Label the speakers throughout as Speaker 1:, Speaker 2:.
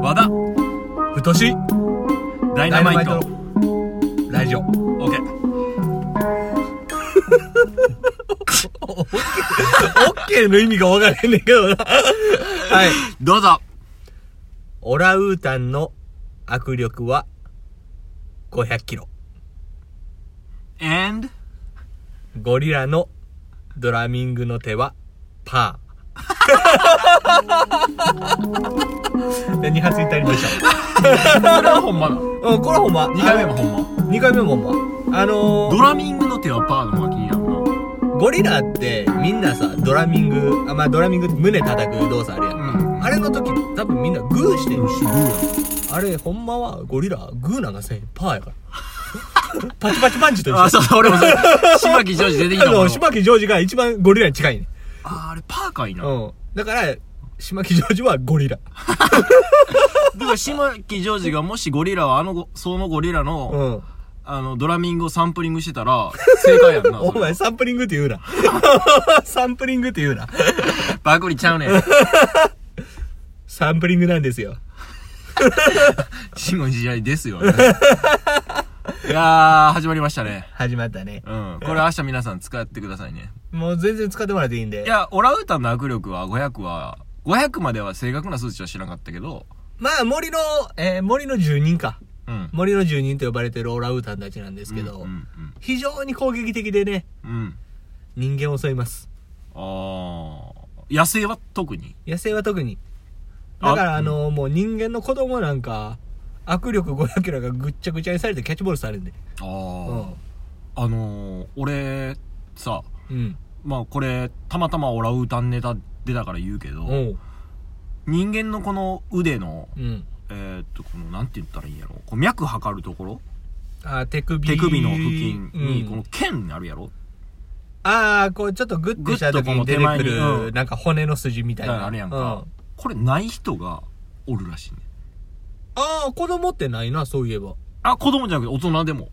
Speaker 1: 和田太しダイナマイト
Speaker 2: ラジオ
Speaker 1: オッケー
Speaker 2: オッケーの意味が分からへんねんけどな。はい。
Speaker 1: どうぞ
Speaker 2: オラウータンの握力は500キロ。
Speaker 1: And
Speaker 2: ゴリラのドラミングの手はパー。2発いたりまし
Speaker 1: これはほんまだ2
Speaker 2: ょう。うん、これはほんま。2
Speaker 1: 回目もほんま
Speaker 2: 目。2回目もほんま。あの
Speaker 1: ド
Speaker 2: ー、
Speaker 1: ラミングの手はパーの方が気になるな
Speaker 2: ゴリラってみんなさ、ドラミング、あ、まあドラミング胸叩く動作あるやん。
Speaker 1: うん
Speaker 2: あれの時多分みんなグーしてる
Speaker 1: すごい
Speaker 2: あれ、ほんまはゴリラ、グーなんかせん、パーやから。 パチパチパンチと一緒。
Speaker 1: あそうそう俺もそう 島木ジョージ出てき
Speaker 2: あ
Speaker 1: たも
Speaker 2: の、
Speaker 1: ん
Speaker 2: 島木ジョージが一番ゴリラに近いね。
Speaker 1: あーあれパーかいな、
Speaker 2: うん。だから、島木ジョージはゴリラ。
Speaker 1: だから島木ジョージがもしゴリラはあのごそのゴリラの、
Speaker 2: うん。
Speaker 1: あのドラミングをサンプリングしてた ら正解やんな
Speaker 2: お
Speaker 1: それ
Speaker 2: 前、サンプリングって言 うな。サンプリングって言うな。
Speaker 1: バクリちゃうねん
Speaker 2: サンプリングなんですよ。
Speaker 1: 死の時代です よねいやー始まりましたね
Speaker 2: 始まったね。
Speaker 1: うんこれ明日皆さん使ってくださいね
Speaker 2: もう全然使ってもらっていいんで。
Speaker 1: いやオランウータンの握力は500は500までは正確な数値は知らなかったけど
Speaker 2: まあ、森の、えー森の住人か。
Speaker 1: うん
Speaker 2: 森の住人と呼ばれてるオランウータンたちなんですけど、
Speaker 1: うん
Speaker 2: 非常に攻撃的でね、
Speaker 1: うん、うん、
Speaker 2: 人間を襲います。
Speaker 1: あー野生は特に
Speaker 2: 野生は特に。
Speaker 1: あ
Speaker 2: だから、あのもう人間の子供なんか、握力500キロがぐっちゃぐちゃにされてキャッチボールされるんで。
Speaker 1: あ
Speaker 2: う
Speaker 1: ー
Speaker 2: ん。
Speaker 1: あのー、俺さ
Speaker 2: うん。
Speaker 1: まあこれたまたまオランウータンネタ出たから言うけど、
Speaker 2: おう。
Speaker 1: 人間のこの腕の
Speaker 2: うん。
Speaker 1: えーっとこのなんて言ったらいいんやろこう脈測るところ
Speaker 2: あー、手首。
Speaker 1: 手首の付近に
Speaker 2: うん
Speaker 1: この剣あるやろ、
Speaker 2: ああ、こう、ちょっとグッてした時に出て
Speaker 1: グッとこの
Speaker 2: く
Speaker 1: 手前にう
Speaker 2: る、
Speaker 1: ん
Speaker 2: なんか骨の筋みたいな。
Speaker 1: あるやんか、
Speaker 2: う
Speaker 1: これない人がおるらしいね
Speaker 2: ああ、子供ってないな、そういえば。
Speaker 1: あ子供じゃなくて大人でも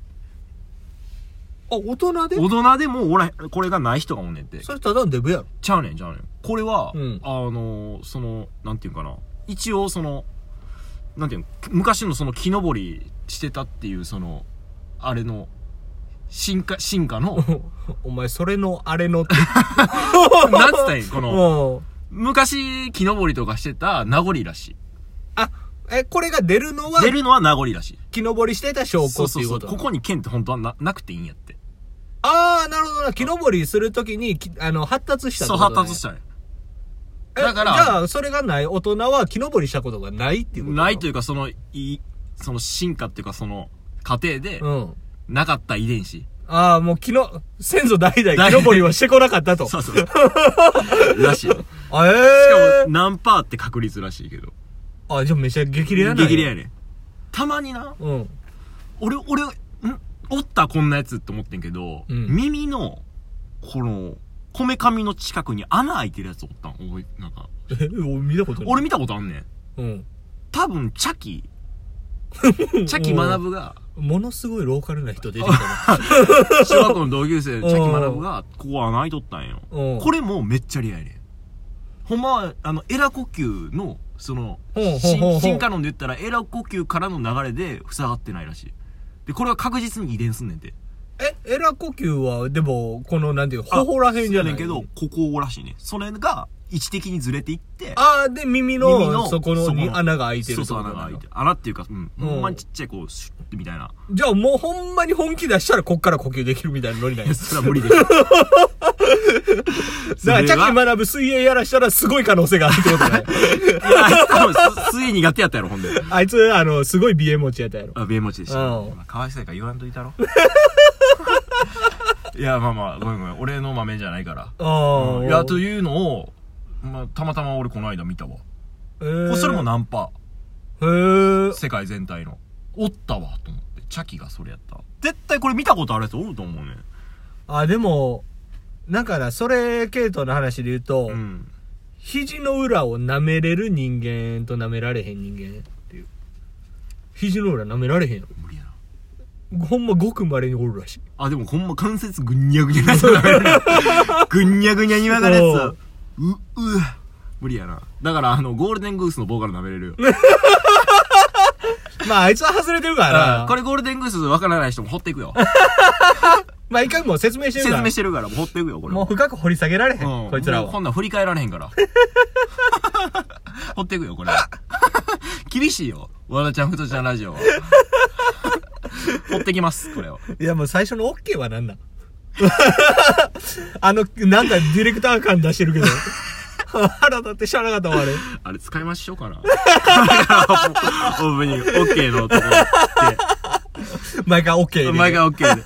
Speaker 2: あ、大人で
Speaker 1: 大人でもおらへんこれがない人がおんねんって
Speaker 2: それただのデブやろ。
Speaker 1: ちゃうねんちゃうねんこれは、
Speaker 2: うん
Speaker 1: あのーそのなんていうんかな一応そのなんていうん昔のその木登りしてたっていうそのあれの進化進 化の
Speaker 2: お前、それの、あれのって。
Speaker 1: なんつったんやこの
Speaker 2: うん。
Speaker 1: 昔木登りとかしてた名残らしい
Speaker 2: あ、え、これが出るのは、
Speaker 1: 出るのは名残らしい
Speaker 2: 木登りしてた証拠っていうことなの
Speaker 1: ここに剣って本当はななくていいんやって
Speaker 2: ああ、なるほどな。木登りするときにき、あの、発達したっ
Speaker 1: そ
Speaker 2: てこ
Speaker 1: う
Speaker 2: と、ね。
Speaker 1: 発達したね
Speaker 2: え
Speaker 1: だから
Speaker 2: じゃあ、それがない大人は木登りしたことがないっていうこと。
Speaker 1: ないといううかそのいいその進化っていうかその過程で
Speaker 2: うん。
Speaker 1: なかった遺伝子
Speaker 2: ああ、もう木の、先祖代々
Speaker 1: 代
Speaker 2: 木登りはしてこなかった と。
Speaker 1: そうそう らしいしか
Speaker 2: あえ
Speaker 1: も
Speaker 2: え
Speaker 1: 何パーって確率らしいけど
Speaker 2: あ、じゃあめちゃ激レアなんや
Speaker 1: 激レアやねたまにな
Speaker 2: うん。
Speaker 1: 俺俺んおったこんなやつって思ってんけど、
Speaker 2: うん
Speaker 1: 耳のこのこめかみの近くに穴開いてるやつおったんおいなんか
Speaker 2: え、俺見たことない。
Speaker 1: 俺見たことあんねん
Speaker 2: うん。
Speaker 1: 多分チャキチャキ学ぶが
Speaker 2: ものすごいローカルな人出てき たな。
Speaker 1: 小学校の同級生、チャキマラブが、ここ穴開いとったんよ。
Speaker 2: うん。
Speaker 1: これもめっちゃレアやねん。ほんまは、あの、エラ呼吸の、その、
Speaker 2: ほうほう
Speaker 1: 進
Speaker 2: ほうほう
Speaker 1: 進化論で言ったら、エラ呼吸からの流れで塞がってないらしい。で、これは確実に遺伝すんねんて。
Speaker 2: え、エラ呼吸は、でも、この、なんていう、頬らへんじゃな
Speaker 1: そうやね
Speaker 2: い
Speaker 1: んけど、ここらしいね。それが、位置的にずれていって、
Speaker 2: ああ、で、耳の、
Speaker 1: 耳の
Speaker 2: そこの
Speaker 1: そこ
Speaker 2: に
Speaker 1: の
Speaker 2: 穴が開いてる
Speaker 1: そう
Speaker 2: って
Speaker 1: そう、
Speaker 2: こと
Speaker 1: 穴
Speaker 2: な
Speaker 1: が開い
Speaker 2: の
Speaker 1: てる。穴っていうか、うん。
Speaker 2: うん
Speaker 1: ほんまにちっちゃい、こう、シュッてみた いな。
Speaker 2: じゃあもうほんまに本気出したらこっから呼吸できるみたいなノリなんや。だ
Speaker 1: それは無理 でしょ。だ
Speaker 2: から、チャッキ学ぶ水泳やらしたらすごい可能性があるってことね。
Speaker 1: 多分、す水泳苦手やったやろ、ほんで。
Speaker 2: あいつ、あの、すごい鼻炎持ちやったやろ。
Speaker 1: あ、弁持ちでした。
Speaker 2: うん
Speaker 1: まあかわいそうやから言わんといたろ。 いや、まあまあ、ごめんごめん。俺の豆じゃないから。
Speaker 2: ああ。
Speaker 1: いや、というのを、まあ、たまたま俺この間見たわ。
Speaker 2: えー
Speaker 1: それも。ナンパ。
Speaker 2: へえ。
Speaker 1: 世界全体の。おったわ、と思って。チャキがそれやった。絶対これ見たことあるやつおると思うね。
Speaker 2: あ、でも、なんかな、それ系統の話で言うと、
Speaker 1: うん。
Speaker 2: 肘の裏を舐めれる人間と舐められへん人間っていう。肘の裏舐められへんや
Speaker 1: 無理やな。
Speaker 2: ろ。ほんまごく稀におるらしい。
Speaker 1: あ、でもほんま関節 ぐんにゃぐにゃになやつだねぐんにゃぐにゃに曲がるやつだ。う、うわ、無理やなだからあのゴールデングースのボーカル舐めれるよ
Speaker 2: まあ、あいつは外れてるから
Speaker 1: う
Speaker 2: な。
Speaker 1: んこれゴールデングースわからない人も掘っていくよ
Speaker 2: まあ、一回もう説明してるか
Speaker 1: 説
Speaker 2: ら。
Speaker 1: 明してるからもう掘っていくよこれ
Speaker 2: もう深く掘り下げられへん、
Speaker 1: うん
Speaker 2: こいつら
Speaker 1: もうこ
Speaker 2: は。
Speaker 1: んなん振り返られへんから 掘っていくよこれ 厳しいよ和田ちゃんふとちゃんラジオは掘ってきますこれを
Speaker 2: いや、もう最初の OK はなんなん あの、なんかディレクター感出してるけど。 腹立ってしゃあなかったわ、あれ。
Speaker 1: あれ使いましょうか なオープニング OK のところって
Speaker 2: 毎回 OK で。
Speaker 1: 毎回 OK で。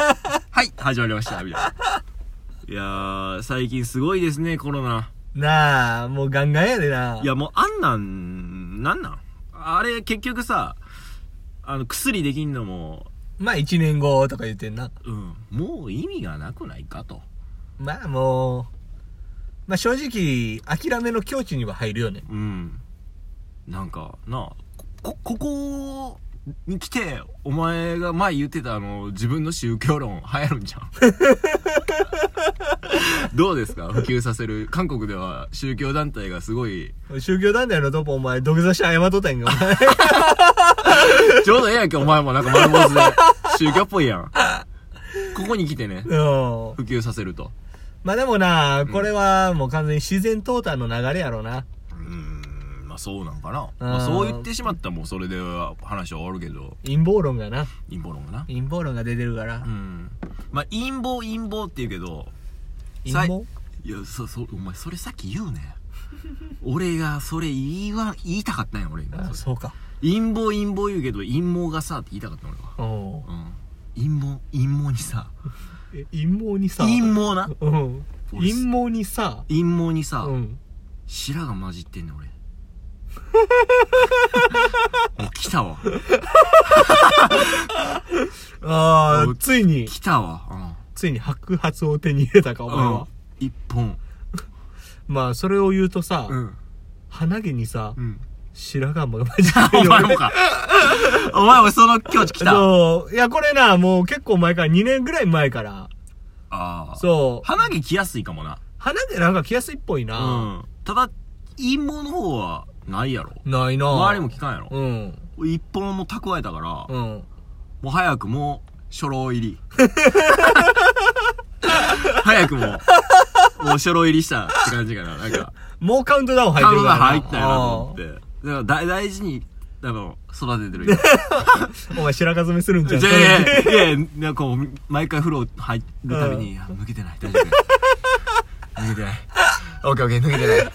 Speaker 1: はい、始まりました、みたいな。いやー、最近すごいですね、コロナ。
Speaker 2: なあ、もうガンガンやでな。
Speaker 1: いや、もうあんなん、なんなんあれ、結局さ、あの、薬できんのも、
Speaker 2: まあ、1年後とか言ってんな。
Speaker 1: うん、もう意味がなくないかと。
Speaker 2: まあ、もう、まあ正直、諦めの境地には入るよね。
Speaker 1: うん。なんか、なあ、こ、ここに来て、お前が前言ってたあの、自分の宗教論流行るんじゃ ん。どうですか普及させる。韓国では宗教団体がすごい
Speaker 2: 宗教団体のトップお前、土下座して謝っとったんやんけ、お前。
Speaker 1: ちょうどええやんけ、お前もなんか丸坊主で。宗教っぽいやん。ここに来てね、
Speaker 2: うん。
Speaker 1: 普及させると。
Speaker 2: まあでもな、これはもう完全に自然淘汰の流れやろな。
Speaker 1: うーん、まあそうなんかな。まあ、そう言ってしまったらもうそれでは話は終わるけど、
Speaker 2: 陰謀論がな。
Speaker 1: 陰謀論がな。
Speaker 2: 陰謀論が出てるから
Speaker 1: う。ん。まあ陰謀陰謀って言うけど、
Speaker 2: 陰
Speaker 1: さい
Speaker 2: 謀
Speaker 1: いや、そ、そ、お前それさっき言うね。 俺がそれ言いわ、言いたかったんや、俺今。
Speaker 2: あ
Speaker 1: それ
Speaker 2: そうか。
Speaker 1: 陰謀陰謀言うけど、陰謀がさ、って言いたかった俺は。
Speaker 2: うん。
Speaker 1: うん。陰謀、陰謀にさ、
Speaker 2: え陰謀にさ。
Speaker 1: 陰謀な。
Speaker 2: うん。
Speaker 1: 俺
Speaker 2: 陰謀にさ。
Speaker 1: 陰謀にさ、
Speaker 2: うん。
Speaker 1: 白が混じってんねん俺 もう来たわ
Speaker 2: ああ、ついに、
Speaker 1: 来たわ、うん
Speaker 2: ついに白髪を手に入れたか、お前
Speaker 1: うん
Speaker 2: は。
Speaker 1: 一本
Speaker 2: まあ、それを言うとさ、
Speaker 1: うん
Speaker 2: 鼻毛にさ
Speaker 1: う、ん
Speaker 2: 白髪も混じって
Speaker 1: お
Speaker 2: るよ
Speaker 1: 前もかお前もその境地来たあ
Speaker 2: そう。いや、これな、もう結構前から、2年ぐらい前から。
Speaker 1: あう
Speaker 2: そう。
Speaker 1: 鼻毛来やすいかもな
Speaker 2: 鼻でなんか着やすいっぽいうな。
Speaker 1: んただ陰謀の方はないやろ
Speaker 2: ないな。
Speaker 1: 周りも聞かんやろ
Speaker 2: うん。
Speaker 1: 一本も蓄えたから
Speaker 2: うん。
Speaker 1: もう早くもう初老入 り早くももう初老入りしたって感じかななんか
Speaker 2: もうカウントダウン入っ
Speaker 1: カウ
Speaker 2: てる
Speaker 1: ン
Speaker 2: からな。
Speaker 1: 入ったよなと思って。だから大大事に、あの、育ててるよ。
Speaker 2: うんお前白髪染めするんじゃん。
Speaker 1: じゃあ
Speaker 2: それ
Speaker 1: いやいやいや、なんかこう、毎回風呂入るたびに、あ抜けてない、大丈夫。抜けてない。 オッケーオッケー、抜けてない。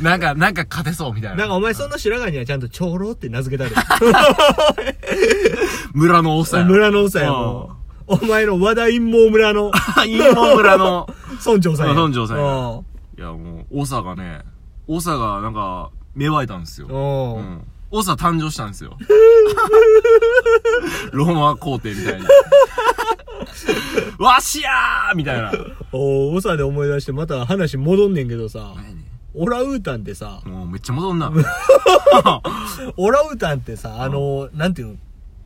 Speaker 1: なんか、なんか勝てそうみたい
Speaker 2: なんか
Speaker 1: な。
Speaker 2: お前その白髪にはちゃんと長老って名付けたで。
Speaker 1: 村のおっさんや。
Speaker 2: 村のおさやもう。お前の和田陰謀村の
Speaker 1: 陰謀村の。
Speaker 2: 村長さんや。
Speaker 1: 村長さんや
Speaker 2: うん
Speaker 1: いや、もう、長がね、長がなんか、芽生えたんですよ。
Speaker 2: おう
Speaker 1: うん。オサ誕生したんです よ。ローマ皇帝みたい に。わしやーみたいな。
Speaker 2: おうおさで思い出してまた話戻んねんけどさ、オランウータンってさ、
Speaker 1: もうめっちゃ戻んな。
Speaker 2: オランウータンってさ、あの、なんていうの、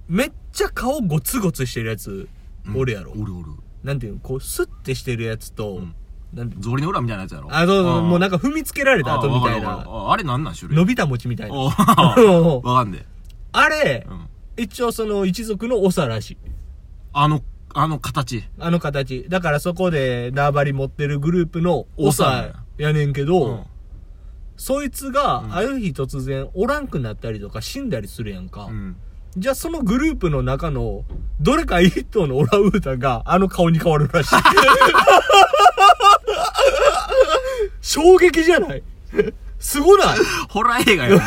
Speaker 2: めっちゃ顔ゴツゴツしてるやつ、おるやろ
Speaker 1: お。るおる。
Speaker 2: なんていうの、こう、スッてしてるやつと
Speaker 1: ん、
Speaker 2: なんて
Speaker 1: 草履の裏みたいなやつやろ。
Speaker 2: あ、そうそう、もうなん
Speaker 1: か
Speaker 2: か踏みつけられた後みたいな。
Speaker 1: ああれなんなん種類
Speaker 2: 伸びた餅みたいな。
Speaker 1: おー わかんね
Speaker 2: あれ
Speaker 1: え。う、ん。
Speaker 2: 一応その一族の長らしい。
Speaker 1: あの、あの形。
Speaker 2: あの形。だからそこで縄張り持ってるグループの長やねんけど、
Speaker 1: うん
Speaker 2: そいつがある日突然おらんくなったりとか死んだりするやんか。
Speaker 1: うん。
Speaker 2: じゃあそのグループの中のどれか一頭のオランウータンがあの顔に変わ るらしい。衝撃じゃないすごない
Speaker 1: ホラー映画やんもう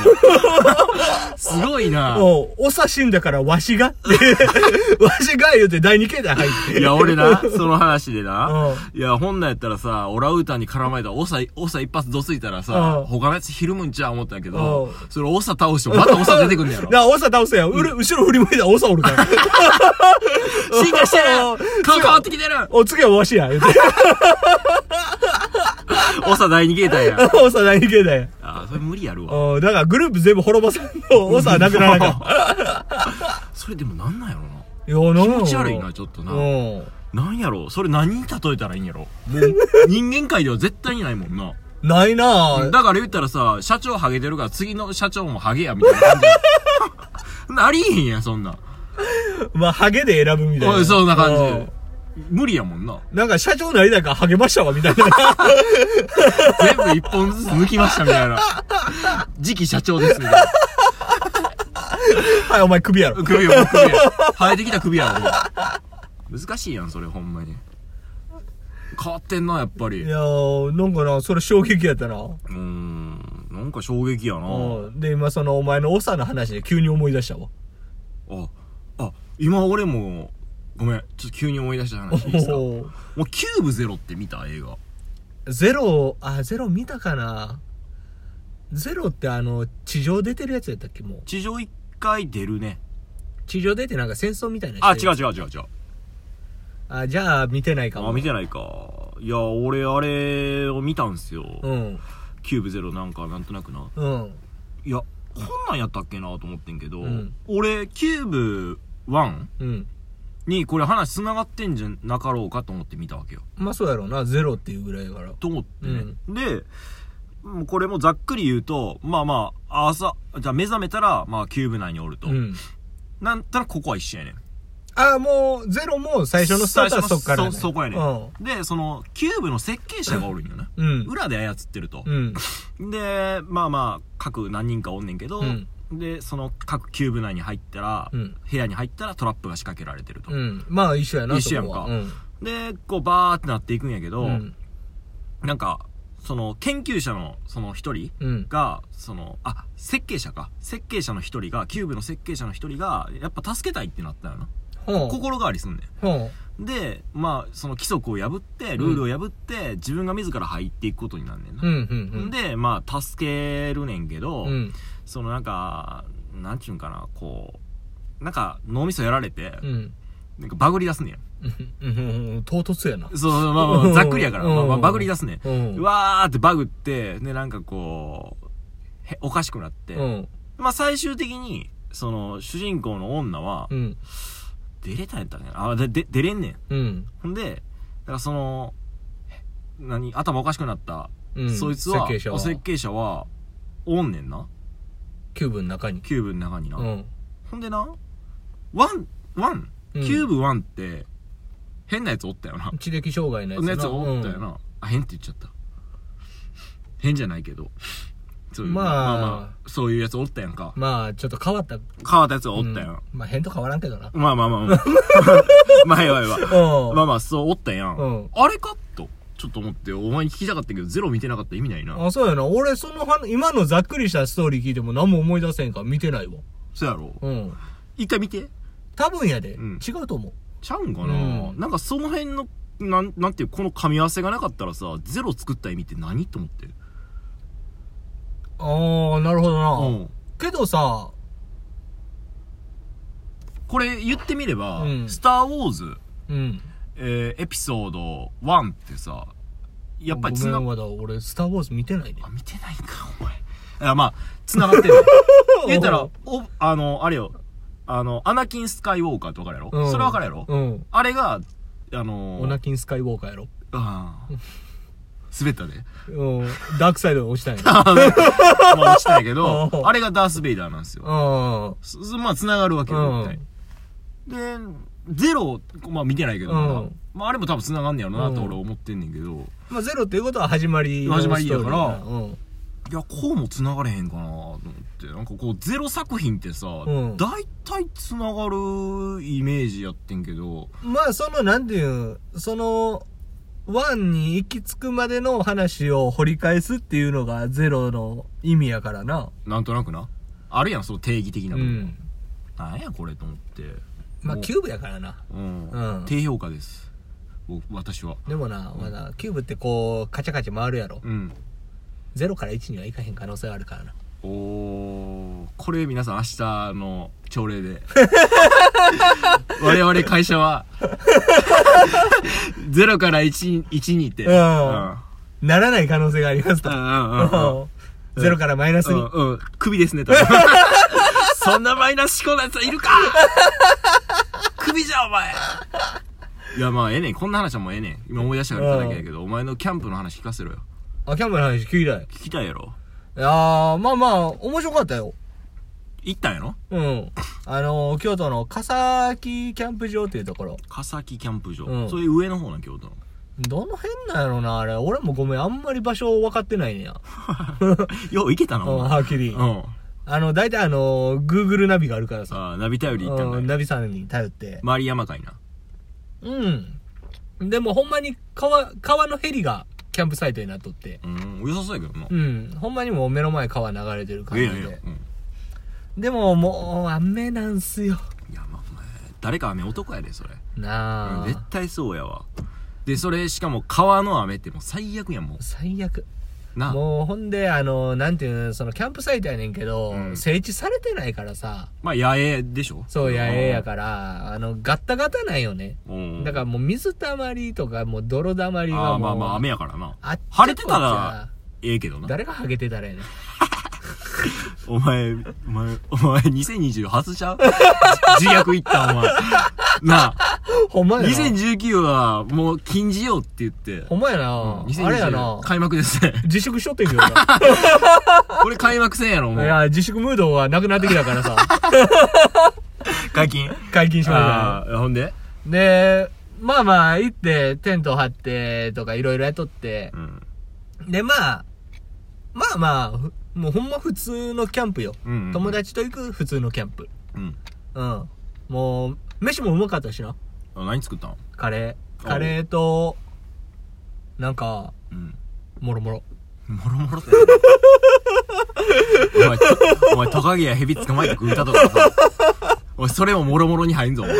Speaker 1: すごいな。
Speaker 2: おう、おさ死んだからわしがってわしが言うて第2形態入って。
Speaker 1: いや、俺な、その話で
Speaker 2: う。
Speaker 1: なんいや、本来やったらさ、オランウータンに絡まれたら、オサ、オサ一発どついたら
Speaker 2: う
Speaker 1: さ
Speaker 2: ん、
Speaker 1: 他のやつひるむんちゃう思ったんやけ
Speaker 2: う
Speaker 1: ど
Speaker 2: ん、
Speaker 1: それオサ倒してもまたオサ出てくんねやろ。
Speaker 2: な、おさ倒せや。うる、後ろ振り向いたらおさおるから。
Speaker 1: 進化して
Speaker 2: お
Speaker 1: る顔変わってきてる
Speaker 2: お、次はわしや。言うて
Speaker 1: オサ第二形態 や。
Speaker 2: おさ第2形態や。
Speaker 1: あー、それ無理やるわ。
Speaker 2: おうだからグループ全部滅ぼさんと、おさはなく ならなかっ
Speaker 1: それでもなんなんやろな。
Speaker 2: た。いや、な
Speaker 1: 気持ち悪いな、ちょっとな。
Speaker 2: うん。
Speaker 1: なんやろそれ何に例えたらいいんやろもう、人間界では絶対にないもんな。
Speaker 2: ないなぁ。
Speaker 1: だから言ったらさ、社長ハゲてるから次の社長もハゲや、みたいな感じ。 なりえへんやん、そんなん。
Speaker 2: まあ、ハゲで選ぶみたい
Speaker 1: お
Speaker 2: な。
Speaker 1: いそんな感
Speaker 2: うん
Speaker 1: じ。無理やもんな。
Speaker 2: なんか、社長なりたいからハゲましたわ、み たいな。
Speaker 1: 全部一本ずつ抜きましたみ たいな。次期社長ですみたいな。
Speaker 2: はい、お前首やろ。
Speaker 1: 首を、首や。生えてきた首やろ。もう難しいやん、それほんまに。変わってんな、やっぱり。
Speaker 2: いうやー、なんかな、それ衝撃やったな。
Speaker 1: ーん。なんか衝撃やな。
Speaker 2: うん。で、今その、お前の長の話で急に思い出したわ。
Speaker 1: あ、あ、今俺も、ごめん、ちょっと急に思い出した話いいですかも
Speaker 2: おー
Speaker 1: うキューブゼロって見た映画。
Speaker 2: ゼロ、あ、ゼロ見たかな。ゼロってあの、地上出てるやつやったっけもう。
Speaker 1: 地上一回出るね。
Speaker 2: 地上出てなんか戦争みたいな
Speaker 1: あ、違う
Speaker 2: う。
Speaker 1: 違う違う違う。
Speaker 2: あ、じゃあ見てないかも。
Speaker 1: あ、見てないか。いや、俺あれを見たんすよ。
Speaker 2: うん。
Speaker 1: キューブゼロなんかなんとなくな。
Speaker 2: うん。
Speaker 1: いや、こんなんやったっけなと思ってんけど、
Speaker 2: うん
Speaker 1: 俺、キューブ1
Speaker 2: うん。
Speaker 1: にこれ話繋がってんじゃなかろうかと思って見たわけよ。
Speaker 2: まあそうやろうな、ゼロっていうぐらいやから。
Speaker 1: と思ってね。で、もうこれもざっくり言うと、まあまあ、朝、じゃあ目覚めたら、まあキューブ内におると。
Speaker 2: うん。
Speaker 1: なんたらここは一緒やねん。
Speaker 2: あ、もう、ゼロも最初のスタートはそっから、ね。
Speaker 1: そそこやねん。
Speaker 2: うん。
Speaker 1: で、その、キューブの設計者がおるんよね。
Speaker 2: うん。
Speaker 1: 裏で操ってると
Speaker 2: う。ん。
Speaker 1: で、まあまあ、各何人かおんねんけど、
Speaker 2: うん
Speaker 1: で、その各キューブ内に入ったら、
Speaker 2: うん。
Speaker 1: 部屋に入ったらトラップが仕掛けられてると。
Speaker 2: うん。まあ一緒やな、
Speaker 1: 一緒やんか
Speaker 2: そこはうん。
Speaker 1: で、こうバーってなっていくんやけど、
Speaker 2: うん。
Speaker 1: なんか、その研究者のその一人
Speaker 2: うん。
Speaker 1: が、その、あ、設計者か。設計者の一人が、キューブの設計者の一人が、やっぱ助けたいってなったよな。
Speaker 2: ほう。
Speaker 1: 心変わりすんね
Speaker 2: ほ
Speaker 1: ん。で、まあ、その規則を破って、ルールを破って、自分が自ら入っていくことになんねん
Speaker 2: う。う
Speaker 1: な。
Speaker 2: ん。うん。うん。
Speaker 1: で、まあ、助けるねんけど、
Speaker 2: うん。
Speaker 1: そのなんか、なんちゅうんかな、こう、なんか脳みそやられて、
Speaker 2: うん。
Speaker 1: なんかバグり出すねん。
Speaker 2: うん。うん。唐突やな。
Speaker 1: そうそう、まあまあ、ざっくりやから、
Speaker 2: うん
Speaker 1: まあまあ、バグり出すねん。
Speaker 2: うん。
Speaker 1: うわーってバグって、で、なんかこう、へおかしくなって、
Speaker 2: うん。
Speaker 1: まあ最終的に、その、主人公の女は
Speaker 2: う、ん。
Speaker 1: 出れたんやったかなあ、で、で、出れんねん。
Speaker 2: うん。
Speaker 1: ほんで、だからその、へ何、頭おかしくなった、
Speaker 2: うん。
Speaker 1: そいつは、
Speaker 2: 設計者
Speaker 1: お
Speaker 2: は。
Speaker 1: 設計者は、おんねんな。
Speaker 2: キューブの中に。
Speaker 1: キューブの中にな。
Speaker 2: うん。
Speaker 1: ほんでな、ワン、ワン、
Speaker 2: うん
Speaker 1: キューブワンって、変なやつおったよな。
Speaker 2: 知的障害のやつ
Speaker 1: の
Speaker 2: な。
Speaker 1: やつおったよな、あ変って言っちゃった変じゃないけどそういう
Speaker 2: まあ
Speaker 1: そういうやつおったやんか
Speaker 2: うん。まあ、ちょっと変わった。
Speaker 1: 変わったやつがおったや、
Speaker 2: うんまあ、変と変わらんけどな。
Speaker 1: まあまあまあ まあまあええわええわ
Speaker 2: うん。
Speaker 1: まあまあそうおったやん、
Speaker 2: うん
Speaker 1: あれかとちょっと思ってお前に聞きたかったけどゼロ見てなかったら意味ないな
Speaker 2: あ、そうやな。俺、その話、今のざっくりしたストーリー聞いても何も思い出せんから見てないわ。
Speaker 1: そうやろ
Speaker 2: うん。
Speaker 1: 一回見て
Speaker 2: 多分やで。
Speaker 1: うん
Speaker 2: 違うと思う。
Speaker 1: ちゃうんかな、
Speaker 2: うん
Speaker 1: なんかその辺のなんなんていうこの噛み合わせがなかったらさゼロ作った意味って何と思って
Speaker 2: ああ、なるほどな。
Speaker 1: うん
Speaker 2: けどさ、
Speaker 1: これ言ってみれば「
Speaker 2: うん
Speaker 1: スター・ウォーズ」
Speaker 2: うん。
Speaker 1: えーエピソード1ってさ、やっぱりつ
Speaker 2: ごめ
Speaker 1: な、
Speaker 2: んまだ俺、スター・ウォーズ見てないね
Speaker 1: あ、。見てないか、お前。あ、まあ、つなが ってる。言うたら、お、あの、あれよ、あの、アナキン・スカイ・ウォーカーってわかるやろ、
Speaker 2: うん
Speaker 1: それわかるやろ、
Speaker 2: うん。
Speaker 1: あれが、あの
Speaker 2: オナキン・スカイウォーカーやろ。
Speaker 1: あ ー滑ったで。
Speaker 2: うん。ダークサイドに落ちたん や。
Speaker 1: まあ、落ちたんや けど
Speaker 2: う、ん
Speaker 1: あれがダース・ベイダーなんですよ。
Speaker 2: うん。
Speaker 1: すまあ、つながるわけ
Speaker 2: うん
Speaker 1: よ、絶対。で、ゼロ、まあ見てないけど、まだ
Speaker 2: うん
Speaker 1: まあ、あれも多分つながんねやろなと俺思ってんねんけど、
Speaker 2: まあ、ゼロっていうことは始まりの
Speaker 1: 始まりやから
Speaker 2: ストーリーなうん。
Speaker 1: いやこうも繋がれへんかなと思ってなんかこうゼロ作品ってさ、
Speaker 2: ん
Speaker 1: 大体繋がるイメージやってんけど
Speaker 2: まあそのなんていうんそのワンに行き着くまでの話を掘り返すっていうのがゼロの意味やからな
Speaker 1: なんとなくなあるやんその定義的
Speaker 2: う
Speaker 1: な部分、
Speaker 2: ん
Speaker 1: なんやこれと思って
Speaker 2: まあ
Speaker 1: もう
Speaker 2: キューブやからな
Speaker 1: うん、
Speaker 2: うん
Speaker 1: 低評価です僕私は
Speaker 2: でもな、まだキューブってこうカチャカチャ回るやろ
Speaker 1: うん
Speaker 2: ゼロから1にはいかへん可能性あるからな
Speaker 1: おーこれ皆さん明日の朝礼で我々会社は0から 1, 1にって
Speaker 2: うんならない可能性があります
Speaker 1: う
Speaker 2: と
Speaker 1: んうんうんうん
Speaker 2: ゼロからマイナスに、
Speaker 1: うん、うん、首ですね、多分そんなマイナス思考な奴はいるか首じゃん、お前いや、まあ、ええねん。こんな話はもうええねん。今思い出したから言っただけやけど、お前のキャンプの話聞かせろよ。
Speaker 2: あ、キャンプの話聞きたい。
Speaker 1: 聞きたいやろ
Speaker 2: いやー、まあまあ、面白かったよ。
Speaker 1: 行ったんやろ
Speaker 2: うん。あのー、京都の笠木キャンプ場っていうところ。
Speaker 1: 笠木キャンプ場、
Speaker 2: うん
Speaker 1: それ上の方なん京都の
Speaker 2: どの辺なんやろな、あれ。俺もごめん、あんまり場所分かってないねや。
Speaker 1: よう行けた
Speaker 2: う、
Speaker 1: なんお前
Speaker 2: はっきり
Speaker 1: う。ん
Speaker 2: あの、大体あのー、Google ナビがあるからさ。
Speaker 1: ああナビ頼り行ったんだ
Speaker 2: う
Speaker 1: よ
Speaker 2: ん、ナビさんに頼って。
Speaker 1: マリ山かいな
Speaker 2: うん。でもほんまに川、川のヘリがキャンプサイトになっとって。
Speaker 1: うん良さそうやけどな
Speaker 2: うん。ほんまにもう目の前川流れてる感
Speaker 1: ええや
Speaker 2: じ
Speaker 1: んええやん、
Speaker 2: で。
Speaker 1: うん、
Speaker 2: でももう雨なんすよ。
Speaker 1: いやまあお前誰か雨男やでそれ
Speaker 2: なあ。
Speaker 1: 絶対そうやわでそれしかも川の雨ってもう最悪やんも
Speaker 2: 最悪。
Speaker 1: うな
Speaker 2: もうほんで、あの、なんていうの、そのキャンプサイトやねんけど、
Speaker 1: うん
Speaker 2: 整地されてないからさ、
Speaker 1: まあ野営でしょ
Speaker 2: そう、野営やから、あの、ガッタガタなんよね。
Speaker 1: らうん
Speaker 2: だからもう水たまりとか、もう泥だまりがもう
Speaker 1: あ。あまあまあ雨やからな
Speaker 2: あっちこっち
Speaker 1: 晴れてたらええけどな
Speaker 2: 誰がハゲてたらやねん。
Speaker 1: お前、お前、お前、2020初 ちゃう自虐いったんお前。なあ、
Speaker 2: ほんまやな。
Speaker 1: 2019はもう禁じようって言って。
Speaker 2: ほんま
Speaker 1: う
Speaker 2: や
Speaker 1: ん
Speaker 2: な。
Speaker 1: 2020
Speaker 2: あれやな。
Speaker 1: 開幕です ね。
Speaker 2: 自粛しとってんけ どな。
Speaker 1: これ開幕戦やろ、も。
Speaker 2: いうや、自粛ムードがなくなってきたか らさ、
Speaker 1: 解禁。
Speaker 2: 解禁しました
Speaker 1: ああ、ほんで
Speaker 2: ね。で、まあまあ、行って、テント張って、とかいろいろやっとって
Speaker 1: う、ん。
Speaker 2: で、まあ、まあまあ、ふもうほんま普通のキャンプよ。
Speaker 1: うんうん
Speaker 2: 友達と行く普通のキャンプ。
Speaker 1: うん。
Speaker 2: うん。もう、飯もうまかったしな。
Speaker 1: あ何作ったん
Speaker 2: カレー。
Speaker 1: お
Speaker 2: カレーと、なんか、
Speaker 1: うん。
Speaker 2: もろもろ。
Speaker 1: もろもろって何。お前、とお前、トカゲやヘビ捕まえて食うたとかさ。お前、それももろもろに入んぞ、お前。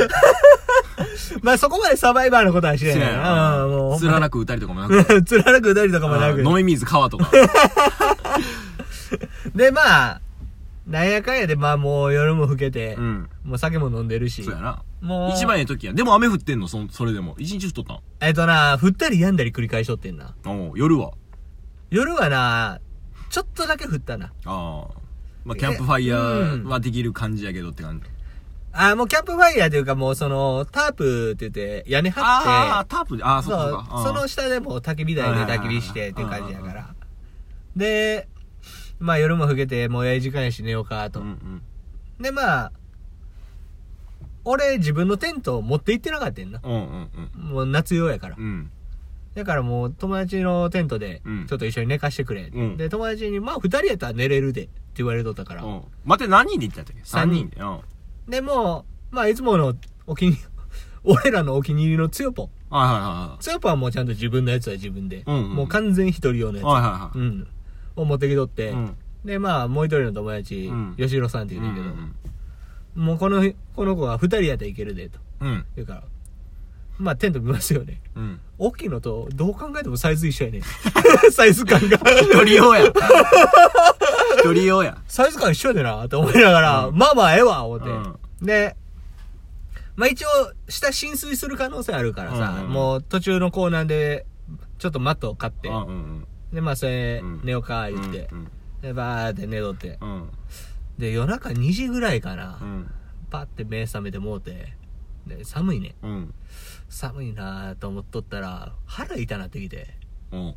Speaker 2: まあそこまでサバイバーのことは知らないな。うん、もう。
Speaker 1: つら
Speaker 2: な
Speaker 1: なく打たりとかもなく。
Speaker 2: く。 つらなくうだりとかもな
Speaker 1: あ
Speaker 2: く
Speaker 1: ー。飲み水川とか。
Speaker 2: で、まあ、なんやかんやで、まあもう夜も更けて、
Speaker 1: うん。
Speaker 2: もう酒も飲んでるし
Speaker 1: そう、やな。
Speaker 2: もう、
Speaker 1: 一番ええ時やん。でも雨降ってんの、そんそれでも。一日降っとったん
Speaker 2: えっとな、降ったりやんだり繰り返しとってんな。
Speaker 1: おう夜は。
Speaker 2: 夜はな、ちょっとだけ降ったな。
Speaker 1: ああ。まあ、キャンプファイヤ
Speaker 2: う
Speaker 1: ー
Speaker 2: ん
Speaker 1: はできる感じやけどって感じ。
Speaker 2: あ、もうキャンプファイヤーというかもうその、タープって言って、屋根
Speaker 1: あ
Speaker 2: 張
Speaker 1: あ
Speaker 2: っ、
Speaker 1: タープで、ああ、
Speaker 2: て、
Speaker 1: そっかそっか。あー
Speaker 2: その下でもう焚き火台で焚き火し
Speaker 1: はい
Speaker 2: て
Speaker 1: はいはいはい
Speaker 2: っていう感じやから。で、まあ夜も更けて、もうええ時間やし寝ようかと。
Speaker 1: うんうん。
Speaker 2: で、まあ、俺自分のテントを持って行ってなかったんな。
Speaker 1: うんうん
Speaker 2: もう夏用やから
Speaker 1: うん。う。ん。
Speaker 2: だからもう友達のテントで
Speaker 1: うん、
Speaker 2: ちょっと一緒に寝かしてくれ。
Speaker 1: うん
Speaker 2: で、友達に、まあ二人やったら寝れるで、って言われとったから。
Speaker 1: うん。待って、何人で行ったんだっけ
Speaker 2: 三
Speaker 1: 三
Speaker 2: 人
Speaker 1: 人で。うん。
Speaker 2: で、もう、まあいつものお気に、 俺らのお気に入りのつよぽん。
Speaker 1: はいは
Speaker 2: つよぽんはもうちゃんと自分のやつは自分で。
Speaker 1: うんうん
Speaker 2: もう完全一人用の
Speaker 1: いはいはい。は
Speaker 2: や
Speaker 1: いは
Speaker 2: つ。うん。を持ってきとって。
Speaker 1: いはい。うん。
Speaker 2: で、まあもう一人の友達、
Speaker 1: うん
Speaker 2: 吉野さんって言うんだけ
Speaker 1: う
Speaker 2: ど、
Speaker 1: ん
Speaker 2: もうこの、この子は二人やったらいけるで、と。
Speaker 1: うん。
Speaker 2: 言うから。まあテント見ますよね。
Speaker 1: うん。
Speaker 2: 大きいのと、どう考えてもサイズ一緒 やねサイズ感が。
Speaker 1: 一人用 や。一人用や。
Speaker 2: サイズ感一緒やでなって思いながら、
Speaker 1: う
Speaker 2: まあまあええわ、思って。
Speaker 1: うん
Speaker 2: で、まあ一応、下浸水する可能性あるからさ、
Speaker 1: うんうんうん
Speaker 2: もう途中のコーナーで、ちょっとマットを買って、
Speaker 1: あうん
Speaker 2: で、まあそれ
Speaker 1: うん、
Speaker 2: 寝ようか、
Speaker 1: うん。
Speaker 2: 言って、
Speaker 1: うん
Speaker 2: で、バーって寝とって。
Speaker 1: うん。
Speaker 2: で、夜中2時ぐらいかな、
Speaker 1: うん。
Speaker 2: パって目覚めてもうて、で、寒いね。
Speaker 1: うん。
Speaker 2: 寒いなーと思っとったら、腹痛なってきて、
Speaker 1: うん。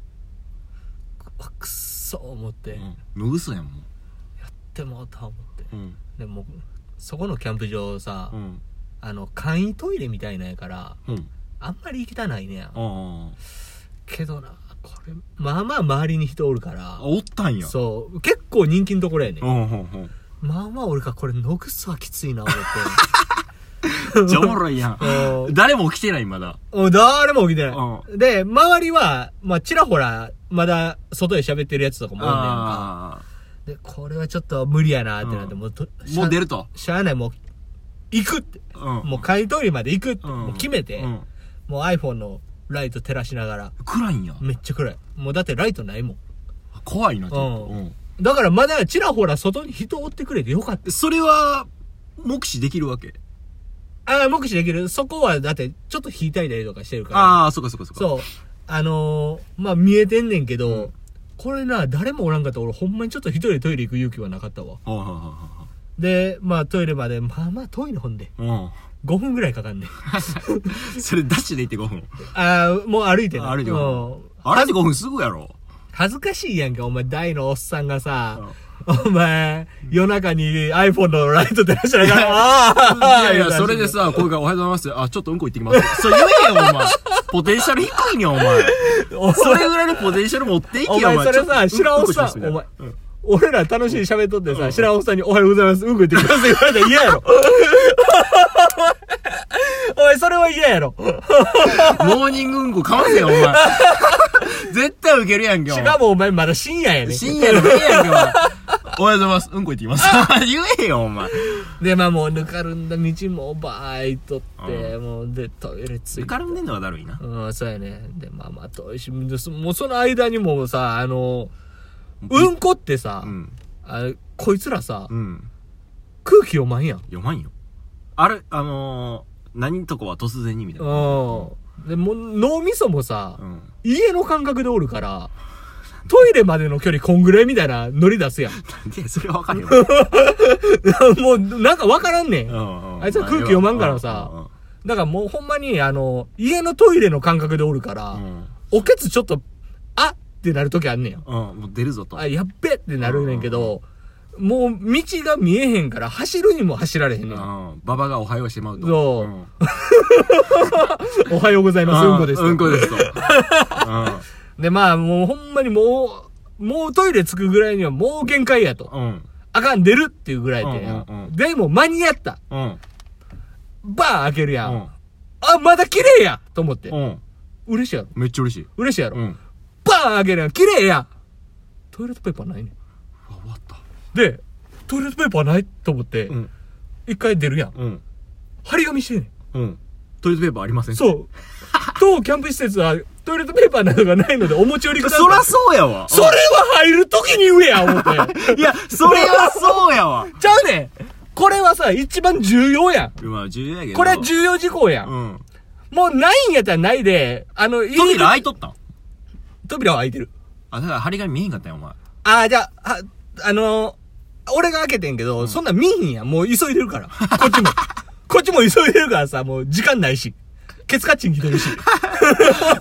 Speaker 2: くくっそー思って、
Speaker 1: う
Speaker 2: やっ
Speaker 1: ん。脱ぐそやんも
Speaker 2: てもうた思って。
Speaker 1: う。うん。
Speaker 2: でもう、そこのキャンプ場さ、
Speaker 1: うん。
Speaker 2: あの、簡易トイレみたいなんやから、
Speaker 1: うん。
Speaker 2: あんまり行きたないねや。
Speaker 1: ああ。
Speaker 2: けどな、これ、まあまあ周りに人おるか
Speaker 1: あ
Speaker 2: ら、
Speaker 1: おったんや。
Speaker 2: そう、結構人気のところやね
Speaker 1: う。んうん
Speaker 2: まあまあ俺がこれ、ノグスはきつい な、思っ
Speaker 1: うん。じゃおもろいやん。
Speaker 2: て
Speaker 1: 誰も来てない、まだ。
Speaker 2: うん。誰も起きてな
Speaker 1: う
Speaker 2: い。で、周りは、まあちらほら、まだ外で喋ってるやつとかもおんねんか。
Speaker 1: あ
Speaker 2: で、これはちょっと無理やな、ってなって、
Speaker 1: うん
Speaker 2: もうと、
Speaker 1: あ。もう出
Speaker 2: る。
Speaker 1: ると。
Speaker 2: しゃあない、もう、行くって。
Speaker 1: うん。
Speaker 2: もう簡易トイレまで行くって、
Speaker 1: うん
Speaker 2: もう決めて、
Speaker 1: うん
Speaker 2: もう iPhone のライト照らしながら、
Speaker 1: 暗いんや。
Speaker 2: めっちゃ暗い。もうだってライトないもん。
Speaker 1: 怖いな、ちょっと。
Speaker 2: う
Speaker 1: うんん。
Speaker 2: だからまだちらほら外に人追ってくれてよかった。
Speaker 1: それは、目視できるわけ。
Speaker 2: ああ、目視できる。そこはだってちょっと引いたりだりとかしてるから。
Speaker 1: ああ、そっかそっかそっか。
Speaker 2: そう。あのー、まあ見えてんねんけど、
Speaker 1: うん
Speaker 2: これな、誰もおらんかったら俺ほんまにちょっと一人でトイレ行く勇気はなかったわ。
Speaker 1: う。はいは
Speaker 2: で、まあトイレまで、まあまあ遠いのほんで。
Speaker 1: いはいはい。
Speaker 2: 5分ぐらいかかんねん。
Speaker 1: うん。それ、ダッシュで行って5分。
Speaker 2: ああ、もう歩いてな。
Speaker 1: 歩いて
Speaker 2: う
Speaker 1: 5
Speaker 2: ん
Speaker 1: 分。あれで5分すぐやろ。
Speaker 2: 恥ずかしいやんか、お前、大のおっさんがさ、
Speaker 1: う
Speaker 2: お前、夜中に iPhone のライト照らしなが
Speaker 1: いや
Speaker 2: ら、あ
Speaker 1: ん
Speaker 2: あ
Speaker 1: いやいや、それで。さ、声がおはようございます。あ、ちょっとうんこ行ってきます。そう言えよ、お前。ポテンシャル低いねん、お前。
Speaker 2: お前
Speaker 1: それぐらいのポテンシャル持っていきよ、
Speaker 2: お前それさ
Speaker 1: ちょっと
Speaker 2: 白
Speaker 1: うん
Speaker 2: 尾さん
Speaker 1: こしますみたいな
Speaker 2: お前俺ら楽しい喋っとってさ、白尾さんにおはようございます、うんこ言ってください言われたら嫌や ろ。お前、それは嫌やろ。
Speaker 1: うんモーニングうんこかませ よ、お前。絶対ウケるやんけ、お
Speaker 2: し
Speaker 1: 前
Speaker 2: かもお前まだ深夜やね
Speaker 1: 深夜の部屋やんけ、お前。おはようございます。うんこ行ってき ます。言えよ、お前。
Speaker 2: で、まあもうぬかるんだ道もバーいとって、
Speaker 1: う
Speaker 2: もうで、トイレつい
Speaker 1: ぬ
Speaker 2: て
Speaker 1: か。るんでんのがだるいな。
Speaker 2: うん、そうやね。で、まあまあ遠いし、でそもうその間にもうさ、あの、うんこってさ、
Speaker 1: うん。
Speaker 2: あこいつらさ、
Speaker 1: うん。
Speaker 2: 空気読まんやん。
Speaker 1: 読まんよ。あれ、あのー、何とこは突然にみたいな。
Speaker 2: うん。で、もう脳みそもさ、
Speaker 1: うん。
Speaker 2: 家の感覚でおるから、トイレまでの距離こんぐらいみたいな乗り出すやん。
Speaker 1: で、それはわ かるよ。
Speaker 2: もう、なん かわからんね。
Speaker 1: うんんうん
Speaker 2: あいつは空気読まんからさ
Speaker 1: うんうん
Speaker 2: だからもうほんまに、あの、家のトイレの感覚でおるから、
Speaker 1: うん。
Speaker 2: おけつちょっと、あってなるときあんねんよ。
Speaker 1: うん、もう出るぞと。
Speaker 2: あ、やっべってなるねんけど、もう道が見えへんから走るにも走られへん
Speaker 1: う
Speaker 2: ねん。
Speaker 1: ん。馬場がおはようしてまうと。
Speaker 2: そう
Speaker 1: うん
Speaker 2: おはようございます、うんこです。
Speaker 1: うんこですと。う
Speaker 2: で、まあもうほんまにもう、もうトイレ着くぐらいにはもう限界や と。
Speaker 1: ん。うん。
Speaker 2: あかん、出るっていうぐらいで
Speaker 1: うんうんう。ん
Speaker 2: でも間に合った。
Speaker 1: うん。
Speaker 2: バーン開けるや。
Speaker 1: うんん。
Speaker 2: あ、まだ綺麗やと思って
Speaker 1: う。ん。
Speaker 2: 嬉しいやろ。
Speaker 1: めっちゃ嬉しい。
Speaker 2: 嬉しいや
Speaker 1: う
Speaker 2: ろ。
Speaker 1: ん。
Speaker 2: バーン開けるやん。綺麗やトイレットペーパーないねん。
Speaker 1: うわ終わった。
Speaker 2: で、トイレットペーパーないと思って
Speaker 1: う、ん。
Speaker 2: 一回出るやん。
Speaker 1: うん。
Speaker 2: 張り紙してんねん。
Speaker 1: うん。トイレットペーパーありませんう。
Speaker 2: そう。当キャンプ施設はトイレットペーパーなどがないのでお持ち寄りください。
Speaker 1: そらそうやわ。
Speaker 2: それは入るときに言えや、思って。
Speaker 1: いや、それはそうやわ。
Speaker 2: ちゃうねんこれはさ、一番重要やん。
Speaker 1: まあ、重要やけど。
Speaker 2: これは重要事項やん。
Speaker 1: うん。
Speaker 2: もうないんやったらないで、あの、入り
Speaker 1: 扉開いとったん
Speaker 2: 扉は開いてる。
Speaker 1: あ、だから張り紙見えへんかったよ、お前。
Speaker 2: ああ、じゃあ、はあのー俺が開けてんけど、そんなん見ひんやん。もう急いでるから。こっ ちも。こっちも急いでるからさ、もう時間ないし。ケツカッチン来てるし。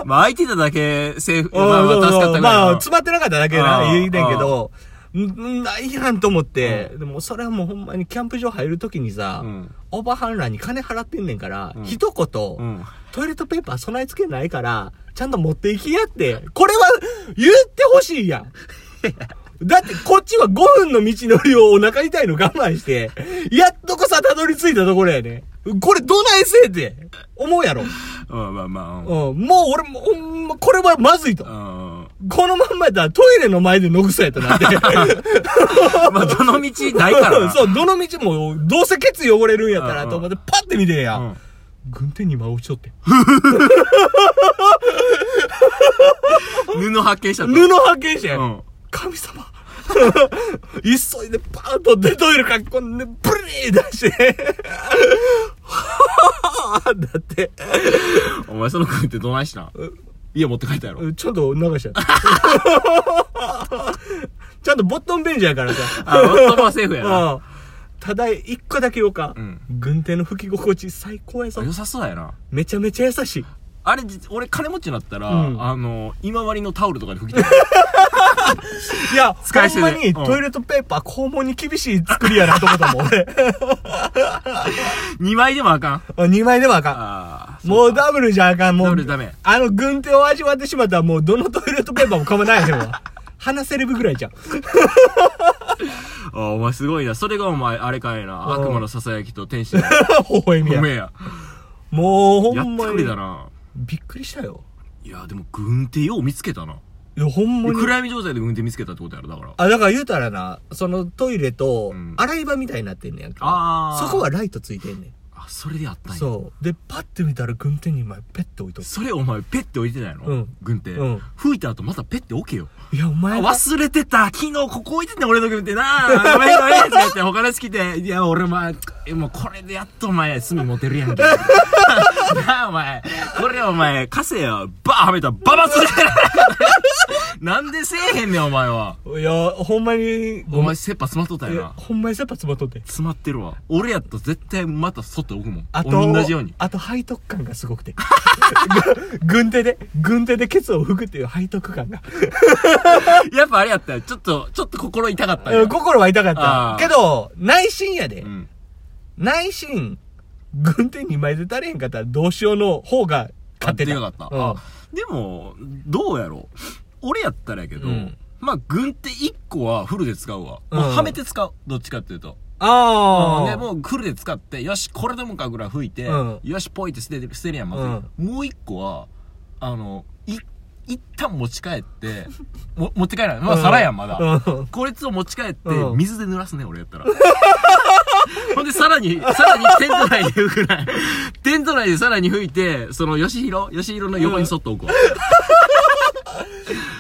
Speaker 1: まあ、開いてただけ、セーフ。まあ、ま
Speaker 2: う
Speaker 1: あ助
Speaker 2: ん
Speaker 1: かった
Speaker 2: そうそ
Speaker 1: か
Speaker 2: う
Speaker 1: ら。
Speaker 2: まあ、詰まってなかっただけな、
Speaker 1: うん
Speaker 2: 言いねんけど、んんないやんと思って、でもそれはもうほんまにキャンプ場入るときにさ、
Speaker 1: うん
Speaker 2: オーバーハンラーに金払ってんねんから、
Speaker 1: うん
Speaker 2: 一言、
Speaker 1: うん。
Speaker 2: トイレットペーパー備え付けないから、ちゃんと持っていきやって、これは言ってほしいやん。 だってこっちは5分の道のりをお腹痛いの我慢して、やっとこさたどり着いたところやね。これどないせえって思うやろ。
Speaker 1: うん、まあまあ、うん。
Speaker 2: うん、もう俺も、ほんまこれはまずいと。
Speaker 1: うんうん。
Speaker 2: このまんまやったらトイレの前で野草やっ たなって。
Speaker 1: まあ、どの道ないから な。
Speaker 2: そう、どの道も、どうせケツ汚れるんやったらと思って、パッて見てんや。
Speaker 1: うん
Speaker 2: 軍手に今落ちとって。
Speaker 1: 布発見しちゃった。
Speaker 2: 布発見して、
Speaker 1: うん。
Speaker 2: 神様 急いでパーンとデトイレ書き込んで、ブリー出して、はぁだって、
Speaker 1: お前その声ってどないしたん家持って帰ったやろ。
Speaker 2: ちょっと流しちゃった。 ちゃんとボットンベンジやからさ。
Speaker 1: あ、夫はセーフやな。
Speaker 2: うんただ、一個だけ言おうか。
Speaker 1: うん
Speaker 2: 軍手の吹き心地最高やぞ
Speaker 1: 良。さそうやな。
Speaker 2: めちゃめちゃ優しい。
Speaker 1: あれ、じ俺金持ちになったら、
Speaker 2: うん
Speaker 1: あの、今治のタオルとかで拭 きたい。
Speaker 2: いや、
Speaker 1: 使い捨
Speaker 2: ほ
Speaker 1: て
Speaker 2: ん
Speaker 1: で
Speaker 2: ま
Speaker 1: うん
Speaker 2: にトイレットペーパー、肛門に厳しい作りやなと思ったもん、俺。
Speaker 1: 2枚でもあかん。
Speaker 2: 2枚でもあか
Speaker 1: あ
Speaker 2: ん。もうダブルじゃあかん、も
Speaker 1: タオ
Speaker 2: う
Speaker 1: ル。ダメ。
Speaker 2: あの軍手を味わってしまったらもうどのトイレットペーパーもかまないへんわ。鼻セレブぐらいじゃん。
Speaker 1: あお前すごいな。それがお前、あれかいな。
Speaker 2: うん
Speaker 1: 悪魔の囁きと天 使の
Speaker 2: 微笑み
Speaker 1: ご
Speaker 2: や。
Speaker 1: めんや。
Speaker 2: もうほ
Speaker 1: やっ
Speaker 2: んま
Speaker 1: てく
Speaker 2: に
Speaker 1: れ。たな。
Speaker 2: びっくりしたよ。
Speaker 1: いや、でも、軍手よう見つけたな。
Speaker 2: いや、ほんまに。
Speaker 1: 暗闇状態で軍手見つけたってことやろ、だから。
Speaker 2: あ、だから言うたらな、そのトイレと
Speaker 1: うん
Speaker 2: 洗い場みたいになってんねやんか。
Speaker 1: あー
Speaker 2: そこはライトついてんねん。
Speaker 1: あ、それでやったんや。
Speaker 2: そう。で、パッて見たら軍手に枚ペッて置いとく。
Speaker 1: それお前、ペッて置いてないの
Speaker 2: うん
Speaker 1: 軍手。
Speaker 2: うん
Speaker 1: 吹いた後またペッて置けよ。
Speaker 2: いや、お前が、
Speaker 1: 忘れてた昨日ここ置いてんねん俺の軍手なごめんごめんとか言って他の好きでいや俺お前もうこれでやっとお前罪持てるや んけなあお前これお前貸せよバーはめたらババするなんでせえへんねん、お前は。
Speaker 2: いや、ほんまに、
Speaker 1: お前、切羽詰まっとった
Speaker 2: い
Speaker 1: よ
Speaker 2: や
Speaker 1: な。
Speaker 2: ほんまに切羽詰まっとって。
Speaker 1: 詰まってるわ。俺やったら絶対また外置くもん。
Speaker 2: あと、
Speaker 1: 同じように。
Speaker 2: あと背徳感がすごくて。ぐ 軍手で、軍手でケツを拭くっていう背徳感が。
Speaker 1: やっぱあれやったよ。ちょっと、ちょっと心痛かった
Speaker 2: うん
Speaker 1: よ。
Speaker 2: 心は痛か
Speaker 1: あー
Speaker 2: った。けど、内心やで。
Speaker 1: うん。
Speaker 2: 内心、軍手2枚で足りへんかったらどうしようの方が勝手
Speaker 1: で
Speaker 2: だ。
Speaker 1: かかった。
Speaker 2: うん
Speaker 1: あでも、どうやろう。俺やったらやけど、
Speaker 2: うん
Speaker 1: まあ、軍手1個はフルで使うわ。
Speaker 2: うん
Speaker 1: もうはめて使う。どっちかっていうと。
Speaker 2: ああ。
Speaker 1: で、もうフルで使って、よし、これでもかぐらい吹いて、
Speaker 2: うん
Speaker 1: よし、ポイって捨てて捨てるやん、まず。もう1個は、あの、い、一旦持ち帰って、 も持って帰らない。まあ、皿やん、まだ。
Speaker 2: うん
Speaker 1: こいつを持ち帰って、
Speaker 2: うん
Speaker 1: 水で濡らすね、俺やったら。 ほんで、さらに、さらにテント内で拭くない。テント内でさらに拭いて、その、ヨシヒロ、ヨシヒロの横にそっと置くわ。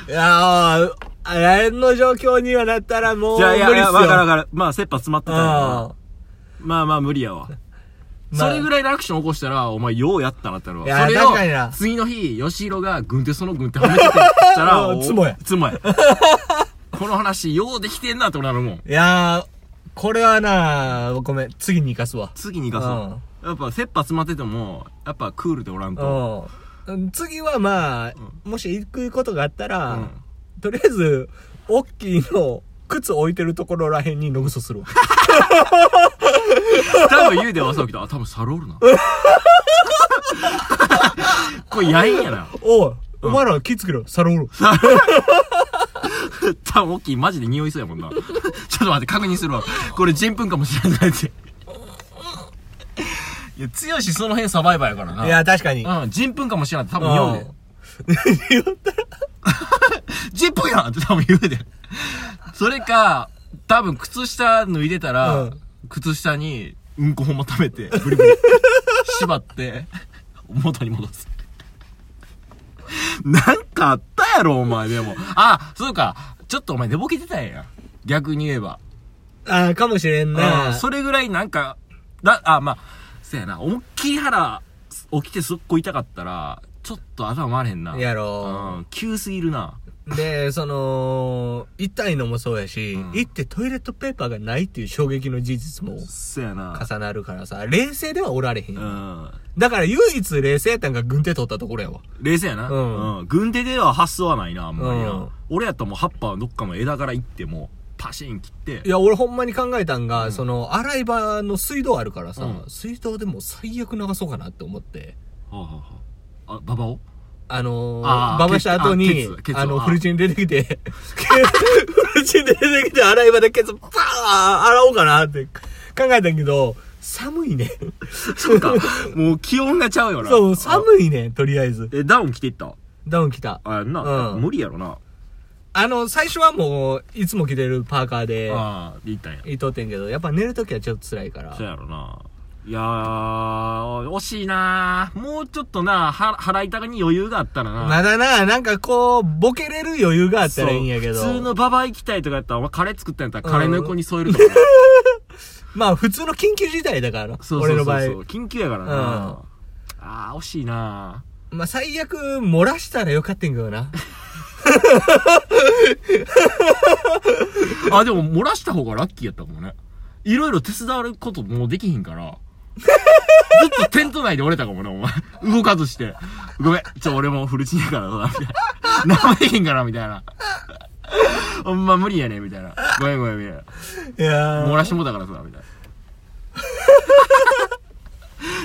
Speaker 2: いやー、あれの状況にはなったらもう、
Speaker 1: じゃあ、いや、
Speaker 2: 無理っすよ。
Speaker 1: わかるわかる。まあ、切羽詰まってたんや
Speaker 2: うん
Speaker 1: な。まあまあ、無理やわ。
Speaker 2: ま
Speaker 1: そ
Speaker 2: あ
Speaker 1: れぐらいのアクション起こしたら、お前、ようやったなってなるわ。
Speaker 2: いや
Speaker 1: それ
Speaker 2: 確かにな
Speaker 1: 次の日、ヨシヒロが軍手その軍手はめててった ら、
Speaker 2: うん
Speaker 1: お
Speaker 2: つもや
Speaker 1: つもや。この話、ようできてんなって俺なるもん。
Speaker 2: いやー、これはなごめん、次に生かすわ。
Speaker 1: 次に行かそう。やっぱ、切羽詰まってても、やっぱクールでおらんと。
Speaker 2: うん。次はまあ、もし行くことがあったら、
Speaker 1: うん
Speaker 2: とりあえず、オッキーの靴置いてるところらへんにのぐそす るわ。
Speaker 1: 多分言うで朝起きた。あ、多分サロール な。これやいんやな。
Speaker 2: おい、お前ら気つけろ、サ ロール。
Speaker 1: 多分大きいマジで匂いそうやもんな。 ちょっと待って、確認するわ。これ人分かもしれないって。 いや、強しその辺サバイバーやからな。
Speaker 2: い、や、確かに。
Speaker 1: うん、人分かもしれないって多分
Speaker 2: う
Speaker 1: 言うで
Speaker 2: ん。
Speaker 1: 人分やん って多分言うで。それか、多分靴下脱いでたら、
Speaker 2: うん
Speaker 1: 靴下にうんこほんま溜めて、ブリブリ、 縛って、元に戻す。 なんかあったやろ、お前でも。あ、そうか。ちょっとお前寝ぼけてたんや。逆に言えば。
Speaker 2: ああ、かもしれんな。
Speaker 1: うんそれぐらいなんか、だ、あ、まあ、そやな、思いっきり腹、起きてすっごい痛かったら、ちょっと頭回れへんな。
Speaker 2: やろ
Speaker 1: うん、急すぎるな。
Speaker 2: で、その、痛いのもそうやし、
Speaker 1: うん
Speaker 2: 行ってトイレットペーパーがないっていう衝撃の事実も
Speaker 1: そやな。
Speaker 2: 重なるからさ、冷静ではおられへん。
Speaker 1: うん。
Speaker 2: だから唯一冷静やったんが軍手取ったところやわ。
Speaker 1: 冷静やな。
Speaker 2: うん
Speaker 1: うん。軍手では発想はないな、あんまりな。
Speaker 2: うん
Speaker 1: 俺やったらもう葉っぱはどっかの枝から行っても、パシーン切って
Speaker 2: い、や、俺ほんまに考えたんが、その、洗い場の水道あるからさ、
Speaker 1: うん
Speaker 2: 水道でもう最悪流そうかなって思って、
Speaker 1: はあ、はあはあ、あ、ババを
Speaker 2: あの
Speaker 1: あ
Speaker 2: ー、
Speaker 1: ー
Speaker 2: ババした後に
Speaker 1: ケツあケ、ツ
Speaker 2: あの、
Speaker 1: あー
Speaker 2: フルチン出てきて、ケフルチン出てきて洗い場でケツバーン洗おうかなって考えたんけど、寒いね。
Speaker 1: そう か。もう気温がちゃうよな。
Speaker 2: そう、寒いね、とりあえず。
Speaker 1: え、ダウン着ていった
Speaker 2: ダウン来た。
Speaker 1: あ、やんな。
Speaker 2: うん
Speaker 1: 無理やろな。
Speaker 2: あの、最初はもう、いつも着てるパーカーで、
Speaker 1: ああ、で行ったんや。
Speaker 2: いとってんけど、やっぱ寝るときはちょっと辛いから
Speaker 1: そう。やろな。いやー、惜しいなもうちょっとな、は、腹痛に余裕があったらな。
Speaker 2: まだな、なんかこう、ボケれる余裕があったらいいんやけど。
Speaker 1: そう普通のババ行きたいとかやったら、お前カレー作ったんやったら、カレーの横に添えると かな。
Speaker 2: まあ普通の緊急事態だから、
Speaker 1: そうそう
Speaker 2: 俺
Speaker 1: そ
Speaker 2: の
Speaker 1: う
Speaker 2: 場
Speaker 1: そう
Speaker 2: 合。
Speaker 1: 緊急やからな。あー、惜しいな
Speaker 2: まあ最悪漏らしたらよかったんけ どな。
Speaker 1: あ、でも漏らした方がラッキーやったかもね。いろいろ手伝われることもうできひんから。ずっとテント内で折れたかもね、お前。動かずして。ごめん、ちょ、俺もフルチンやからな、みたいな。生できへんから、みたいな。ほんま無理やね、みたいな。ごめんごめん、みたいな。
Speaker 2: いや
Speaker 1: 漏
Speaker 2: ー。
Speaker 1: らしてもうたからさ、みたいな。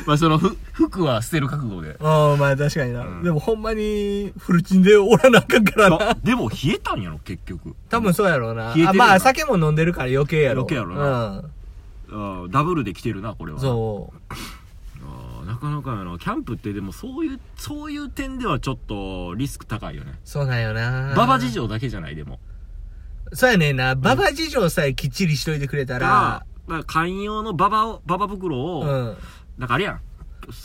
Speaker 1: まあ、その、ふ、服は捨てる覚悟 で。
Speaker 2: うん、まあ確かにな。でもほんまに、フルチンでおらなあかんから
Speaker 1: あ
Speaker 2: な。
Speaker 1: でも、冷えたんやろ、結局。
Speaker 2: 多分そうやろうな。
Speaker 1: 冷えてるよ
Speaker 2: あ、まあ酒も飲んでるから余計やろ。
Speaker 1: 余計やろ
Speaker 2: な。
Speaker 1: あダブルで来てるな、これ
Speaker 2: う
Speaker 1: は。
Speaker 2: ん。そ
Speaker 1: あーなかなかやな。キャンプって、でも、そういう、そういう点ではちょっと、リスク高いよね。
Speaker 2: う。そうなんよな。
Speaker 1: ババ事。情だけじゃない、でも。
Speaker 2: そうやねんな。ババ事情さえきっちりしといてくれたら
Speaker 1: が、、まあ、寛容のババを、ババ袋を、
Speaker 2: うん。
Speaker 1: なんかあれやん。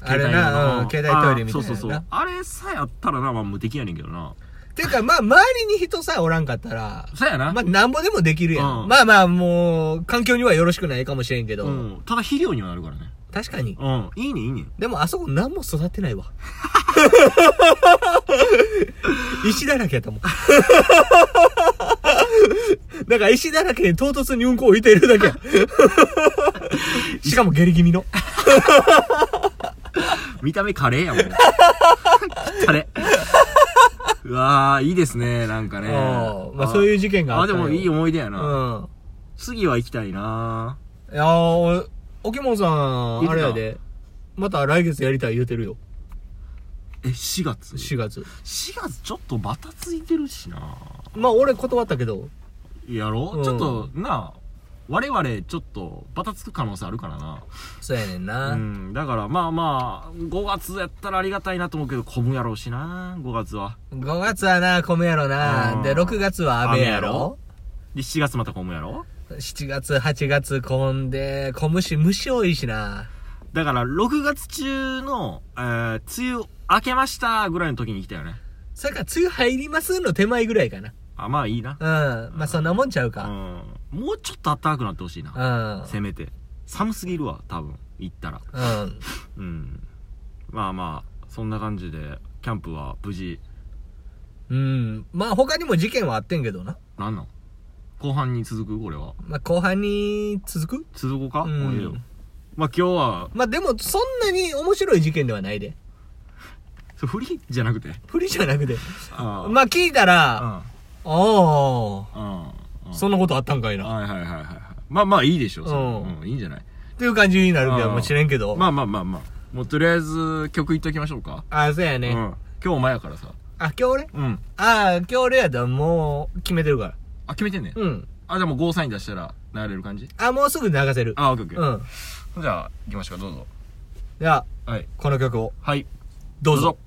Speaker 2: あれな
Speaker 1: 用の
Speaker 2: うん携帯トイレみた
Speaker 1: あーそ
Speaker 2: いなやつな
Speaker 1: うそうそう。あれさえあったらな、まあ無敵やねんけどな。
Speaker 2: ていうかまあ周りに人さえおらんかったら、
Speaker 1: そうやな。
Speaker 2: まあなんぼでもできるやん。
Speaker 1: うん
Speaker 2: まあまあもう、環境にはよろしくないかもしれんけど、
Speaker 1: うん。ただ肥料にはなるからね。
Speaker 2: 確かに。
Speaker 1: うん。いいね、いいね。
Speaker 2: でもあそこ何も育ってないわ。 石だらけやったもん。だから石だらけで唐突にうんこを置いているだけや。しかも下痢気味の。
Speaker 1: 見た目カレーやも ん。カレー。うわー、いいですね、なんかね。
Speaker 2: うんまあそういう事件があ
Speaker 1: あ、
Speaker 2: った
Speaker 1: で
Speaker 2: よ
Speaker 1: もいい思い出や
Speaker 2: う
Speaker 1: な。
Speaker 2: ん。
Speaker 1: 次は行きたいない
Speaker 2: やー、おきもんさ
Speaker 1: 言って
Speaker 2: ん、
Speaker 1: た
Speaker 2: あれやで。また来月やりたい言うてるよ。
Speaker 1: え、4月
Speaker 2: 4月。
Speaker 1: 4月ちょっとバタついてるしな
Speaker 2: まあ俺断ったけど。
Speaker 1: やろ、
Speaker 2: うん
Speaker 1: ちょっとなあ我々ちょっとバタつく可能性あるからな
Speaker 2: そうやねんな。
Speaker 1: うんだからまあまあ5月やったらありがたいなと思うけど混むやろうしな5月は
Speaker 2: 5月はな、米やろな。
Speaker 1: うん
Speaker 2: で、6月は雨やろ。
Speaker 1: で7月また混むやろ
Speaker 2: 7月、8月混んで、混むし、虫多いしな。
Speaker 1: だから6月中の、えー、梅雨明けましたぐらいの時に来たよね
Speaker 2: それから、梅雨入りますの手前ぐらいかな。
Speaker 1: あまあいいな
Speaker 2: うん。まあ、そんなもんちゃう
Speaker 1: う
Speaker 2: か。
Speaker 1: んもうちょっと暖かくなってほしいな
Speaker 2: うん。
Speaker 1: せめて寒すぎるわ多分行ったら
Speaker 2: うん。
Speaker 1: うんまあまあそんな感じでキャンプは無事
Speaker 2: うん。まあ、他にも事件はあってんけどな。
Speaker 1: なんなん後半に続くこれは
Speaker 2: まあ、後半に続く
Speaker 1: 続こうか
Speaker 2: う
Speaker 1: もういいよ
Speaker 2: ん。
Speaker 1: まあ今日は
Speaker 2: まあ、でも、そんなに面白い事件ではないで。
Speaker 1: そうフリーじゃなくて
Speaker 2: 不利じゃなくて。
Speaker 1: あ
Speaker 2: まあ、聞いたら、
Speaker 1: あ
Speaker 2: ああ、
Speaker 1: うんうん
Speaker 2: そんなことあったんかいな。っ
Speaker 1: はいはいはいはいまあまあいいでしょそれ
Speaker 2: うん
Speaker 1: うんいいんじゃない
Speaker 2: ていう感じになるけど、
Speaker 1: うん
Speaker 2: もしれんけど。
Speaker 1: まあまあまあまあもうとりあえず曲いっときましょうか
Speaker 2: あ、そうや
Speaker 1: うん
Speaker 2: ね。
Speaker 1: 今日お前やからさ
Speaker 2: あ、今日俺
Speaker 1: うん
Speaker 2: ああ、今日俺やったらもう決めてるから。
Speaker 1: あ決めてんね
Speaker 2: うん。
Speaker 1: あじゃあもうゴーサイン出したら流れる感じ
Speaker 2: あ、もうすぐ流せる。
Speaker 1: あオッケーオッケ
Speaker 2: う
Speaker 1: ー
Speaker 2: ん。
Speaker 1: じゃあ行きましょうかどうぞ
Speaker 2: じゃあ、
Speaker 1: はい
Speaker 2: この曲を。
Speaker 1: はい
Speaker 2: どうぞ。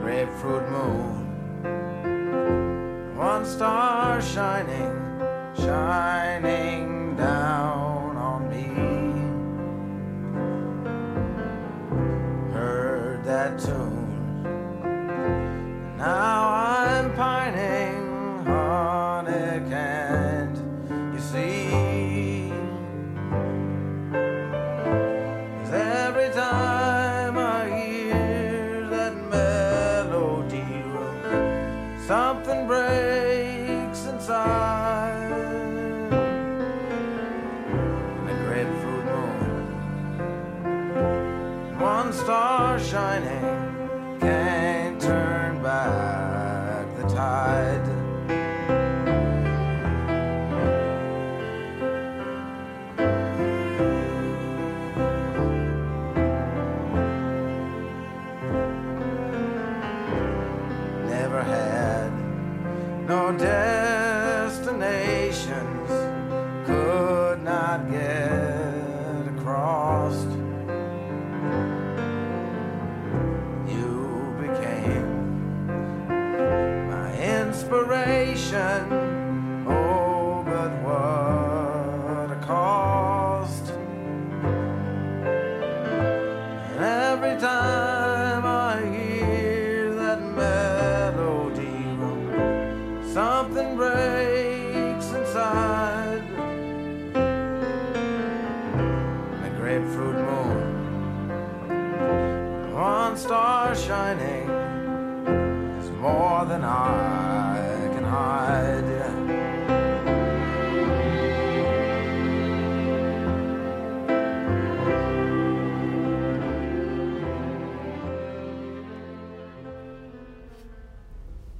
Speaker 3: Grapefruit moon. One star shining, shining down on me. Heard that tune. Now I'm pining on it, can't you see? Cause every time I hear that melody, well, something breaks inside. And the grapefruit moon, one star shining, can't turn back the tide. never had no destinations could not get across you became my inspiration oh but what a cost and every time I hear that melody, well, something breaks inside. The grapefruit moon, one star shining, is more than I can hide.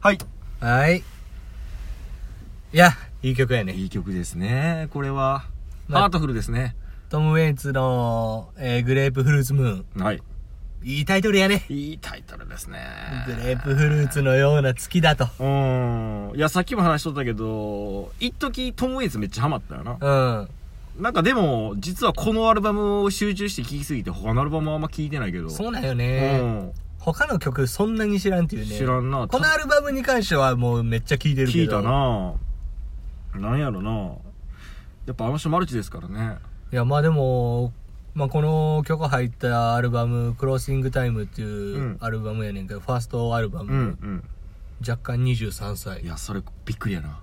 Speaker 1: はい
Speaker 2: はい。いや、いい曲やね。
Speaker 1: いい曲ですね。これは、
Speaker 2: まあ
Speaker 1: ハートフルですね。
Speaker 2: トム・ウェイツの、えーグレープフルーツムーン。
Speaker 1: はい。
Speaker 2: いいタイトルやね。
Speaker 1: いいタイトルですね。
Speaker 2: グレープフルーツのような月だと。
Speaker 1: うーん。いや、さっきも話しとったけど、一時トム・ウェイツめっちゃハマったよな。
Speaker 2: うん。
Speaker 1: なんかでも、実はこのアルバムを集中して聴きすぎて、他のアルバムはあんま聴いてないけど。
Speaker 2: そううなんよね。他の曲そんなに知らんっていう
Speaker 1: うん。
Speaker 2: ね。
Speaker 1: 知らんな。
Speaker 2: このアルバムに関してはもうめっちゃ聴いてるけど。
Speaker 1: 聞いたななんやろなやっぱあの人マルチですからね。
Speaker 2: いやまあでも、まあ、この曲入ったアルバム「クロスイングタイム」っていううんアルバムやねんけど、ファーストアルバム、
Speaker 1: うん
Speaker 2: 若干23歳
Speaker 1: いや、それびっくりやな。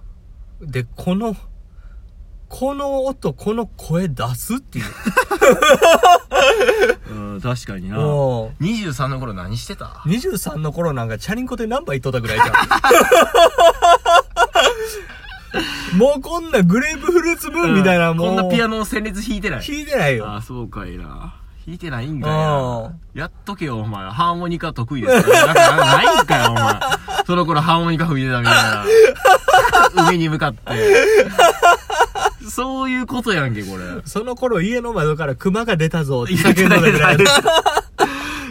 Speaker 2: でこのこの音この声出すっていう
Speaker 1: うん、確かにな。
Speaker 2: も
Speaker 1: 23の頃何してた
Speaker 2: う23の頃なんかチャリンコでナンバーいっとったぐらいじゃ んもうこんなグレープフルーツブーンみたいな、もう
Speaker 1: こんなピアノを旋律弾いてない。
Speaker 2: 弾いてないよ
Speaker 1: ああ、そうかいな。弾いてないんかい
Speaker 2: あ
Speaker 1: な。やっとけよ、お前。ハーモニカ得意ですから。なんかないんかよ、お前。その頃ハーモニカ吹いてたみたいな。海に向かって。そういうことやんけ、これ。
Speaker 2: その頃家の窓から熊が出たぞって叫んだぐらい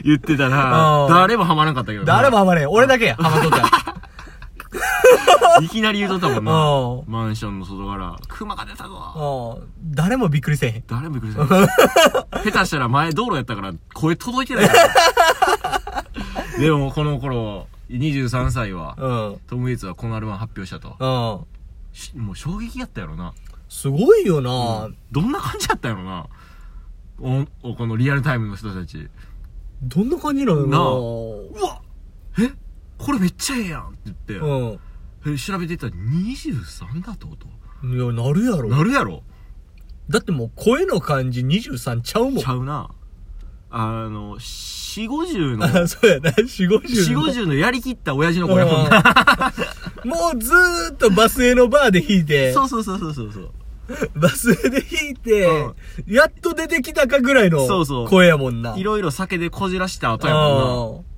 Speaker 1: 言ってた
Speaker 2: う
Speaker 1: なん誰もハマらんかったけどな。
Speaker 2: 誰もハマれん俺だ けやハマっとった
Speaker 1: いきなり言うとった
Speaker 2: う
Speaker 1: も
Speaker 2: ん
Speaker 1: んな。マンションの外から、熊が出たぞ
Speaker 2: うん誰もびっくりせえへん。
Speaker 1: 誰もびっくりした。下手したら前道路やったから声届いて ないから。でもこの頃、23歳は、
Speaker 2: うん。
Speaker 1: トム・イーツはこのアルバム発表したと。
Speaker 2: うん。
Speaker 1: しもう衝撃やったやろな。
Speaker 2: すごいよな、
Speaker 1: どんな感じやったやろな。おおこのリアルタイムの人たち。
Speaker 2: どんな感じなの
Speaker 1: なあ
Speaker 2: よ
Speaker 1: うわえこれめっちゃええやんって言
Speaker 2: な
Speaker 1: っ
Speaker 2: うん。
Speaker 1: て、え調べてたら23だとと。
Speaker 2: いや、なるやろ。
Speaker 1: なるやろ
Speaker 2: だってもう声の感じ23ちゃうもん
Speaker 1: ち。ゃうな。あの、四五十の、
Speaker 2: あ、 そうやな。四五十。
Speaker 1: 四五十のやりきった親父の
Speaker 2: うん。
Speaker 1: 子やもんな。
Speaker 2: もうずーっとバスへのバーで弾い て、
Speaker 1: そうそうそうそうそうそう。
Speaker 2: バスへで弾いて、
Speaker 1: うん
Speaker 2: やっと出てきたかぐらいの
Speaker 1: そうそう
Speaker 2: 声やもんな。
Speaker 1: い
Speaker 2: ろ
Speaker 1: ろいろ酒でこじらした後やもんな。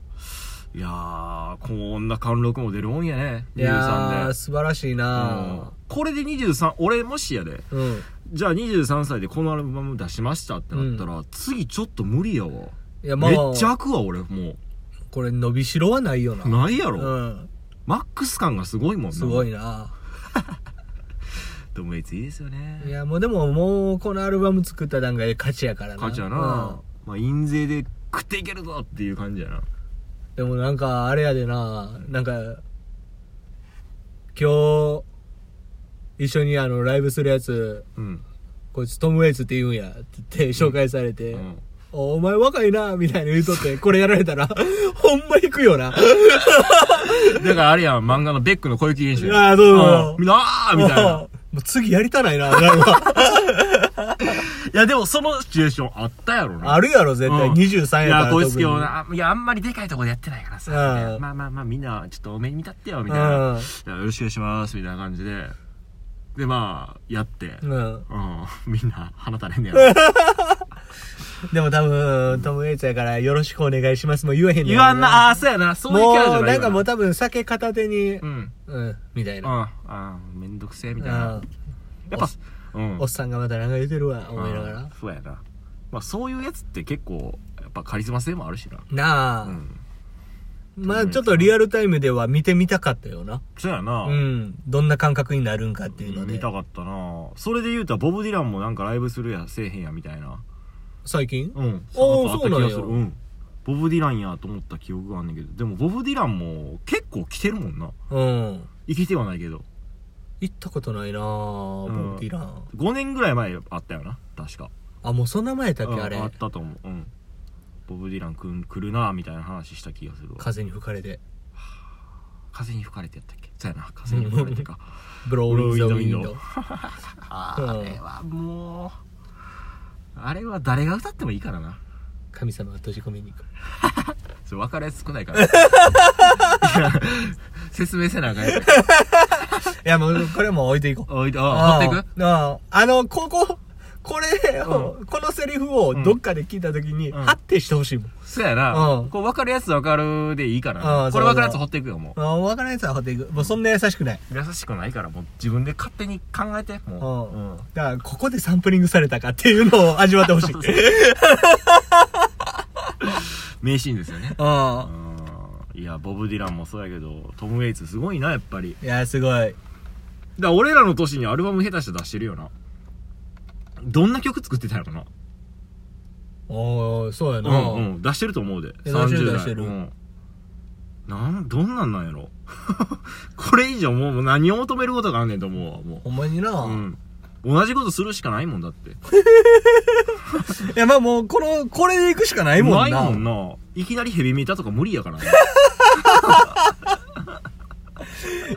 Speaker 1: いやー、こんな貫禄も出るもんやね。
Speaker 2: いや
Speaker 1: 23
Speaker 2: ー、
Speaker 1: で。
Speaker 2: 素晴らしい
Speaker 1: うん
Speaker 2: な、
Speaker 1: これで23、俺もしやで。
Speaker 2: うん。
Speaker 1: じゃあ23歳でこのアルバム出しましたってなったら、次ちょっと無理やわ。
Speaker 2: いや、まあ
Speaker 1: めっ、ちゃ開くわ、俺、も
Speaker 2: これ伸びしろはないよな。
Speaker 1: う。ないや
Speaker 2: う
Speaker 1: ろ。
Speaker 2: ん。
Speaker 1: マックス感がすごいもんな。
Speaker 2: すごい
Speaker 1: な。
Speaker 2: な
Speaker 1: でもいついいですよね。
Speaker 2: いやもうでももうこのアルバム作った段階で勝ちやからな
Speaker 1: 価値やな、
Speaker 2: うん
Speaker 1: まあ印税で食っていけるぞっていう感じやな
Speaker 2: でもなんかあれやでななんか今日一緒にあのライブするやつ
Speaker 1: うん、
Speaker 2: こいつトム・ウェイツって言うんやって言って紹介されて、
Speaker 1: うん、
Speaker 2: おお前若いなみたいな言う とってこれやられたらほんま引くよな
Speaker 1: だからあれやん漫画のベックの小雪演習
Speaker 2: あーそうそう
Speaker 1: みんなあーみたいな
Speaker 2: もう次やりたないななるわ
Speaker 1: いやでもそのシチュエーションあったやろな
Speaker 2: あるやろ絶対、
Speaker 1: うん
Speaker 2: 23
Speaker 1: い
Speaker 2: やから
Speaker 1: やこいつ
Speaker 2: 特に
Speaker 1: 今日ないやあんまりでかいとこでやってないからさ
Speaker 2: うん
Speaker 1: みたいなまあまあまあみんなちょっとお目に見たってよみたい
Speaker 2: うん
Speaker 1: なじゃあよろしくお願いしますみたいな感じででまあやってうん、
Speaker 2: うん
Speaker 1: みん な放たれんねやろ
Speaker 2: でも多分トム・ウェイツやからよろしくお願いしますも言わへんね
Speaker 1: 言わんなああーそうやなそういうキャラじ
Speaker 2: も
Speaker 1: ゃ
Speaker 2: う、
Speaker 1: ない
Speaker 2: な
Speaker 1: よ
Speaker 2: んかもう多分酒片手に、
Speaker 1: う
Speaker 2: うん、
Speaker 1: ん
Speaker 2: みたい
Speaker 1: うん
Speaker 2: な。
Speaker 1: ああーめんどくせえみ
Speaker 2: う。
Speaker 1: たいなんやっぱうん
Speaker 2: おっさんがまたなんか言うてるわ、思いなが
Speaker 1: うん
Speaker 2: ら。
Speaker 1: そうやなまあそういうやつって結構やっぱカリスマ性もあるしな
Speaker 2: なあ、
Speaker 1: うん
Speaker 2: まあちょっとリアルタイムでは見てみたかったよな。
Speaker 1: そうやな、
Speaker 2: うん。どんな感覚になるんかっていうの
Speaker 1: 見
Speaker 2: で。
Speaker 1: たかったなそれで言うたらボブ・ディランもなんかライブするやせえへんやみたいな
Speaker 2: 最近
Speaker 1: うん
Speaker 2: あー
Speaker 1: あった気がす
Speaker 2: そ
Speaker 1: る
Speaker 2: うな
Speaker 1: う
Speaker 2: んや
Speaker 1: んボブ・ディランやと思った記憶があんねんけどでもボブ・ディランも結構来てるもんな
Speaker 2: うん。
Speaker 1: 生きてはないけど
Speaker 2: 行ったことないなあボ
Speaker 1: ん
Speaker 2: ブ・ディラン。
Speaker 1: 5年ぐらい前あったよな確か
Speaker 2: あ、もうそんな前だっ
Speaker 1: う
Speaker 2: け、
Speaker 1: ん
Speaker 2: あれ
Speaker 1: あ。ったと思ううんボブ・ディランくん来るなみたいな話した気がするわ
Speaker 2: 風に吹かれて。
Speaker 1: 風に吹かれてやったっけそうやな風に吹かれてか
Speaker 2: ブロー・ウィンザ・ウ
Speaker 1: Blow
Speaker 2: ィ
Speaker 1: in the
Speaker 2: ンド
Speaker 1: window。あれはもう、あれは誰が歌ってもいいからな。
Speaker 2: 神様が閉じ込めに行く。
Speaker 1: それ分かるやつ少ないから。いや説明せなあかんやつ。
Speaker 2: いや、もう、これはもう置いていこう。
Speaker 1: おい、あ、持っていく
Speaker 2: あああの、ここ、これを、
Speaker 1: う
Speaker 2: このセリフをどっかで聞いたときに、
Speaker 1: うん
Speaker 2: ハッてしてほしいもん。
Speaker 1: そうやな。
Speaker 2: うん
Speaker 1: こう分かるやつ分かるでいいから
Speaker 2: う
Speaker 1: な。
Speaker 2: ん
Speaker 1: これ分かるやつ
Speaker 2: そうそう
Speaker 1: 掘っていくよ、もう。
Speaker 2: ああ、わからないやつはハッていく。もうそんな優しくない。
Speaker 1: 優しくないから、もう自分で勝手に考えて、もう。
Speaker 2: うん
Speaker 1: うん
Speaker 2: だから、ここでサンプリングされたかっていうのを味わって ほしい。
Speaker 1: 名シーンですよね。
Speaker 2: うん
Speaker 1: う。んいや、ボブ・ディランもそうやけど、トム・ウェイツすごいな、やっぱり。
Speaker 2: いや、すごい。
Speaker 1: だから俺らの年にアルバム下手して出してるよな。どんな曲作ってたんやろな。
Speaker 2: おー、そうやな。
Speaker 1: うんうん出してると思うで
Speaker 2: え出してる
Speaker 1: 30代
Speaker 2: 出してる
Speaker 1: うん、なんどんなんなんやろ これ以上もうもう何を求めることがあんねんと思うわも
Speaker 2: ほんまにな、
Speaker 1: ううん同じことするしかないもんだって。
Speaker 2: いや、まあもう、この、これで行くしかないもんな。
Speaker 1: ないもんな。いきなりヘビメタとか無理や からね。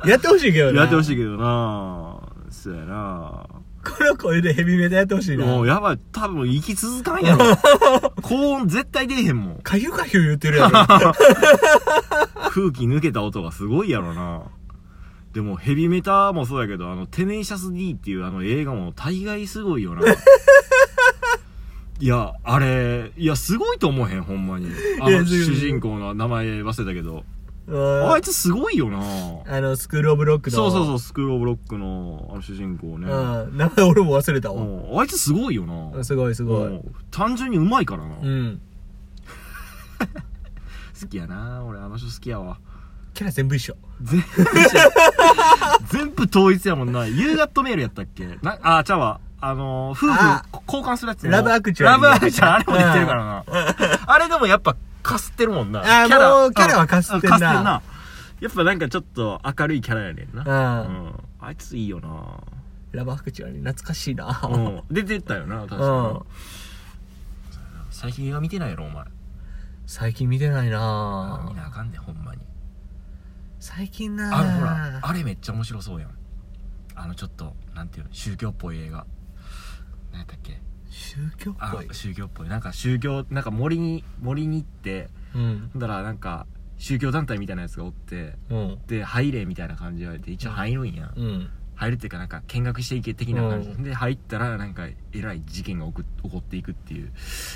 Speaker 2: やってほしいけどな。
Speaker 1: やってほ
Speaker 2: い。
Speaker 1: しいけどなそうやな
Speaker 2: この声でヘビメタやってほしいな。
Speaker 1: もうやばい、多分生き続かんや ろ。高音絶対出えへんもん。
Speaker 2: かゆかゆ言ってるやろ。
Speaker 1: 空気抜けた音がすごいやろな。でもヘビメタもそうやけど、あの、テネイシャス D っていうあの映画も大概すごいよな。いや、あれ、いや、すごいと思えへん、ほんまに。あ
Speaker 2: いや
Speaker 1: の、
Speaker 2: すごい
Speaker 1: 主人公の名前忘れたけど。あ
Speaker 2: あ
Speaker 1: いつすごいよな
Speaker 2: あの、スクールオブロックの。。
Speaker 1: そうそうそうう、スクールオブロックの、あの主人公ね。
Speaker 2: うん。名前俺も忘れたわ。
Speaker 1: うんあいつすごいよな。
Speaker 2: すごいすご
Speaker 1: う
Speaker 2: い。
Speaker 1: ん単純にうまいからな。
Speaker 2: うん。
Speaker 1: 好きやな俺あの人好きやわ。
Speaker 2: キャラ全部一緒。
Speaker 1: 全部、全部統一やもんな。夕方メールやったっけな、あ、ちゃうわ。あのー、夫
Speaker 2: あ
Speaker 1: 婦こ交換するやつも
Speaker 2: ラブアクチュ
Speaker 1: ラ
Speaker 2: アリー
Speaker 1: ブアクチュアリーあれも出てるからな。あれでもやっぱ、かすってるもんな。
Speaker 2: あーもうキャラはかすってんな
Speaker 1: うんかすやっぱなんかちょっと明るいキャラやねんな。う
Speaker 2: うん。
Speaker 1: ん。あいついいよな
Speaker 2: ラバークチュアリー懐かしいな。
Speaker 1: うん。出てたよな、確かに。
Speaker 2: うん
Speaker 1: 最近映画見てないやろ、お前。
Speaker 2: 最近見てない
Speaker 1: 見
Speaker 2: な
Speaker 1: なあかんで、ほんまに。
Speaker 2: 最近な
Speaker 1: あのほら、あれめっちゃ面白そうやん。あのちょっと、なんていうの、宗教っぽい映画。何やったっけ
Speaker 2: 宗教っ
Speaker 1: あ
Speaker 2: ぽい。
Speaker 1: 宗教っぽい。なんか宗教、なんか森に、森に行って、
Speaker 2: うん。
Speaker 1: ほんだらなんか、宗教団体みたいなやつがおって、
Speaker 2: うん。
Speaker 1: で、入れみたいな感じで言われて、一応入るんやん。
Speaker 2: うん。
Speaker 1: 入るっていうか、なんか見学していけ的な感じ。
Speaker 2: うん
Speaker 1: で、入ったら、なんか、えらい事件が起こ起こっていくっていう。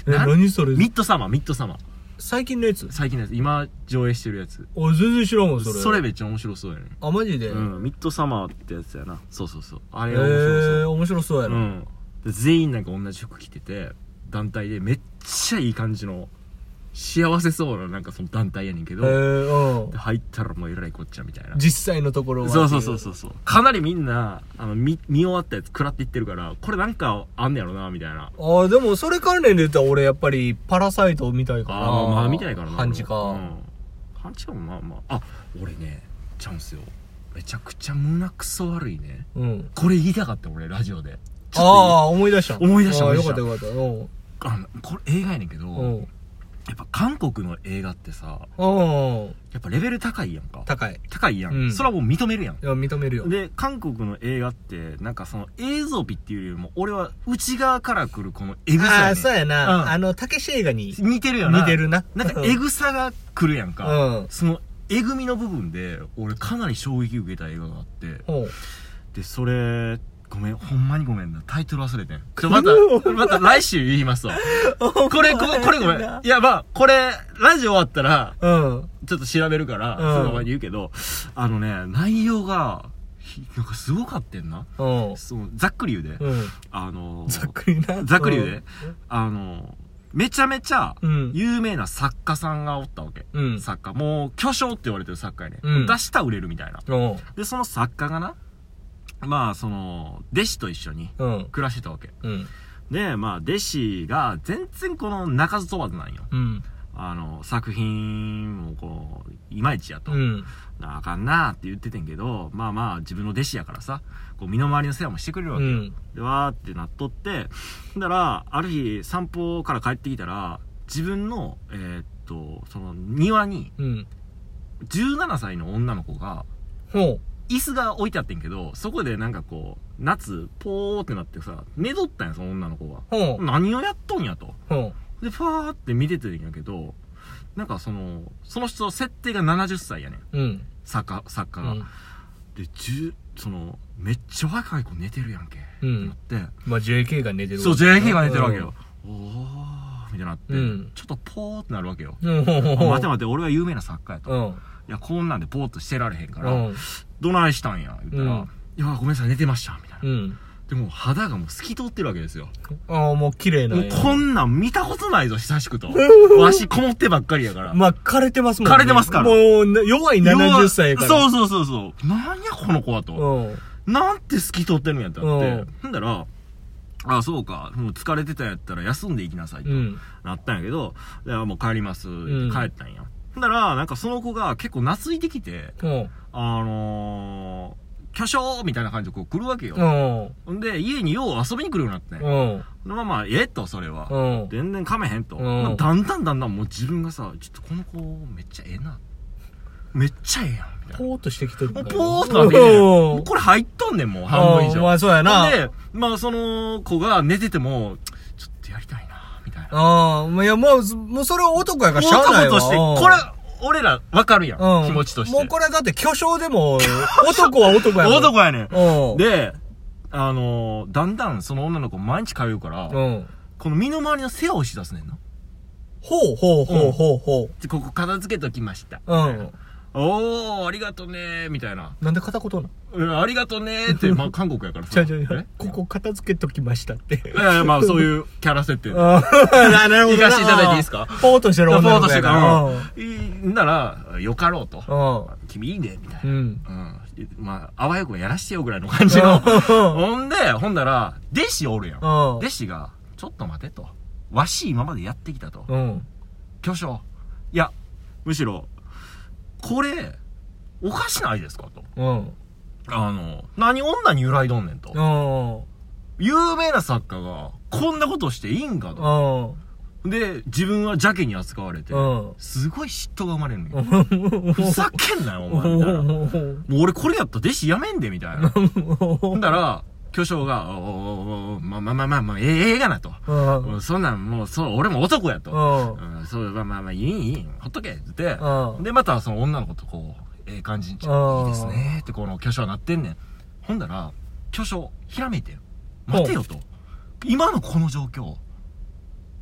Speaker 2: え、
Speaker 1: なん
Speaker 2: 何それ
Speaker 1: ミッドサマー、ミッドサマー。
Speaker 2: 最近のやつ
Speaker 1: 最近のやつ、今上映してるやつ。
Speaker 2: お全然知らんわ、そ
Speaker 1: そ
Speaker 2: れ。
Speaker 1: れ。めっちゃ面白そうやね。
Speaker 2: あ、マジで
Speaker 1: うん、ミッドサマーってやつやな。そうそうそう。あ
Speaker 2: え
Speaker 1: れが面白そう。
Speaker 2: ー、面白そうや
Speaker 1: う
Speaker 2: な。
Speaker 1: ん、で全員なんか同じ服着てて団体でめっちゃいい感じの幸せそうななんかその団体やねんけ
Speaker 2: え
Speaker 1: ど、
Speaker 2: ー、うん
Speaker 1: で。入ったらもうえらいこっちゃみたいな
Speaker 2: 実際のところは。
Speaker 1: そうそうそうそうそうかなりみんなあの見見終わったやつ食らっていってるからこれなんかあんねやろなみたいな
Speaker 2: ああ、でもそれ関連で言ったら俺やっぱりパラサイト見たいから。
Speaker 1: ああまあ見てないからな
Speaker 2: 半時か。
Speaker 1: うん、半時かもまあまああ俺ねチャンスよめちゃくちゃ胸くそ悪いね
Speaker 2: うん。
Speaker 1: これ言いたかった俺ラジオでち
Speaker 2: あ
Speaker 1: ょっと
Speaker 2: あ、思い出した。
Speaker 1: 思い出した
Speaker 2: ああ
Speaker 1: 思い
Speaker 2: よ
Speaker 1: 出
Speaker 2: か
Speaker 1: し
Speaker 2: った
Speaker 1: た
Speaker 2: よかった。うん。
Speaker 1: あのこれ映画やねんけど、
Speaker 2: う
Speaker 1: や
Speaker 2: ん。
Speaker 1: っぱ韓国の映画ってさ
Speaker 2: うん。
Speaker 1: やっぱレベル高いやんか。
Speaker 2: 高い。
Speaker 1: 高いやん。
Speaker 2: うん
Speaker 1: それはもう認めるやん。
Speaker 2: いや、認めるよ。
Speaker 1: で、韓国の映画って、なんかその映像美っていうよりも、俺は内側から来るこのエグ
Speaker 2: あ
Speaker 1: さ
Speaker 2: あ、
Speaker 1: や
Speaker 2: そう
Speaker 1: ね
Speaker 2: やな。
Speaker 1: うん
Speaker 2: あの、たけし映画に
Speaker 1: ん。似てるよな。
Speaker 2: 似て。るな。
Speaker 1: なんかエグさが来るやん
Speaker 2: う
Speaker 1: か。
Speaker 2: ん。
Speaker 1: そのえぐみの部分で、俺かなり衝撃受けた映画があって、
Speaker 2: ほ う
Speaker 1: で、それ、ごめん、ほんまにごめんな。タイトル忘れてん。ちょ、また、また来週言いますわ。これ、これ、これごめん。いや、まあ、これ、ラジオ終わったら、
Speaker 2: うん。
Speaker 1: ちょっと調べるから、
Speaker 2: ん
Speaker 1: その場に言うけど、あのね、内容が、ひなんかすごかってんな。
Speaker 2: うん。
Speaker 1: そのざっくり言うで、
Speaker 2: うん。
Speaker 1: あのー
Speaker 2: ざっくりな。
Speaker 1: ざっくり言うで、あのーめちゃめちゃ
Speaker 2: うん。
Speaker 1: 有名な作家さんがおったわけ。
Speaker 2: うん。
Speaker 1: 作家。もう巨匠って言われてる作家やね。
Speaker 2: うん
Speaker 1: 出したら売れるみたいな。
Speaker 2: うん。
Speaker 1: で、その作家がな、まあ、その、弟子と一緒に
Speaker 2: うん。
Speaker 1: 暮らしてたわけ。
Speaker 2: うん。
Speaker 1: で、まあ、弟子が全然この鳴かず飛ばずなんよ。
Speaker 2: うん。
Speaker 1: あの、作品もこう、いまいちやと。
Speaker 2: うん。
Speaker 1: あかんなーって言っててんけど、まあまあ自分の弟子やからさ、こう身の回りの世話もしてくれるわ
Speaker 2: う
Speaker 1: け。
Speaker 2: ん。
Speaker 1: で、わーってなっとって、だから、ある日散歩から帰ってきたら、自分の、えーっと、その庭に、
Speaker 2: うん。
Speaker 1: 17歳の女の子が、
Speaker 2: ほ
Speaker 1: 椅子が置いてあってんけど、そこでなんかこう、夏、ポーってなってさ、寝とったんや、その女の子が。
Speaker 2: う。ほう。
Speaker 1: 何をやっとんやと。
Speaker 2: ほう。
Speaker 1: で、ファーって見ててんやけど、なんかその、その人の設定が70歳やねん。
Speaker 2: うん。
Speaker 1: 作家、作
Speaker 2: う
Speaker 1: 家が。
Speaker 2: ん。
Speaker 1: で10そのめっちゃ若い子寝てるやんけ、
Speaker 2: うん
Speaker 1: ってなっ
Speaker 2: まあ、JK が寝て
Speaker 1: て
Speaker 2: る。
Speaker 1: そう JK が寝てるわけよ、おーみたいになって、
Speaker 2: うん
Speaker 1: ちょっとポーってなるわけよ、
Speaker 2: うん。うん。ほうほう
Speaker 1: あ
Speaker 2: ほう。
Speaker 1: 待て待て俺は有名な作家やと、
Speaker 2: う
Speaker 1: い
Speaker 2: ん。
Speaker 1: やこんなんでポーっとしてられへんから、
Speaker 2: うん。
Speaker 1: どないしたんや言ったら、
Speaker 2: うん
Speaker 1: いやごめんなさい寝てましたみたいな、
Speaker 2: うん。
Speaker 1: でも肌がもう透き通ってるわけですよ、
Speaker 2: ああ、もう綺麗な
Speaker 1: も
Speaker 2: ん
Speaker 1: う
Speaker 2: や。
Speaker 1: こんなん見たことないぞ久しくとわしこもってばっかりやから
Speaker 2: まあ、枯れてますもんね。
Speaker 1: 枯れてますから
Speaker 2: もうな、弱い70歳やから。
Speaker 1: そうそうそうそうなんやこの子はと、
Speaker 2: うん。
Speaker 1: なんて透き通ってるんやったって。
Speaker 2: うん
Speaker 1: ほんだら、あそうか。もう疲れてたんやったら休んでいきなさいと。
Speaker 2: うん。
Speaker 1: なったんやけど、いやもう帰ります。
Speaker 2: ん
Speaker 1: 帰ったんや。ほんだら、なんかその子が結構懐いてきて、
Speaker 2: ほう。
Speaker 1: あのー、巨匠みたいな感じでこう来るわけよ。
Speaker 2: う
Speaker 1: ほ
Speaker 2: ん。
Speaker 1: んで、家によう遊びに来るようになってね。
Speaker 2: うん。
Speaker 1: そのまま、ええと、それは。
Speaker 2: うん。
Speaker 1: 全然噛めへんと、
Speaker 2: うん
Speaker 1: まあだんだんだんだんもう自分がさちょっとこの子めっちゃええなめっちゃええやんみたいな
Speaker 2: ポーっとしてきてる
Speaker 1: もう
Speaker 2: んだよ。
Speaker 1: ポーっとなってきても
Speaker 2: う
Speaker 1: うんこれ入っとんねんもう半分以
Speaker 2: うん
Speaker 1: 上
Speaker 2: まあそうやな。
Speaker 1: でまあその子が寝ててもちょっとやりたいなみたいな
Speaker 2: ああ、いや、もう、もうそれは男やからしゃあない
Speaker 1: 男
Speaker 2: わ。
Speaker 1: として
Speaker 2: うん
Speaker 1: これ俺らわかるやん、
Speaker 2: うん
Speaker 1: 気持ちとして
Speaker 2: もうこれだって巨匠 でも、男は男やもん。
Speaker 1: 男やねん
Speaker 2: うん。、
Speaker 1: であのーだんだんその女の子毎日通うから、
Speaker 2: うん。
Speaker 1: この身の回りの世話をしだすねんな
Speaker 2: ほうほうほうほうほ
Speaker 1: でここ片付けときました
Speaker 2: う。うん。
Speaker 1: おーありがとねーみたいな
Speaker 2: なんで片言なの
Speaker 1: うん、ありがとねーっ て、まあ、韓国やからさ。
Speaker 2: ちゃうちゃうちゃ
Speaker 1: え
Speaker 2: うここ片付けときましたって。
Speaker 1: いやいや、まあ、そう いうキャラ設定で。ポ
Speaker 2: ああ、なるほどな。
Speaker 1: 行かしていただいていいですか
Speaker 2: ポーっとしてる女
Speaker 1: ー
Speaker 2: の
Speaker 1: ン
Speaker 2: 子
Speaker 1: として
Speaker 2: や
Speaker 1: か
Speaker 2: から。
Speaker 1: ら、うん、なら、よかろうと。
Speaker 2: う
Speaker 1: 君いいね、みたい
Speaker 2: ん。う
Speaker 1: な。
Speaker 2: ん。
Speaker 1: うん。まあ、あわよくばやらしてよぐらいの感じの。ほんで、ほんなら、弟子おるやん。
Speaker 2: うん。
Speaker 1: 弟子が、ちょっと待てと。わし今までやってきたと。
Speaker 2: うん。
Speaker 1: 巨匠。いや、むしろ、これ、おかしないですかと。
Speaker 2: うん。
Speaker 1: あの、何女に揺らいどんねんと。
Speaker 2: うん。
Speaker 1: 有名な作家が、こんなことしていいんかと。
Speaker 2: うん。
Speaker 1: で、自分は邪気に扱われて
Speaker 2: う、ん。
Speaker 1: すごい嫉妬が生まれるのよ。ふざけんなよ、お前、みたいな。もう俺これやったら弟子やめんで、みたいな。ほんだら、巨匠が、おおおおまあまあまあまあ、まあ、ええええがなと。
Speaker 2: うん。
Speaker 1: そんなんもう、そう、俺も男やと。
Speaker 2: うん。
Speaker 1: うん、そう、まあまあまあ、いいいい、ほっとけ、って
Speaker 2: う。ん
Speaker 1: で、またその女の子とこう、ええ感じに、い
Speaker 2: うん
Speaker 1: いですね、ってこの巨匠はなってんねん。ほんだら、巨匠、ひらめいてよ。待てよと。今のこの状況、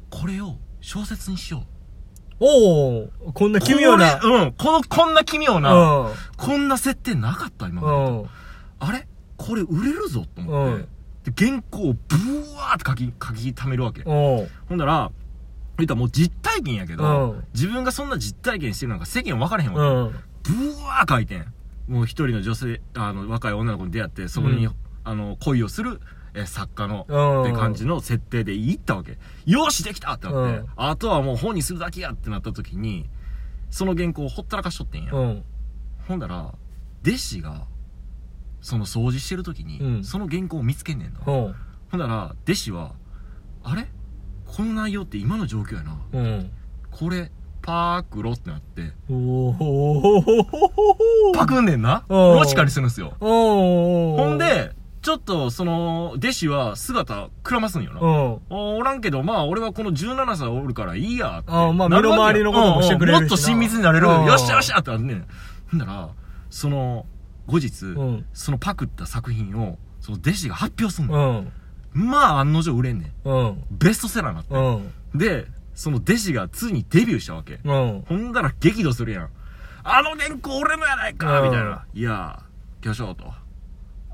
Speaker 1: これを小説にしよう。
Speaker 2: おおこんな奇妙な
Speaker 1: こ。れうん。この、こんな奇妙
Speaker 2: う
Speaker 1: な、
Speaker 2: ん。
Speaker 1: こんな設定なかった、今
Speaker 2: う
Speaker 1: まで。
Speaker 2: ん。
Speaker 1: あれこれ売れるぞと思って。で、原稿をブワーって書き、書き溜めるわけ。
Speaker 2: うん。
Speaker 1: ほんだら、言ったらもう実体験やけ
Speaker 2: う
Speaker 1: ど
Speaker 2: ん、
Speaker 1: 自分がそんな実体験してるのか世間分からへん
Speaker 2: う
Speaker 1: わ
Speaker 2: ん。
Speaker 1: け。ブワー書いてん。もう一人の女性、あの、若い女の子に出会って、そこに、
Speaker 2: うん
Speaker 1: あの、恋をする、え、作家の、
Speaker 2: うん。
Speaker 1: って感じの設定で行ったわけ。よしできたってなって、
Speaker 2: うん
Speaker 1: あとはもう本にするだけやってなった時に、その原稿をほったらかしとってんや。
Speaker 2: うん。
Speaker 1: ほんだら、弟子が、その掃除してる時に、
Speaker 2: うん
Speaker 1: その原稿を見つけんねんの。
Speaker 2: う
Speaker 1: ほ
Speaker 2: ん。
Speaker 1: んだら、弟子は、あれこの内容って今の状況やな。
Speaker 2: うん。
Speaker 1: これ、パークロってなって、
Speaker 2: おお
Speaker 1: パクんねんな。
Speaker 2: うん
Speaker 1: ロチカにするんすよ。
Speaker 2: おお
Speaker 1: ほん、で、ちょっと、その、弟子は姿くらますんよな。
Speaker 2: うん。
Speaker 1: おおらんけど、ままあ、俺はこの17歳おるからいいやって。
Speaker 2: あーまあ
Speaker 1: なるわけ
Speaker 2: 身の回りのこともしてくれるしな
Speaker 1: うんうんもっと親密になれる。
Speaker 2: うん
Speaker 1: よっしゃよっしゃってなってね。ほんだら、その、後日、
Speaker 2: うん。
Speaker 1: そのパクった作品を、その弟子が発表すん
Speaker 2: う
Speaker 1: の。
Speaker 2: ん。
Speaker 1: まあ、案の定売れんねん。
Speaker 2: うん。
Speaker 1: ベストセラーになっ
Speaker 2: うん。
Speaker 1: て。で、その弟子がついにデビューしたわけ。
Speaker 2: うん。
Speaker 1: ほんだら激怒するやん。あの原稿俺のやないか
Speaker 2: うん
Speaker 1: みたいな。いやー、巨匠と。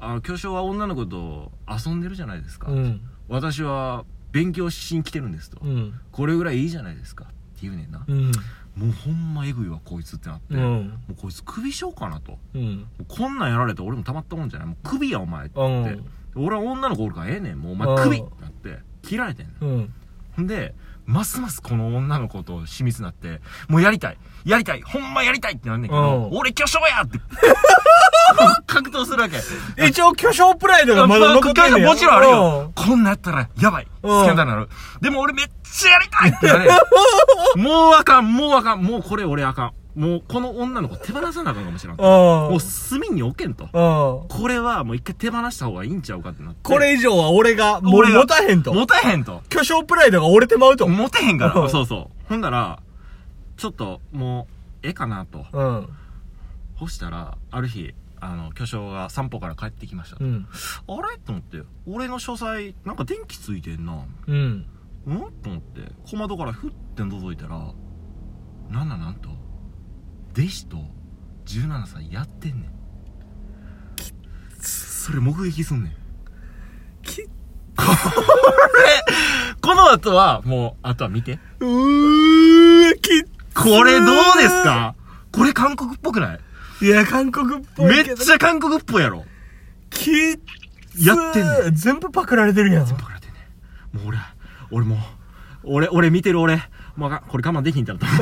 Speaker 1: あの巨匠は女の子と遊んでるじゃないですか。
Speaker 2: うん。
Speaker 1: 私は勉強しに来てるんですと。
Speaker 2: うん。
Speaker 1: これぐらいいいじゃないですかって言うねんな、
Speaker 2: うん。
Speaker 1: もうほんまエグいわこいつってなって、
Speaker 2: う
Speaker 1: も
Speaker 2: ん。
Speaker 1: うこいつ首しようかなとも
Speaker 2: うん。
Speaker 1: うこんなんやられて俺もたまったもんじゃないもう首やお前って、
Speaker 2: うん。
Speaker 1: 俺は女の子おるからええねんもうお
Speaker 2: うん
Speaker 1: 前首ってなって切られてんねん
Speaker 2: うん。
Speaker 1: ほんでますますこの女の子と親密になってもうやりたいやりたいほんまやりたいってなんねんけど、
Speaker 2: うん
Speaker 1: 俺巨匠やって 格闘するわけ
Speaker 2: 一応巨匠プライドがまだ残ってんねや
Speaker 1: もちろんあるよ。。こんなんやったら、やばい。スキ
Speaker 2: うん
Speaker 1: ャンダルになる。でも俺めっちゃやりたいってなれ。 もうあかん、もうあかん、もうこれ俺あかん。もうこの女の子手放さなあかんかもしれん。も
Speaker 2: うん。う。
Speaker 1: うん隅に置けんと。これはもう一回手放した方がいいんちゃうかってなって。
Speaker 2: これ以上は俺が、もう
Speaker 1: 俺が
Speaker 2: 持たへん と。
Speaker 1: 持たへんと。
Speaker 2: 巨匠プライドが折れてまうと。
Speaker 1: 持てへんか
Speaker 2: う
Speaker 1: ら。
Speaker 2: ん
Speaker 1: そうそう。ほんだら、ちょっともう、ええかなと。
Speaker 2: うん。
Speaker 1: 干したら、ある日、あの、巨匠が散歩から帰ってきました
Speaker 2: う
Speaker 1: と。
Speaker 2: ん。
Speaker 1: あれと思って、俺の書斎、なんか電気ついてんな。
Speaker 2: うん。
Speaker 1: うんと思って小窓からふって覗いたらなんなんなんと弟子と17歳やってんねんそれ目撃すんねん
Speaker 2: き
Speaker 1: この後はもうあとは見て
Speaker 2: うー、き
Speaker 1: これどうですかこれ韓国っぽくない
Speaker 2: いや、韓国っぽい
Speaker 1: め
Speaker 2: け
Speaker 1: っ
Speaker 2: ど。
Speaker 1: ちゃ韓国っぽいやろ
Speaker 2: きっつ
Speaker 1: やってんね
Speaker 2: ん全部パクられてるやん。
Speaker 1: パクられてんねんもう俺俺もう俺俺見てる俺もうあかんこれ我慢できひんってなった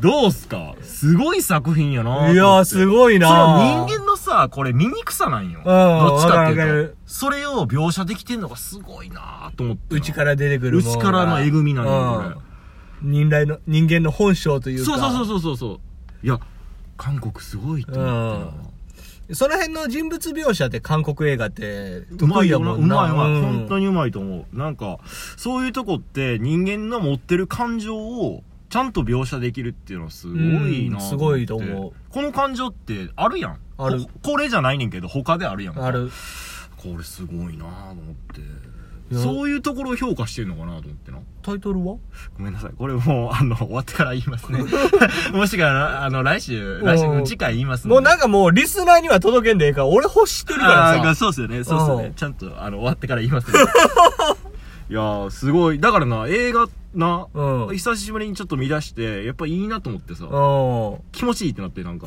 Speaker 1: どうすかすごい作品やな。
Speaker 2: いやー、す
Speaker 1: い。
Speaker 2: ごい
Speaker 1: そ
Speaker 2: な
Speaker 1: の人間のさ、これ醜さなんよ。どっちかっていう
Speaker 2: わかるわかる
Speaker 1: と。それを描写できてんのがすごいなーと思って。
Speaker 2: うちから出てくるもん
Speaker 1: 内からのえぐみなんよこ
Speaker 2: うん人来の人間の本性とい
Speaker 1: れ。
Speaker 2: うか
Speaker 1: そうそうそうそうそう。いや、韓国すごいって思ったな。
Speaker 2: その辺の人物描写って韓国映画って
Speaker 1: うま
Speaker 2: 得
Speaker 1: い
Speaker 2: 意や
Speaker 1: よな。
Speaker 2: も
Speaker 1: うん
Speaker 2: な
Speaker 1: まい、うまい。
Speaker 2: ん
Speaker 1: 本当にうまいと思う。なんか、そういうとこって人間の持ってる感情をちゃんと描写できるっていうのはすごいな
Speaker 2: うん
Speaker 1: 思って
Speaker 2: すごいと思う。
Speaker 1: この感情ってあるやん。
Speaker 2: ある
Speaker 1: こ。これじゃないねんけど、他であるやん。
Speaker 2: あ。る
Speaker 1: これすごいなぁと思って。
Speaker 2: いや
Speaker 1: そういうところを評価してるのかなと思ってな。
Speaker 2: タイトルは
Speaker 1: ごめんなさい。これもう、あの、終わってから言います ね。もしくは、あの、来週、来
Speaker 2: おう
Speaker 1: 週、次回言います
Speaker 2: もうなん
Speaker 1: か
Speaker 2: かもうリスナーには届けんでええから俺欲してるから
Speaker 1: あ
Speaker 2: さ
Speaker 1: そうっすよね。そうっすよ
Speaker 2: う
Speaker 1: ね
Speaker 2: ん。
Speaker 1: ちゃんと、あの、終わってから言いますね。 いやー、すごい。だからな、映画な、
Speaker 2: うんうん
Speaker 1: 久しぶりにちょっと見出して、やっぱいいなと思ってさ、気持ちいいってなって、 なんか。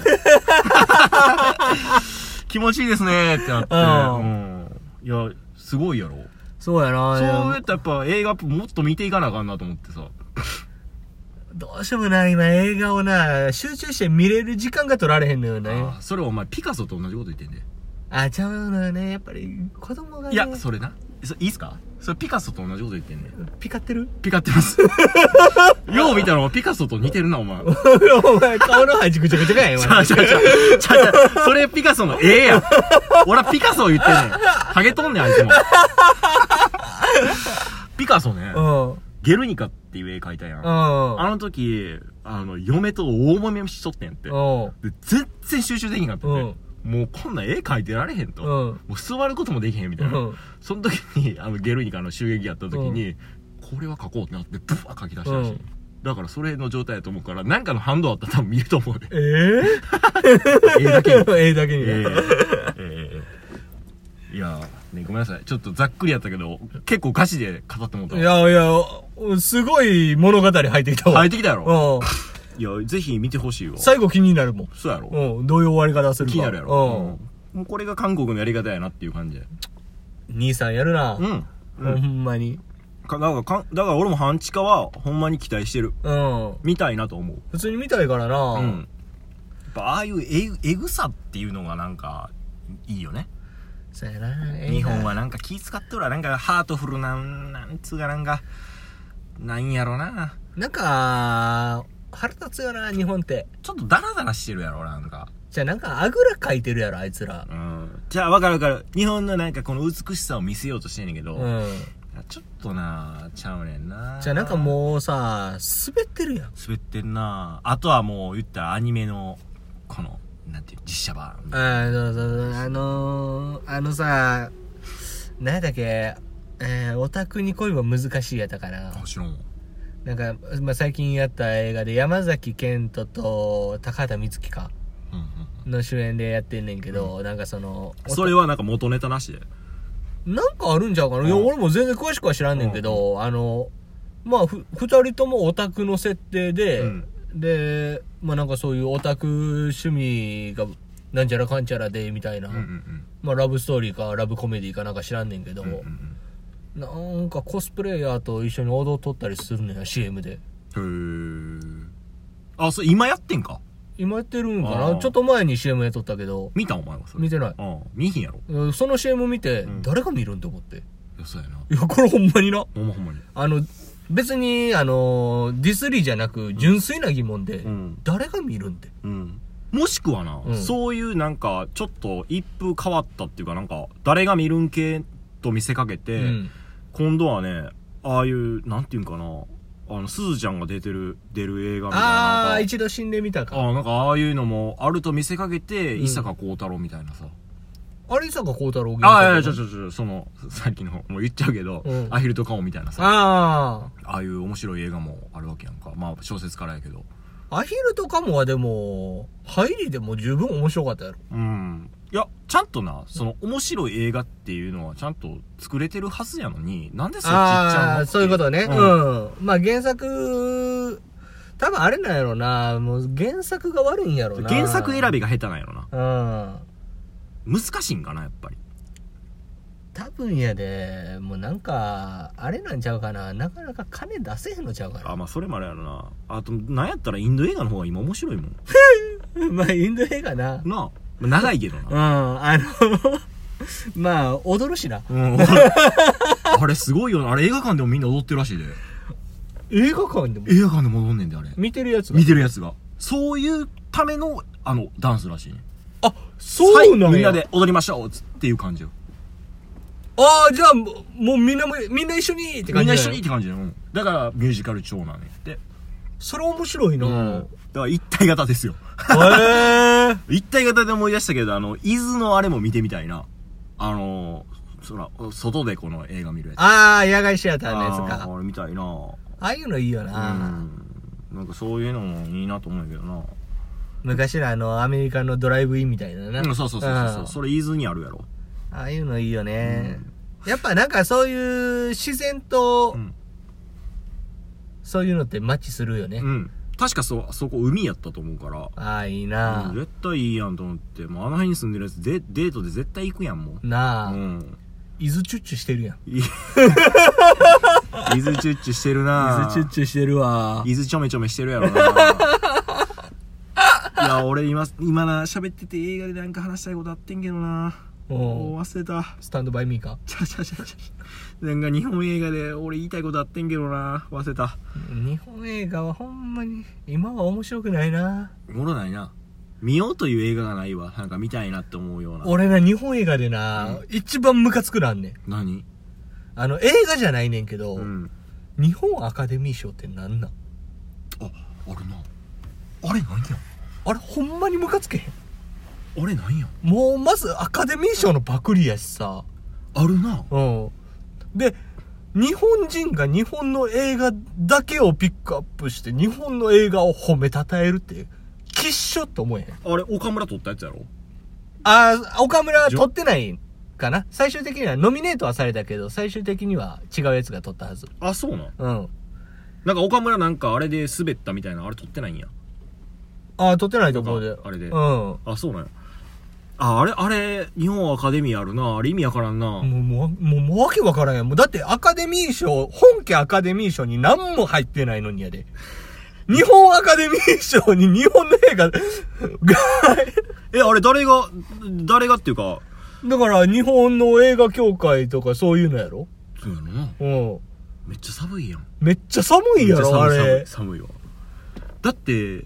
Speaker 1: 気持ちいいですねーってなって。うん。いや、すごいやろ。
Speaker 2: そうやな
Speaker 1: そうやったらやっぱ映画もっと見ていかなあかんなと思ってさ。
Speaker 2: どうしてもな今映画をな集中して見れる時間が取られへんのよね
Speaker 1: あーそれお前ピカソと同じこと言ってんね。
Speaker 2: あちゃうのよねやっぱり子供がね
Speaker 1: いや、それな。そいいっすかそれピカソと同じこと言ってんね。
Speaker 2: ピカってる
Speaker 1: ピカって ます。よう見たらお前ピカソと似てるな、お前。ち
Speaker 2: お前顔の端ぐちゃぐちゃかい
Speaker 1: ゃうちゃうちゃう。ちゃうちゃうそれピカソの絵や。俺はピカソを言ってんねん。ハゲとんねん、あいつも。ピカソね、
Speaker 2: うんうん
Speaker 1: ゲルニカっていう絵描いたやん。あの時、あの、嫁と大揉めしとってんやって。
Speaker 2: うん
Speaker 1: で全然集中できなかったね、もうこんな絵描いてられへんと、
Speaker 2: う
Speaker 1: も
Speaker 2: ん
Speaker 1: う座ることもできへんみた
Speaker 2: う
Speaker 1: いな、
Speaker 2: ん
Speaker 1: その時にあのゲルニカの襲撃やった時に、これは描こうってなってブワー描き出したらしい、
Speaker 2: うん
Speaker 1: だからそれの状態やと思うから何かの反動あったら多分見ると思うで
Speaker 2: ええ
Speaker 1: 絵だけに
Speaker 2: ええだけに
Speaker 1: ええええいやーねごめんなさいちょっとざっくりやったけど結構歌詞で語ってもら
Speaker 2: い
Speaker 1: った
Speaker 2: やいや、すごい物語入ってきたわ。
Speaker 1: 入ってきたやろ、
Speaker 2: う
Speaker 1: いやぜひ見てほしいわ
Speaker 2: ん。最後気になるもん。
Speaker 1: そうやろ、
Speaker 2: うん。どういう終わり方するか。
Speaker 1: 気になるやろ、うんもうこれが韓国のやり方やなっていう感じで
Speaker 2: うん。兄さんやるな。
Speaker 1: うん
Speaker 2: ほんまに。
Speaker 1: かだからかだから俺も半地下はほんまに期待してる
Speaker 2: うん。
Speaker 1: みたいなと思う
Speaker 2: 普通に見たいから
Speaker 1: う
Speaker 2: な。
Speaker 1: んやっぱああいうえぐえぐさっていうのがなんかいいよね
Speaker 2: そうやな。
Speaker 1: 日本はなんか気使ってるわなんかハートフルなんなんつうかなんかなんやろな
Speaker 2: なんか、腹立つよな、日本って。
Speaker 1: ちょっとダラダラしてるやろなんか
Speaker 2: じゃあなんか、あぐらかいてるやろ、あいつら
Speaker 1: う。んじゃあわかるわかる日本のなんかこの美しさを見せようとしてんねんけど、
Speaker 2: うん。
Speaker 1: ちょっとなちゃうねんな
Speaker 2: じゃあなんかもうさ、滑ってるやん。
Speaker 1: 滑ってんなあとはもう言ったらアニメのこのなんていう実写版みたいな
Speaker 2: あそうそうそうあのー、あのさ何だっけえー、オタクに恋は難しいやったかな
Speaker 1: もちろん
Speaker 2: なんか、まあ、最近やった映画で山崎賢人と高畑充希か
Speaker 1: うんうん
Speaker 2: の主演でやってんねんけど、なんかそのおた
Speaker 1: それはなんか元ネタなしで。
Speaker 2: なんかあるんちゃうかな、いや
Speaker 1: うん
Speaker 2: 俺も全然詳しくは知らんねんけど、あのまあふ2人ともオタクの設定で、
Speaker 1: うん
Speaker 2: でまあなんかそういうオタク趣味がなんちゃらかんちゃらでみたいな、
Speaker 1: うん
Speaker 2: まあ、ラブストーリーかラブコメディーかなんか知らんねんけど、
Speaker 1: うんうん。
Speaker 2: なんかコスプレイヤーと一緒に踊っとったりするのや CM で
Speaker 1: へー。あ、それ今やってんか
Speaker 2: 今やってるんか
Speaker 1: あ
Speaker 2: な
Speaker 1: ー
Speaker 2: ちょっと前に CM やっとったけど
Speaker 1: 見たお前はそれ。
Speaker 2: 見てない
Speaker 1: うん。見ひんやろ。
Speaker 2: うんその CM 見て、
Speaker 1: うん
Speaker 2: 誰が見るんと思ってい
Speaker 1: いや、そうやな。
Speaker 2: やこれほんまにな
Speaker 1: ほんまほんまに。
Speaker 2: あの別にあのディスリーじゃなく純粋な疑問で、
Speaker 1: ん。
Speaker 2: 誰が見るんで
Speaker 1: うん。もしくはな、
Speaker 2: うん
Speaker 1: そういうなんか、ちょっと一風変わったっていうか、なんか、誰が見るん系と見せかけて、
Speaker 2: うん
Speaker 1: 今度はね、ああいう、なんていうんかな、あの、すずちゃんが出てる、出る映画みたいな
Speaker 2: ああ
Speaker 1: なんか。
Speaker 2: 一度死んでみたか
Speaker 1: あーなんかああいうのもあると見せかけて、
Speaker 2: うん
Speaker 1: 伊坂幸太郎みたいなさ。
Speaker 2: あれ坂幸太郎
Speaker 1: ああ、いやいや、ちょ
Speaker 2: ょ
Speaker 1: ちょちょ、その、さっきの、もう言っちゃうけど、
Speaker 2: うん
Speaker 1: アヒルとカモみたいなさ、
Speaker 2: あ
Speaker 1: ああいう面白い映画もあるわけやんか。まあ、小説からやけど。
Speaker 2: あアヒルとカモはでも入りでも十分面白かったやろ
Speaker 1: うん。いや、ちゃんとな、その、面白い映画っていうのはちゃんと作れてるはずやのに、なんでそっち行っちゃうの
Speaker 2: あ
Speaker 1: って。
Speaker 2: あーそういうことね。うんん。まあ原作、多分あれなんやろな。もう原作が悪いんやろな。
Speaker 1: 原作選
Speaker 2: び。
Speaker 1: びが下手なんやろな。
Speaker 2: うん。
Speaker 1: 難しいんかな、やっぱり。
Speaker 2: 多分やでもうなんかあれなんちゃうかななかなか金出せへんのちゃうか
Speaker 1: あ、まあそれもあれやろな。あと、なんやったらインド映画の方が今面白いもん。
Speaker 2: な まあインド映画
Speaker 1: なあ。
Speaker 2: な
Speaker 1: まあ長いけど
Speaker 2: う
Speaker 1: な。
Speaker 2: んあの まあ踊るしな
Speaker 1: うん。 あれすごいよな。あれ映画館でもみんな踊ってるらしいで。
Speaker 2: 映画館でも
Speaker 1: 映画館でも踊んねんで、あれ。
Speaker 2: 見てるやつが
Speaker 1: 見てるやつが。そういうための、あの、ダンスらしいね。
Speaker 2: あそうなんや、
Speaker 1: はいみんなで踊りましょうつっていう感じよ。
Speaker 2: ああじゃあもうもうみんなもみんな一緒にって感
Speaker 1: み
Speaker 2: じ
Speaker 1: んな一緒
Speaker 2: だ
Speaker 1: にっ
Speaker 2: よ
Speaker 1: て感じよ。うんだから、ミュージカル長なんやって。
Speaker 2: それ面白いな、
Speaker 1: だから一体型ですよ。
Speaker 2: へえ
Speaker 1: 一体型で思い出したけど、あの、伊豆のあれも見てみたいな。あのー、そら、外でこの映画見るやつ。
Speaker 2: ああ野外シアターのやつ
Speaker 1: あ
Speaker 2: か
Speaker 1: ーあれ見たいなぁ。
Speaker 2: ああいうのいいよ
Speaker 1: う
Speaker 2: な、
Speaker 1: ん。なんかそういうのもいいなと思うんやけどな。
Speaker 2: 昔のあのアメリカのドライブインみたいな
Speaker 1: う
Speaker 2: な、
Speaker 1: ん、そうそうそうそう。
Speaker 2: ん
Speaker 1: それ伊豆にあるやろ。
Speaker 2: ああいうのいいよね、やっぱなんかそういう自然と、
Speaker 1: うん
Speaker 2: そういうのってマッチするよね、
Speaker 1: うん。確かそ、そこ海やったと思うから。
Speaker 2: ああいい
Speaker 1: うん
Speaker 2: な、
Speaker 1: 絶対いいやんと思って。もうあの辺に住んでるやつ、デデートで絶対行くやん、もう。
Speaker 2: なあ、
Speaker 1: うん。
Speaker 2: 伊豆チュッチュしてるやん
Speaker 1: い伊豆チュッチュしてるなぁ
Speaker 2: チュしてるわ
Speaker 1: 伊豆ちょめちょめしてるやろ ないや俺今今な喋ってて映画でなんか話したいことあってんけどなも
Speaker 2: お
Speaker 1: う忘れた
Speaker 2: スタンドバイミーか
Speaker 1: ちゃちゃちゃちゃなんか日本映画で俺言いたいことあってんけどな忘れた
Speaker 2: 日本映画はほんまに今は面白くないな
Speaker 1: おもろないな見ようという映画がないわなんか見たいなって思うような
Speaker 2: 俺な日本映画でな、一番ムカつくなんねん
Speaker 1: 何
Speaker 2: あの映画じゃないねんけど、
Speaker 1: うん
Speaker 2: 日本アカデミー賞ってなんな
Speaker 1: あ
Speaker 2: ん
Speaker 1: あれなあれなんや
Speaker 2: あれほんまにムカつけへん
Speaker 1: あれなんや
Speaker 2: もうまずアカデミー賞のパクリやしさ
Speaker 1: あるな
Speaker 2: うんで日本人が日本の映画だけをピックアップして日本の映画を褒めたたえるってきっしょって思えへん
Speaker 1: あれ岡村撮ったやつやろ
Speaker 2: ああ岡村は撮ってないかな最終的にはノミネートはされたけど最終的には違うやつが撮ったはず
Speaker 1: あそうなん
Speaker 2: うん
Speaker 1: なんか岡村なんかあれで滑ったみたいなあれ撮ってないんや
Speaker 2: ああ撮ってないところで
Speaker 1: あれで
Speaker 2: うんも
Speaker 1: あ、そうなんや。あ、あれ、あれ、日本アカデミーあるな。あれ意味わからんな
Speaker 2: う。もうもうもうわけわからんやんもうだってアカデミー賞本家アカデミー賞に何も入ってないのにや で日本アカデミー賞に日本の映画 が
Speaker 1: え、あれ誰が、誰がっていうか、
Speaker 2: だから日本の映画協会とかそういうのやろ
Speaker 1: そうやろな。
Speaker 2: うん。
Speaker 1: めっちゃ寒いやん。
Speaker 2: めっちゃ寒いや
Speaker 1: めっちゃ
Speaker 2: ろ、あ
Speaker 1: 寒い
Speaker 2: れ。
Speaker 1: 寒い寒いわ。だって、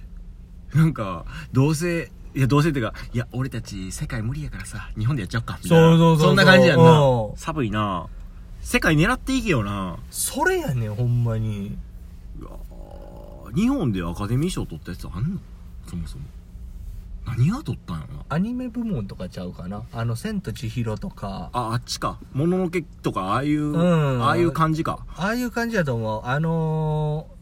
Speaker 1: なんか、どうせ、いや、どうせってか、いや、俺たち世界無理やからさ、日本でやっちゃおうか。みたいな
Speaker 2: そうそうそうそうん
Speaker 1: な感じやんな
Speaker 2: うん。
Speaker 1: 寒いな。世界狙っていけよな。
Speaker 2: それやねん、ほんまに。
Speaker 1: うわー日本でアカデミー賞取ったやつあんのそもそも。何が取ったんやろな。
Speaker 2: アニメ部門とかちゃうかな。あの、千と千尋とか、
Speaker 1: あ、あっちか。もののけとか、ああいう、
Speaker 2: うん
Speaker 1: ああいう感じか。
Speaker 2: ああいう感じやと思う。あのー、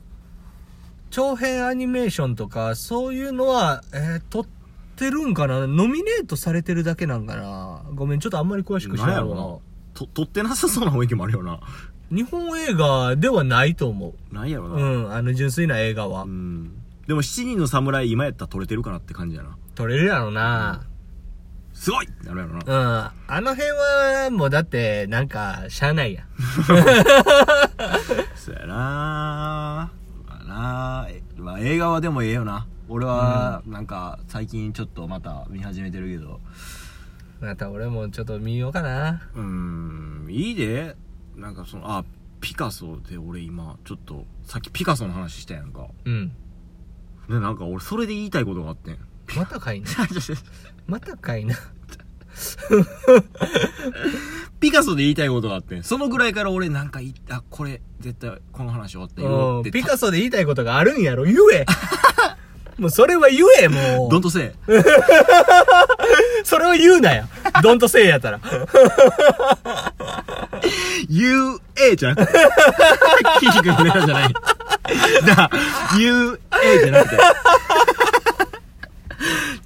Speaker 2: 長編アニメーションとか、そういうのは、えー、撮ってるんかなノミネートされてるだけなんかなごめん、ちょっとあんまり詳しく知
Speaker 1: な
Speaker 2: ら
Speaker 1: ん
Speaker 2: な
Speaker 1: や
Speaker 2: い
Speaker 1: ろ
Speaker 2: わ。
Speaker 1: な。と、撮ってなさそうな雰囲気もあるよな。
Speaker 2: 日本映画ではないと思う。
Speaker 1: なんやろ
Speaker 2: う
Speaker 1: な。
Speaker 2: ん、あの、純粋な映画は
Speaker 1: う。ん。でも、七人の侍、今やったら撮れてるかなって感じやな。
Speaker 2: 撮れるやろな。
Speaker 1: すごいってなるやろな
Speaker 2: う。ん。あの辺は、もうだって、なんか、しゃあないやん。
Speaker 1: そうやなまあなえまあ、映画はでもええよな。俺は、なんか、最近ちょっとまた見始めてるけど。
Speaker 2: また俺もちょっと見ようかな。
Speaker 1: うーん、いいで。なんかその、あ、ピカソで俺今、ちょっと、さっきピカソの話したやんか。
Speaker 2: うん。
Speaker 1: で、なんか俺それで言いたいことがあってん。
Speaker 2: またかいな。またかいな。
Speaker 1: ピカソで言いたいことがあってんそのぐらいから俺なんかいあこれ絶対この話終わって言お
Speaker 2: う
Speaker 1: うんって
Speaker 2: ピカソで言いたいことがあるんやろ言 えもうそれは言え、も
Speaker 1: どん
Speaker 2: う。
Speaker 1: とせ
Speaker 2: それを言うなや。ドンとせえやったら。
Speaker 1: え UA じゃなくてキリ君のネタじゃないなあ UA じゃなくて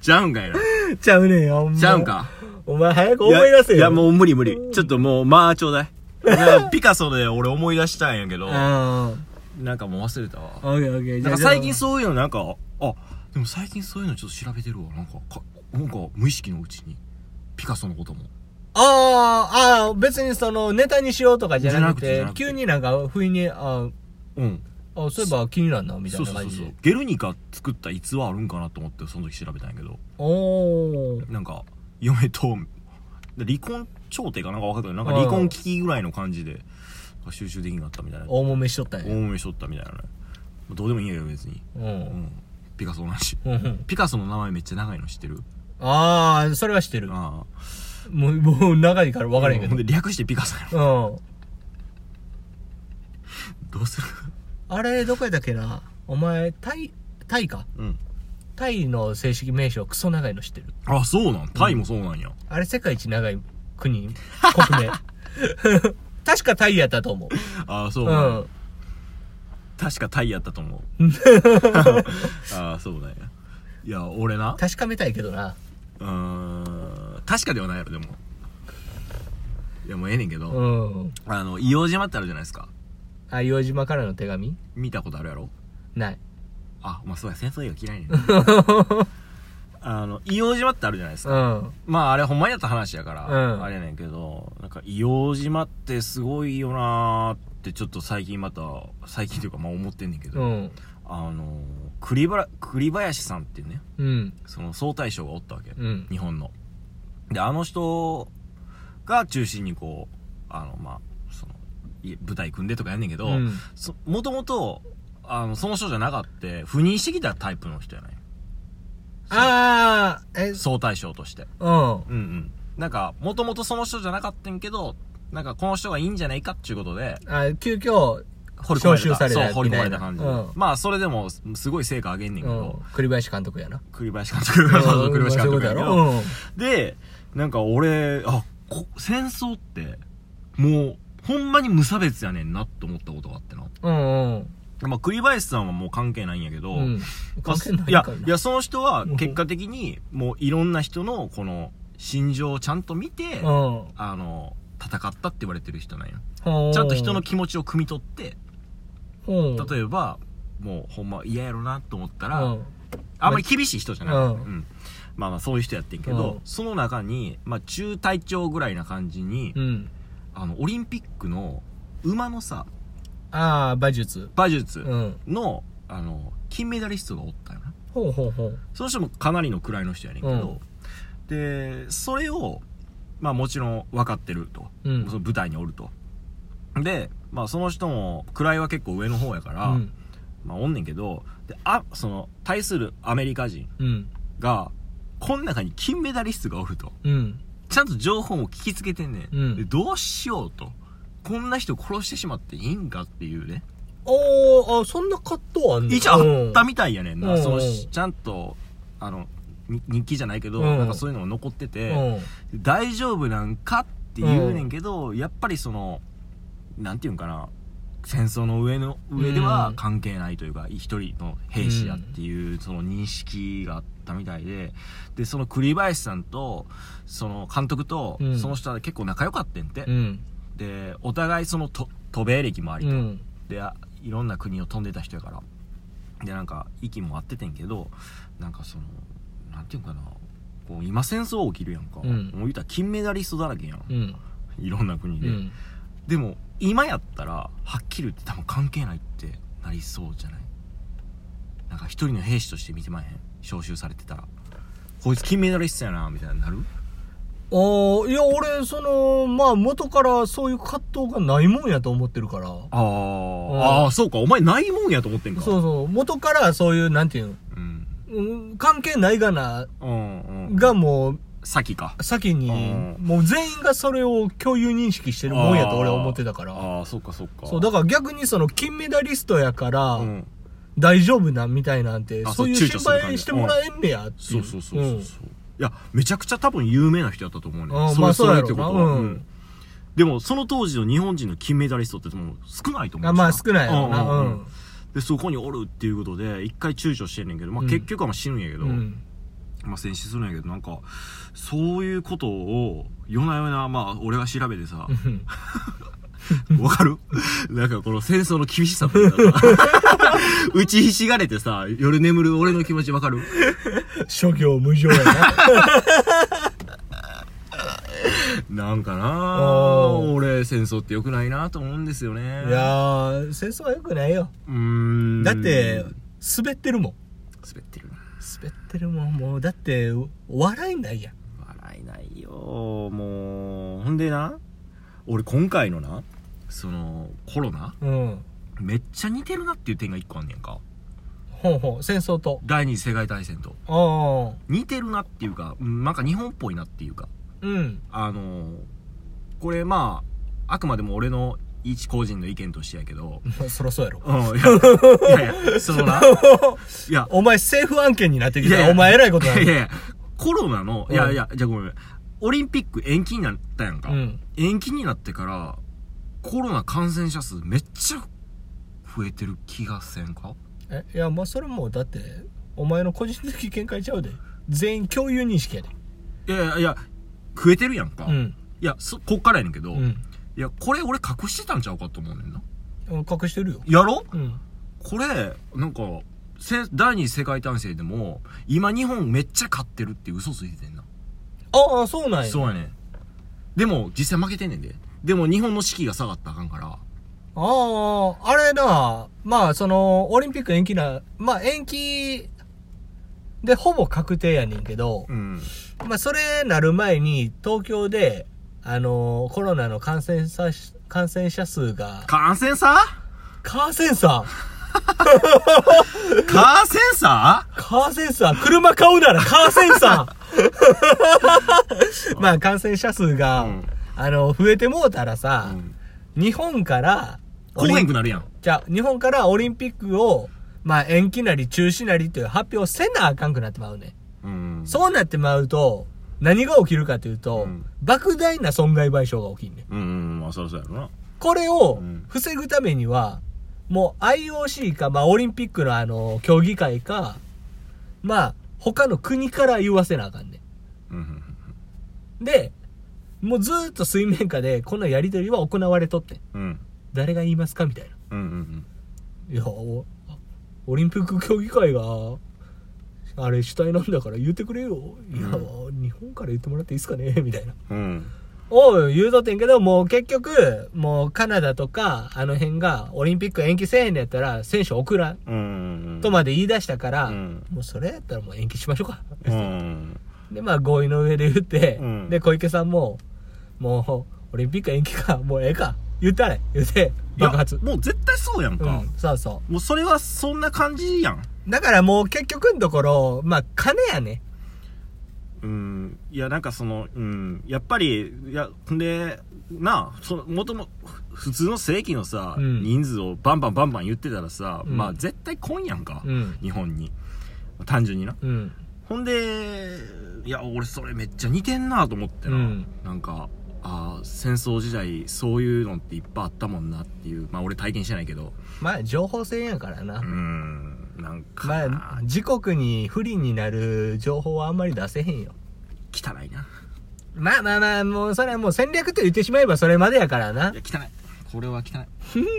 Speaker 1: ちゃうんかいな
Speaker 2: ちゃうねんよ、ほま
Speaker 1: ちゃうん。か
Speaker 2: お前早く思い出せよ。
Speaker 1: いやも
Speaker 2: う。
Speaker 1: う無理無理ちょっともうまあちょうだいなんかピカソで俺思い出したんやけど
Speaker 2: うん。オ
Speaker 1: なんかもう忘れたわ
Speaker 2: ッケーオッケー。
Speaker 1: なんか最近
Speaker 2: じ
Speaker 1: そういうのなんか、あ、でも最近そういうのちょっと調べてるわ。なんか、かなんか無意識のうちに、ピカソのことも。
Speaker 2: あーあー、別にその、ネタにしようとかじゃなく
Speaker 1: じゃ
Speaker 2: て
Speaker 1: なく、て
Speaker 2: 急になんか、不意に、あー
Speaker 1: うん。
Speaker 2: あ、そういえば気になるな、みたい
Speaker 1: そう
Speaker 2: な
Speaker 1: そうそ
Speaker 2: 感
Speaker 1: う
Speaker 2: じ
Speaker 1: そ
Speaker 2: で
Speaker 1: う。。ゲルニカ作った逸話あるんかなと思って、その時調べたんやけど、
Speaker 2: おー。
Speaker 1: なんか、嫁と、離婚調停かなんか分かったけど、なんか離婚危機ぐらいの感じで、収集できなかったみたいな。大
Speaker 2: 大揉めしとったんや。
Speaker 1: 揉めしとったみたいなね。まあどうでもいいんやけど、別に。
Speaker 2: う。
Speaker 1: うんん。ピカソの話。
Speaker 2: うん。
Speaker 1: ピカソの名前めっちゃ長いの知ってる
Speaker 2: ああ、それは知ってる。
Speaker 1: あ
Speaker 2: もう、もう長いから
Speaker 1: あ。
Speaker 2: 分からへんけ
Speaker 1: ほんで、略してピカソやろ。
Speaker 2: ど。うん。
Speaker 1: どうする
Speaker 2: あれ、どこやったっけなお前、タイ、タイか。
Speaker 1: うん。
Speaker 2: タイの正式名称、クソ長いの知ってる。
Speaker 1: あ、そうなんタイもそうなんや。
Speaker 2: あれ、世界一長い国、国名。 確かタイやったと思う。
Speaker 1: あそううなんや
Speaker 2: ん。
Speaker 1: 確かタイやったと 思う。ああ、そうなんや。いや、俺な。
Speaker 2: 確かめたいけどな。
Speaker 1: うーん。確かではないやろ、でも。いや、もうええねんけど。
Speaker 2: うん。
Speaker 1: あの、硫黄島ってあるじゃないですか。
Speaker 2: あ、硫黄島からの手紙
Speaker 1: 見たことあるやろ
Speaker 2: ない。
Speaker 1: あ、まあ、そうや、戦争映画嫌いねん。 あの、硫黄島ってあるじゃないです
Speaker 2: う
Speaker 1: か。
Speaker 2: ん。
Speaker 1: まあ、あれほんまにあった話やから、
Speaker 2: うん
Speaker 1: あれやねんけど、なんか、硫黄島ってすごいよなーって、ちょっと最近また、最近というか、まあ思ってんねんけど、
Speaker 2: うん。
Speaker 1: あのー、栗ばら栗林さんっていうね、
Speaker 2: うん。
Speaker 1: その総大将がおったわけ。
Speaker 2: うん。
Speaker 1: 日本の。で、あの人が中心にこう、あの、まあ、その、い舞台組んでとかやんねんけど、
Speaker 2: うん
Speaker 1: そ、もともと、あの、その人じゃなかって、赴任してきたタイプの人やない。
Speaker 2: ああ、え、
Speaker 1: 総大将として。
Speaker 2: うん。
Speaker 1: うんうん。なんか、もともとその人じゃなかったんけど、なんかこの人がいいんじゃないかっていうことで、
Speaker 2: あ急遽、
Speaker 1: 掘り込まれた。
Speaker 2: 招集された
Speaker 1: そう、掘り込まれた感じで。
Speaker 2: みたいなうん
Speaker 1: まあ、それでも、すすごい成果上げんねんけ
Speaker 2: う
Speaker 1: ど、
Speaker 2: ん。栗林監督やな。
Speaker 1: 栗林監督。 そうそう栗林監督やけど、
Speaker 2: うん。
Speaker 1: で、なんか俺、あ、こ戦争って、もう、ほんまに無差別やねんなって思ったことがあってな。
Speaker 2: うんうん。
Speaker 1: まあ、栗林さんはもう関係ないんやけど、
Speaker 2: うん。
Speaker 1: まあ
Speaker 2: 関係ない
Speaker 1: いや
Speaker 2: かいな、
Speaker 1: いや、その人は結果的に、もういろんな人の、この、心情をちゃんと見て、
Speaker 2: うん。
Speaker 1: あの、戦ったって言われてる人なんや。
Speaker 2: ち
Speaker 1: ちゃんと人の気持ちを汲み取って、
Speaker 2: うん、
Speaker 1: 例えば、もうほんま嫌やろなと思った
Speaker 2: う
Speaker 1: ら
Speaker 2: ん、
Speaker 1: あんまり厳しい人じゃない。
Speaker 2: うん
Speaker 1: うん。まあまあそういう人やってんけ
Speaker 2: うん
Speaker 1: ど、その中に、まあ中隊長ぐらいな感じに
Speaker 2: う、ん。
Speaker 1: あの、オリンピックの馬のさ、
Speaker 2: ああ、馬術。
Speaker 1: 馬術
Speaker 2: うん。
Speaker 1: の、あの、金メダリストがおったよな。
Speaker 2: ほうほうほう。
Speaker 1: その人もかなりの位の人やねんけど、で、それを、まあもちろん分かってると。
Speaker 2: うん
Speaker 1: その舞台におると。で、まあその人も位は結構上の方やから、
Speaker 2: うん。
Speaker 1: まあおんねんけど、で、あ、その、対するアメリカ人
Speaker 2: うん。
Speaker 1: が、こん中に金メダリストがおると。
Speaker 2: うん。
Speaker 1: ちゃんと情報も聞きつけてんねん。
Speaker 2: うん
Speaker 1: でどうしようと。こんな人殺してしまっていいんかっていうね。
Speaker 2: おー、あ、そんな葛藤あんの
Speaker 1: 一応あったみたいやねんな。
Speaker 2: うん
Speaker 1: その
Speaker 2: うん
Speaker 1: ちゃんと、あの、に日記じゃないけど、
Speaker 2: うん
Speaker 1: なんかそういうのが残ってて、
Speaker 2: うん。
Speaker 1: 大丈夫なんかって言うねんけど、やっぱりその、なんていうんかな、戦争の上の、上では関係ないというか、一人の兵士やっていう、その認識があったみたいで、で、その栗林さんと、その監督と
Speaker 2: う、ん
Speaker 1: その人は結構仲良かってんて。
Speaker 2: うん。
Speaker 1: で、お互いそのと、渡米歴もあり
Speaker 2: う
Speaker 1: と、
Speaker 2: ん。
Speaker 1: で、あいろんな国を飛んでた人やから。で、なんか、息も合っててんけど、なんかその、なんていうんかな、こう今戦争起きるやんか。
Speaker 2: うん
Speaker 1: もう言ったら金メダリストだらけやん。
Speaker 2: うん。
Speaker 1: いろんな国
Speaker 2: う
Speaker 1: で。
Speaker 2: ん。
Speaker 1: でも、今やったら、はっきり言って多分関係ないってなりそうじゃないなんか一人の兵士として見てまえへん。招集されてたら。こいつ金メダリストやな、みたいになる
Speaker 2: おー、いや、俺、その、まあ、元からそういう葛藤がないもんやと思ってるから。
Speaker 1: あー、あー、そうか。お前ないもんやと思ってんか。
Speaker 2: そうそう。元からそういう、なんていうの
Speaker 1: うん。
Speaker 2: うん、関係ないがな、
Speaker 1: うんうん。
Speaker 2: がもう、
Speaker 1: 先か。
Speaker 2: 先に
Speaker 1: うん、
Speaker 2: もう全員がそれを共有認識してるもんやと俺は思ってたから。
Speaker 1: ああ、そうかそうか。
Speaker 2: そう、だから逆にその金メダリストやから、
Speaker 1: うん。
Speaker 2: 大丈夫なんみたいなんて、
Speaker 1: あ
Speaker 2: そういう
Speaker 1: そう躊
Speaker 2: 心
Speaker 1: 躇する感じ
Speaker 2: 配してもらえんねやってい
Speaker 1: そう
Speaker 2: う。
Speaker 1: そうそうそうそう。いや、めちゃくちゃ多分有名な人やったと思うね。
Speaker 2: あー
Speaker 1: れ
Speaker 2: まあそうやろうな
Speaker 1: れってことは
Speaker 2: うん
Speaker 1: でも、その当時の日本人の金メダリストってもう少ないと
Speaker 2: う
Speaker 1: 思う
Speaker 2: んあ
Speaker 1: し
Speaker 2: まあ少ないやろな。
Speaker 1: う
Speaker 2: うん
Speaker 1: うんん。で、そこにおるっていうことで、一回躊躇してんねんけど、まあ
Speaker 2: うん
Speaker 1: 結局はまあ死ぬんやけど、
Speaker 2: うん。
Speaker 1: まあ戦死するんやけど、なんか、そういうことを、夜な夜な、まあ俺が調べてさ、 わかるなんかこの戦争の厳しさっていうかさ 打ちひしがれてさ、夜眠る俺の気持ちわかる
Speaker 2: 諸行無常やな。
Speaker 1: なんかな
Speaker 2: あ
Speaker 1: あ
Speaker 2: ー
Speaker 1: 俺戦争って良くないなと思うんですよね
Speaker 2: いやー、戦争は良くないよ。
Speaker 1: うーん
Speaker 2: だって、滑ってるもん。
Speaker 1: 滑ってるな
Speaker 2: 滑ってるもん。もう、だって、笑いないやん。
Speaker 1: 笑えないよもうほんでな俺今回のなそのコロナ
Speaker 2: うん。
Speaker 1: めっちゃ似てるなっていう点が一個あんねんか
Speaker 2: ほうほう、戦争と。
Speaker 1: 第二次世界大戦と
Speaker 2: ああ。
Speaker 1: 似てるなっていうかうんなんか日本っぽいなっていうか
Speaker 2: うん。
Speaker 1: あのーこれまああくまでも俺の一個人の意見としてやけど
Speaker 2: まあそらそうやろ。
Speaker 1: うんいやいやいやそのないや
Speaker 2: お前、政府案件になってき
Speaker 1: い
Speaker 2: た
Speaker 1: やい
Speaker 2: ら、
Speaker 1: や
Speaker 2: お前偉いこと
Speaker 1: い
Speaker 2: にな
Speaker 1: やい
Speaker 2: る。
Speaker 1: やいやコロナの、いやいや、じゃあごめん。オリンピック延期になったやんか。
Speaker 2: うん。
Speaker 1: 延期になってから、コロナ感染者数めっちゃ増えてる気がせんか
Speaker 2: え、いや、まあ、それも、だって、お前の個人的見解ちゃうで。全員共有認識やで。
Speaker 1: いやいやいや、増えてるやんか。
Speaker 2: う
Speaker 1: い
Speaker 2: ん。
Speaker 1: や、そ、こっからやねんけど、
Speaker 2: うん。
Speaker 1: いや、これ俺隠してたんちゃうかと思うねんな。
Speaker 2: 隠してるよ。
Speaker 1: やろ
Speaker 2: うん。
Speaker 1: これ、なんか、せ第二次世界大戦でも、今日本めっちゃ勝ってるって嘘ついてんな。
Speaker 2: ああ、そうなんや。
Speaker 1: そうやねん。でも、実際負けてんねんで。でも日本の士気が下がったらあかんから、
Speaker 2: ああ、あれな、まあその、オリンピック延期な、まあ延期でほぼ確定やねんけど、
Speaker 1: うん。
Speaker 2: まあそれなる前に東京で、あのコロナの感染者、感染者数が、
Speaker 1: 感染 さ
Speaker 2: カーセンサ
Speaker 1: カーセンサ
Speaker 2: ーカーセンサー車買うならカーセンサー まあ感染者数が、
Speaker 1: うん
Speaker 2: あの、増えてもうたら
Speaker 1: ー
Speaker 2: さ、日本から、
Speaker 1: 来へんくなるやん。
Speaker 2: じゃあ、日本からオリンピックを、まあ、延期なり中止なりという発表をせなあかんくなってまうね。
Speaker 1: うん
Speaker 2: そうなってまうと、何が起きるかというと、
Speaker 1: うん
Speaker 2: 莫大な損害賠償が起きんねん。
Speaker 1: うんうん、まあそりゃそうやろな。
Speaker 2: これを
Speaker 1: うん
Speaker 2: 防ぐためには、もう IOC か、まあ、オリンピックのあの、競技会か、まあ、他の国から言わせなあかんね
Speaker 1: うんうん
Speaker 2: ん。で、もうずーっと水面下で、このやりとりは行われとってん。
Speaker 1: うん。うん。
Speaker 2: 誰が言いますかみたいな。
Speaker 1: うんうん
Speaker 2: いやおオリンピック競技会があれ主体なんだから言ってくれよいや、日本から言ってもらっていいですかねみたいな
Speaker 1: うん。うん。
Speaker 2: おう言うとってんけどもう結局もうカナダとかあの辺がオリンピック延期せえへんのやったら選手送らん
Speaker 1: うんうんうん。
Speaker 2: とまで言い出したから、
Speaker 1: うん
Speaker 2: もうそれやったらもう延期しましょうか
Speaker 1: うん。
Speaker 2: でまあ合意の上で言って、
Speaker 1: うん
Speaker 2: で小池さんももうオリンピック延期かもうええか言ったれ言って爆発
Speaker 1: いやもう絶対そうやん
Speaker 2: う
Speaker 1: か。
Speaker 2: んそうそう
Speaker 1: もうそれはそんな感じやん。
Speaker 2: だからもう結局のところ、まあ金やね。
Speaker 1: うん。いや、なんかその、うん。やっぱり、いや、ほんで、なあ、その、もとも、ふ普通の正規のさ、
Speaker 2: うん
Speaker 1: 人数をバンバンバンバン言ってたらさ、
Speaker 2: うん
Speaker 1: まあ絶対来んやんか。
Speaker 2: ん。
Speaker 1: 日本に。単純にな。
Speaker 2: うん。
Speaker 1: ほんで、いや、俺それめっちゃ似てんなと思ってな。
Speaker 2: うん
Speaker 1: なんか、ああ、戦争時代、そういうのっていっぱいあったもんなっていう。まあ俺体験してないけど。
Speaker 2: まあ情報戦やからな。
Speaker 1: うーん、なんか、
Speaker 2: まあ、自国に不利になる情報はあんまり出せへんよ。
Speaker 1: 汚いな。。
Speaker 2: まあまあまあ、もうそれはもう戦略と言ってしまえばそれまでやからない
Speaker 1: や、汚い。これは汚い。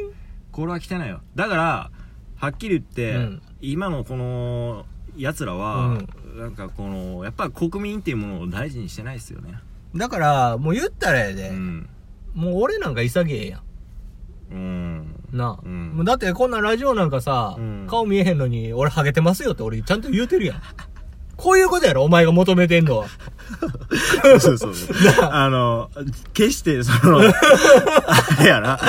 Speaker 1: これは汚いよ。だから、はっきり言って、
Speaker 2: うん
Speaker 1: 今のこの、奴らは、なんかこの、やっぱ国民っていうものを大事にしてないですよね。
Speaker 2: だから、もう言ったらやで、
Speaker 1: うん。
Speaker 2: もう俺なんか潔いや
Speaker 1: うん。
Speaker 2: ん。なあ。
Speaker 1: うん
Speaker 2: もうだってこんなラジオなんかさ、
Speaker 1: うん
Speaker 2: 顔見えへんのに俺ハゲてますよって俺ちゃんと言うてるやん。 こういうことやろ、お前が求めてんのは。
Speaker 1: そうそうそう。 あの、決して、その、あれやな、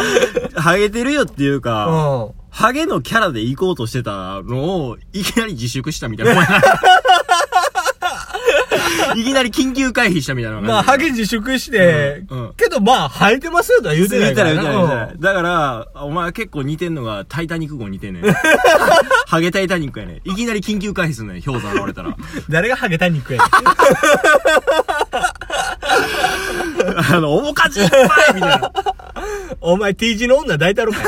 Speaker 1: ハゲてるよっていうか、
Speaker 2: うん。
Speaker 1: ハゲのキャラで行こうとしてたのを、いきなり自粛したみたい な。いきなり緊急回避したみたいな。
Speaker 2: まあ、ハゲ自粛して、
Speaker 1: うんうん
Speaker 2: けどまあ、生えてますよとは言うてな
Speaker 1: 言
Speaker 2: いう
Speaker 1: た
Speaker 2: からら
Speaker 1: 言
Speaker 2: な。
Speaker 1: うたら言うたら。だから、お前結構似てんのが、タイタニック号似てんねん。ハゲタイタニックやねん。いきなり緊急回避すんねん、氷山現れたら。
Speaker 2: うん誰がハゲタニックやねん。
Speaker 1: あの、面かじいっぱいみたいな。
Speaker 2: お前 T 字の女大太郎か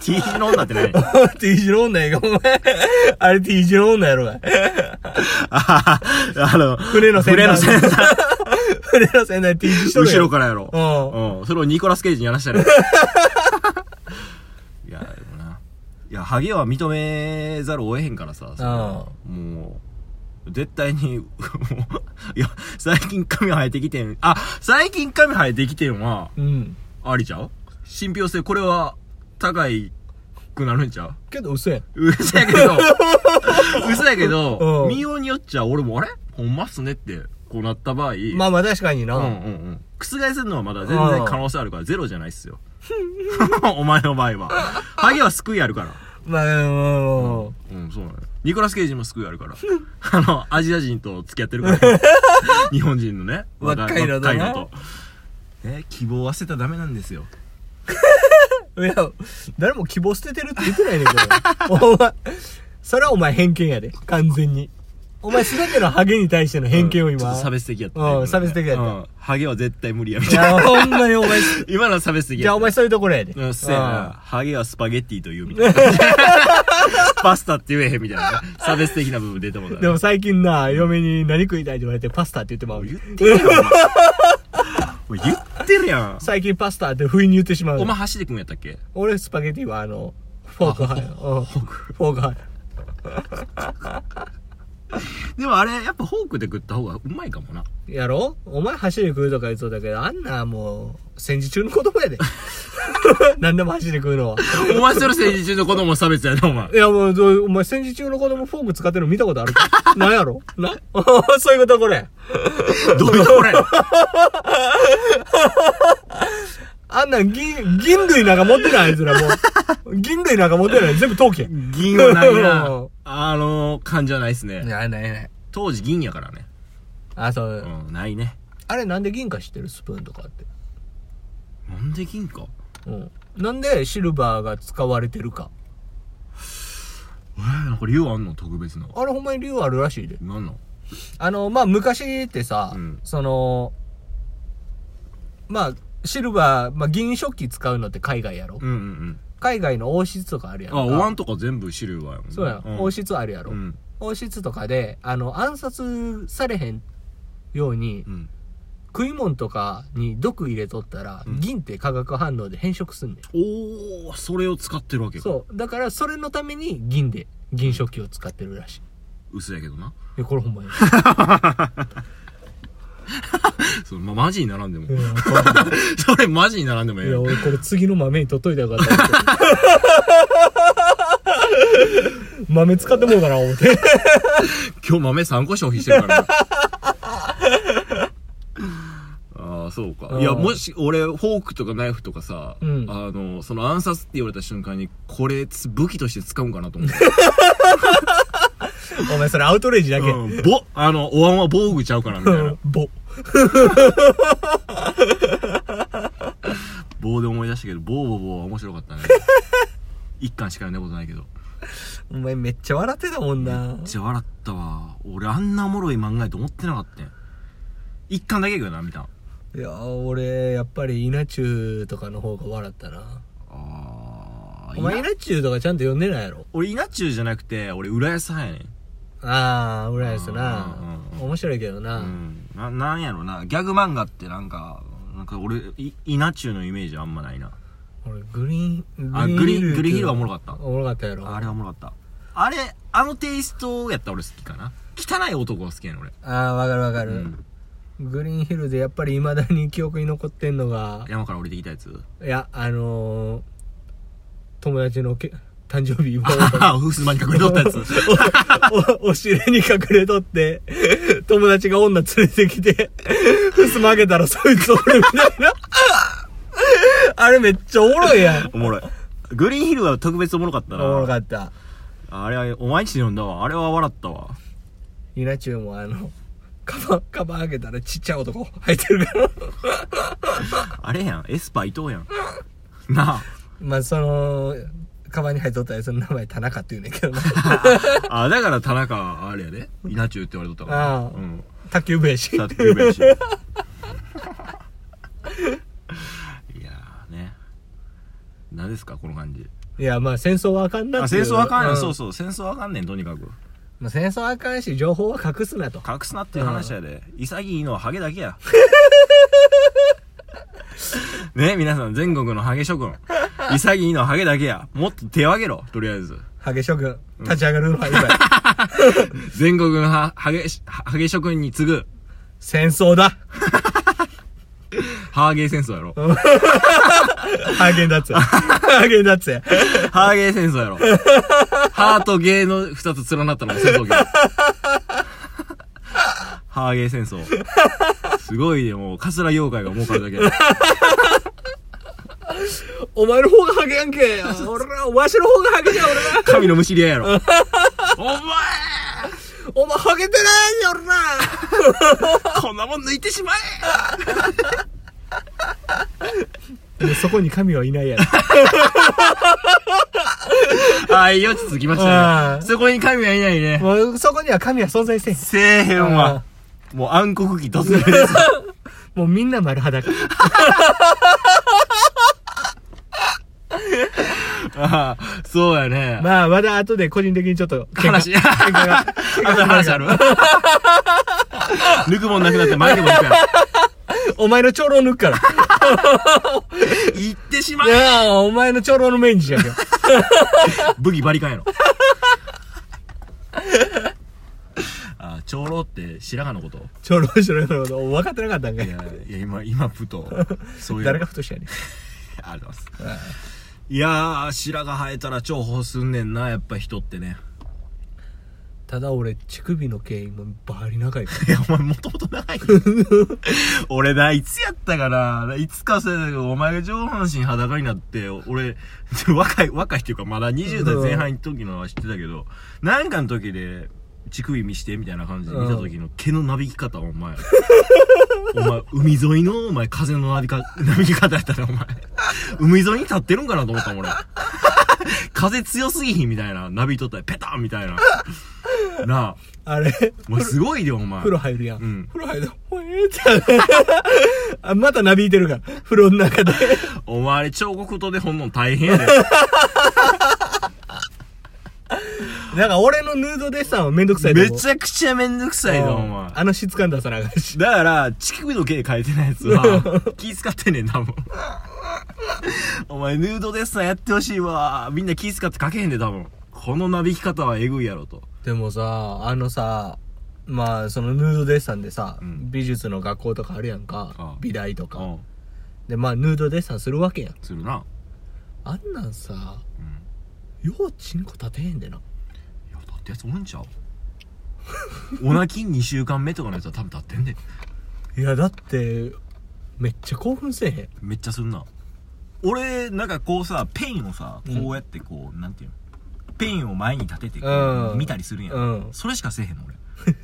Speaker 1: T 字の女ってね。
Speaker 2: T 字の女やが、お前。あれ T 字の女やろが。
Speaker 1: あの、
Speaker 2: 船の先
Speaker 1: 船の
Speaker 2: 端。
Speaker 1: 先端。
Speaker 2: 船の先端 T 字しとる
Speaker 1: 後
Speaker 2: やん
Speaker 1: ろからやろ。
Speaker 2: うん
Speaker 1: うん。それをニコラス・ケイジにやらしたね。 いや、でもな。いや、ハゲは認めざるを得へんからさ、それはもう、絶対に、も ういや、最近髪生えてきてん。あ、最近髪生えてきてんは、
Speaker 2: うん。
Speaker 1: ありちゃう信憑性、これは、高いくなるんちゃう
Speaker 2: けど、嘘やん。
Speaker 1: 嘘やけ ど、嘘やけど
Speaker 2: う、ん
Speaker 1: 見ようによっちゃ俺もあれほんまっすねって、こうなった場合、
Speaker 2: まあまあ確かにな。
Speaker 1: うんうんうん。覆せるのはまだ全然可能性あるから、ゼロじゃないっすよ。 お前の場合は。ハゲは救いあるから。
Speaker 2: まあ、うんうん。
Speaker 1: うん、そうなのよ。ニコラス・ケイジも救いあるから。 あの、アジア人と付き合ってるから。 日本人のね。
Speaker 2: 若いのとな
Speaker 1: 若いと。ね、希望を忘れたらダメなんですよ。
Speaker 2: いや、誰も希望捨ててるって言ってないねんけど。 お前、それはお前偏見やで。完全に。お前すべてのハゲに対しての偏見を
Speaker 1: うんちょ
Speaker 2: 今。
Speaker 1: っと差別的やった、
Speaker 2: うん差別的やった
Speaker 1: うんハゲは絶対無理や、み
Speaker 2: い
Speaker 1: たいな。
Speaker 2: や、ほんまにお前、
Speaker 1: 今のは差別的やった
Speaker 2: じゃあお前そういうところやで。
Speaker 1: うん、せやな
Speaker 2: あ。
Speaker 1: ハゲはスパゲッティと言うみたい な。パスタって言えへんみたいなね。差別的な部分出てもだ
Speaker 2: あ
Speaker 1: ね
Speaker 2: でも最近な、嫁に何食いたいって言われてパスタって言ってまうねん。
Speaker 1: 言ってるやん。お前言ってるやん。
Speaker 2: 最近パスタって不意に言ってしまうねん。
Speaker 1: お前、走ってくんやったっけ
Speaker 2: 俺スパゲティはあの、フォーク派や。うんフォーク派や。
Speaker 1: でもあれ、やっぱフォークで食った方がうまいかもな。
Speaker 2: やろお前走り食うとか言うそうだけど、あんなもう、戦時中の言葉やで。 何でも走り食うのは。
Speaker 1: お前それ政治中の子供差別やな、お前
Speaker 2: い。や、もうどう、お前、戦時中の子供フォーク使ってるの見たことある かなんやろな そういうことこれ。
Speaker 1: どういうこれ
Speaker 2: あんなん、銀、銀類なんか持ってない、あいつらもう。銀類なんか持ってない。全部陶器や。
Speaker 1: 銀はないな
Speaker 2: うん。
Speaker 1: あのー、感じはないっすね。
Speaker 2: や、ないない。
Speaker 1: 当時銀やからね。
Speaker 2: あ、そう。
Speaker 1: うん、ないね。
Speaker 2: あれなんで銀か知ってるスプーンとかって。
Speaker 1: なんで銀か
Speaker 2: うん。なんでシルバーが使われてるか。
Speaker 1: えー、なんか理由あんの特別な。
Speaker 2: あれほんまに理由あるらしいで。
Speaker 1: なんなん
Speaker 2: あの、まあ、昔ってさ、
Speaker 1: うん
Speaker 2: その、まあ、シルバー、まあ、銀食器使うのって海外やろ、
Speaker 1: うんうんうん。
Speaker 2: 海外の王室とかあるやんか。
Speaker 1: あ、お椀とか全部シルバーやもんね
Speaker 2: そうや、
Speaker 1: ん
Speaker 2: 王室あるやろ、
Speaker 1: うん。
Speaker 2: 王室とかであの暗殺されへんように、
Speaker 1: うん。
Speaker 2: 食い物とかに毒入れとったら、
Speaker 1: うん
Speaker 2: 銀って化学反応で変色すんねん
Speaker 1: おー、それを使ってるわけか。
Speaker 2: そうだからそれのために銀で銀食器を使ってるらしい
Speaker 1: 嘘やけどな。
Speaker 2: えこれほんまに
Speaker 1: そう、ま、マジに並んで
Speaker 2: い
Speaker 1: も。
Speaker 2: やこれ
Speaker 1: それマジに並んでもええ
Speaker 2: い
Speaker 1: や
Speaker 2: や
Speaker 1: ん。
Speaker 2: 俺これ次の豆にとっといた らよかったと思って豆使ってもうかな思って
Speaker 1: 今日豆3個消費してるか らな。ああ、そうか。
Speaker 2: うん
Speaker 1: いや、もし、俺、フォークとかナイフとかさ、
Speaker 2: うん
Speaker 1: あの、その暗殺って言われた瞬間に、これ、つ武器として使うんかなと思って。
Speaker 2: お前それアウトレイジだけ、
Speaker 1: うん、ぼ、あの、お椀は防具ちゃうからみたいな。
Speaker 2: ぼ
Speaker 1: 棒で思い出したけど、棒棒棒は面白か ったね。一巻しか読んだことないけど。
Speaker 2: お前めっちゃ笑ってたもん
Speaker 1: め
Speaker 2: な
Speaker 1: っちゃ笑ったわ。俺、あんなおもろい漫画やと思ってなかったん一巻だけやけどな、見たん。
Speaker 2: いやー俺やっぱり稲中とかの方が笑ったな
Speaker 1: あー
Speaker 2: お前
Speaker 1: いな
Speaker 2: 稲中とかちゃんと読んでないやろ
Speaker 1: 俺、稲中じゃなくて、俺、浦安派やねん。
Speaker 2: ああ浦安な
Speaker 1: うんうんうん
Speaker 2: 面白いけどな、
Speaker 1: うん、ななんやろなギャグ漫画ってなんかなんか俺い稲中のイメージあんまないな
Speaker 2: 俺グリーン
Speaker 1: あグリーングリーンヒルはおもろ
Speaker 2: か
Speaker 1: かった
Speaker 2: おもろかったやろ
Speaker 1: あれはおもろかったあれあのテイストやったら俺好きかな汚い男が好きやねん俺
Speaker 2: あーわかるわかる、
Speaker 1: うん
Speaker 2: グリーンヒルでやっぱり未だに記憶に残ってんのが
Speaker 1: 山から降りてきたやつ
Speaker 2: いやあのー、友達のけ誕生日祝おう と
Speaker 1: ああふすまに隠れとったやつ
Speaker 2: お、お 尻に隠れとって、友達が女連れてきて、ふすま開けたらそいつ俺みたいな。あれめっちゃ おもろいやん。
Speaker 1: おもろいグリーンヒルは特別おもろかっ
Speaker 2: お
Speaker 1: たな
Speaker 2: もろかった。
Speaker 1: あれはお前んちで読んだわあれは笑ったわ
Speaker 2: イナチュウもあの、カバン、カバン開けたらちっちゃい男入ってるから。
Speaker 1: あれやんエスパー伊藤やんなあ
Speaker 2: まあその、カバンに入っとったやつの名前田中って言うねんけどな。
Speaker 1: あだから田中はあれやで稲中って言われとったから
Speaker 2: ああ
Speaker 1: うん
Speaker 2: 卓球部やし。
Speaker 1: さてべ しいやーね何ですかこの感じ
Speaker 2: いや、まあ戦争はあかんな
Speaker 1: あ
Speaker 2: ってい
Speaker 1: 戦争
Speaker 2: う
Speaker 1: あかんねん、そうそ
Speaker 2: そ
Speaker 1: う戦争あかんねんとにかく
Speaker 2: う。まあ戦争はあかんし、情報は隠すなと。
Speaker 1: 隠すなっていう話やで潔いのはハゲだけ やね皆さん全国のハゲ諸君潔いのはハゲだけやもっと手を挙げろとりあえず
Speaker 2: ハゲ諸君、立ち上がるのは今や。
Speaker 1: 全国のは、はげし、はげ職人に次ぐ、
Speaker 2: 戦争だ。
Speaker 1: ハーゲー戦争やろ。
Speaker 2: ハーゲンダッツや。ハーゲンダッツや。
Speaker 1: ハーゲー戦争やろ。ハーとゲーの二つ連なったのも戦争ゲー。 ハーゲー戦争。すごいね、もう、カスラ妖怪が儲かるだけだ。
Speaker 2: お前の方がハゲやんけ。俺ら、わしの方がハゲじゃん、俺ら。
Speaker 1: 神のむしり合いやろ。お前
Speaker 2: お前ハゲてないよ、俺ら。
Speaker 1: こんなもん抜いてしま
Speaker 2: もうそこに神はいないやろ。
Speaker 1: えはい、4つ続きました
Speaker 2: うん
Speaker 1: ね。そこに神はいないね。
Speaker 2: もうそこには神は存在せん。
Speaker 1: せえへんわ。もう暗黒期突入です。
Speaker 2: もうみんな丸裸。
Speaker 1: ああそうやね。
Speaker 2: まあ、まだ後で個人的にちょっと喧嘩。
Speaker 1: 話。
Speaker 2: 喧嘩が。
Speaker 1: あと話 ある。抜くもんなくなって前でも行くから。
Speaker 2: お前の長老抜くから。
Speaker 1: 行ってしま
Speaker 2: いやあお前の長老のメインじゃんけ。
Speaker 1: 武器バリカンやろ。 あ、長老って白髪のこと
Speaker 2: 長老しろよ、こと分かってなかったんか
Speaker 1: い
Speaker 2: い。
Speaker 1: や、いや、今、今、ふと、そういう。
Speaker 2: 誰が太しやねん。
Speaker 1: ありがとうございます。いやー、白髪生えたら重宝すんねんな、やっぱ人ってね。
Speaker 2: ただ俺、乳首の毛今、バリ長いから。
Speaker 1: いや、お前もともと長いよ。俺な、いつやったかな。いつかせだけど、お前が上半身裸になって、俺、 若い、若いっていうか、まだ20代前半の時のは知ってたけど、なんかの時で、乳首見してみたいな感じで見た時の毛のなびき方、お前。 お前、海沿いの、お前、風のなびか、 なびき方やったら、お前。海沿いに立ってるんかなと思ったもん、俺。 風強すぎひんみたいな。なびとったら、ペタンみたいな。なあ。
Speaker 2: あれ、風
Speaker 1: お前すごいで、お前。
Speaker 2: 呂入るやん。
Speaker 1: うん
Speaker 2: 風呂入る。ほえーって。 あまたなびいてるから。風呂の 中で。
Speaker 1: お前あれ彫刻刀でほんのん大変やで。
Speaker 2: なんか俺のヌードデッサンはめんどくさいと
Speaker 1: め
Speaker 2: 思う
Speaker 1: ちゃくちゃめんどくさいぞ、お前。
Speaker 2: あの質感出さなあかんし。
Speaker 1: だから、乳首の毛変えてないやつは、気使ってんねん、多分。 お前、ヌードデッサンやってほしいわ。みんな気使って書けへんで、多分。このなびき方はえぐいやろと。
Speaker 2: でもさ、あのさ、まあ、そのヌードデッサンでさ、
Speaker 1: うん
Speaker 2: 美術の学校とかあるや
Speaker 1: あ
Speaker 2: んか
Speaker 1: あ。
Speaker 2: 美大とか。
Speaker 1: うん。
Speaker 2: で、まあ、ヌードデッサンするわけやん。
Speaker 1: するな。
Speaker 2: あんなんさ、
Speaker 1: うん。
Speaker 2: ようチンコ立てへんでな。
Speaker 1: いや、立ってやつおるん ちゃうおなき2週間目とかのやつは多分立ってんで。
Speaker 2: いや、だって、めっちゃ興奮せえへん。
Speaker 1: めっちゃするな俺なんかこうさペンをさ
Speaker 2: うん
Speaker 1: こうやってこう、なんていうのペンを前に立ててこう、
Speaker 2: うん
Speaker 1: 見たりするんや、
Speaker 2: うん
Speaker 1: それしかせえへんの俺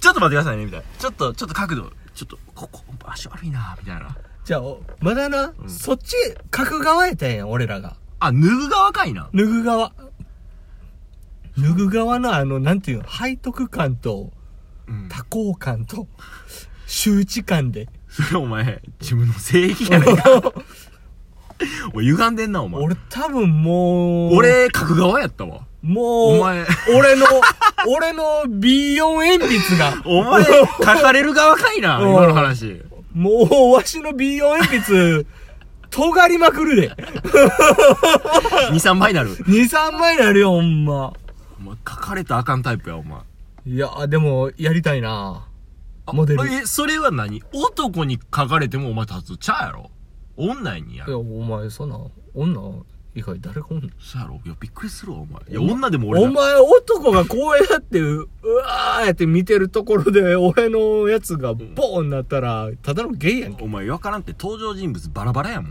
Speaker 1: ちょっと待ってくださいねみたいなちょっとちょっと角度ちょっとここ足悪いなみたいな
Speaker 2: じゃあ、おまだな、
Speaker 1: うん
Speaker 2: そっち、角側やったんや、俺らが。
Speaker 1: あ脱ぐ側かいな
Speaker 2: 脱ぐ側。脱ぐ側のあの、なんていうの、背徳感と、
Speaker 1: うん
Speaker 2: 多幸感と、周知 感で。
Speaker 1: それお前自分の性癖やない かお前歪んでんなお前
Speaker 2: 俺多分もう、、
Speaker 1: 俺角側やったわ
Speaker 2: もう、
Speaker 1: お前
Speaker 2: 俺の、俺の B4 鉛筆が、
Speaker 1: お前書かれる側かいな
Speaker 2: うん
Speaker 1: 今の話
Speaker 2: もう、わしの B4 鉛筆、尖りまくるで。
Speaker 1: 23倍になる
Speaker 2: 2、3枚になるよ、ほんま。
Speaker 1: お前書かれたらあかんタイプやお前
Speaker 2: いや、でも、やりたいなモデル。い
Speaker 1: え、それは何男に書かれてもお前立つちゃうやろ女にや
Speaker 2: や、
Speaker 1: ろ
Speaker 2: お前、そんな、女以外誰かおんの
Speaker 1: そうやろいや、びっくりするわ、お前。いや、女でも俺
Speaker 2: お
Speaker 1: だ。
Speaker 2: 前、男がこうやって、ううわーやって見てるところで、俺のやつがボーンなったら、ただのゲイやんけ。
Speaker 1: お前、わからんって登場人物バラバラやもん。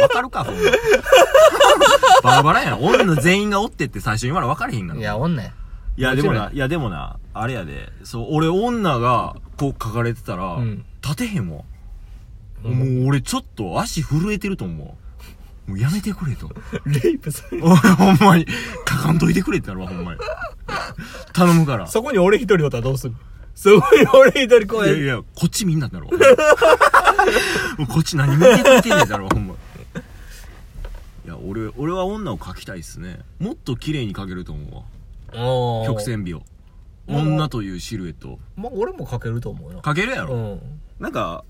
Speaker 1: わかるか、ほん ま。バラバラやん。女全員がおってって最初に言わな分かれへんがな。
Speaker 2: い
Speaker 1: い
Speaker 2: や、おんねん。
Speaker 1: や、でも
Speaker 2: もちろ
Speaker 1: な、いや、でもな、あれやで、そう、俺女がこう書かれてたら、
Speaker 2: うん
Speaker 1: 立てへんわ。
Speaker 2: うん
Speaker 1: もう俺ちょっと足震えてると思う。もうやめてくれと。
Speaker 2: レイプされる。
Speaker 1: おい、ほんまに、書かんといてくれってなるわ、ほんまに。頼むから。
Speaker 2: そこに俺一人おったらどうするそこに俺一人こう
Speaker 1: い
Speaker 2: や
Speaker 1: や
Speaker 2: って
Speaker 1: いや、こっちみんなになるわ。 もうこっち何見てくれてんねんだろ、ほんま。いや、俺、俺は女を描きたいっすね。もっと綺麗に描けると思うわ。
Speaker 2: おー
Speaker 1: 曲。線美を。女というシルエットを。
Speaker 2: まあ、俺も書けると思うよ。
Speaker 1: 描けるや
Speaker 2: う
Speaker 1: ろ。
Speaker 2: ん。
Speaker 1: なんか、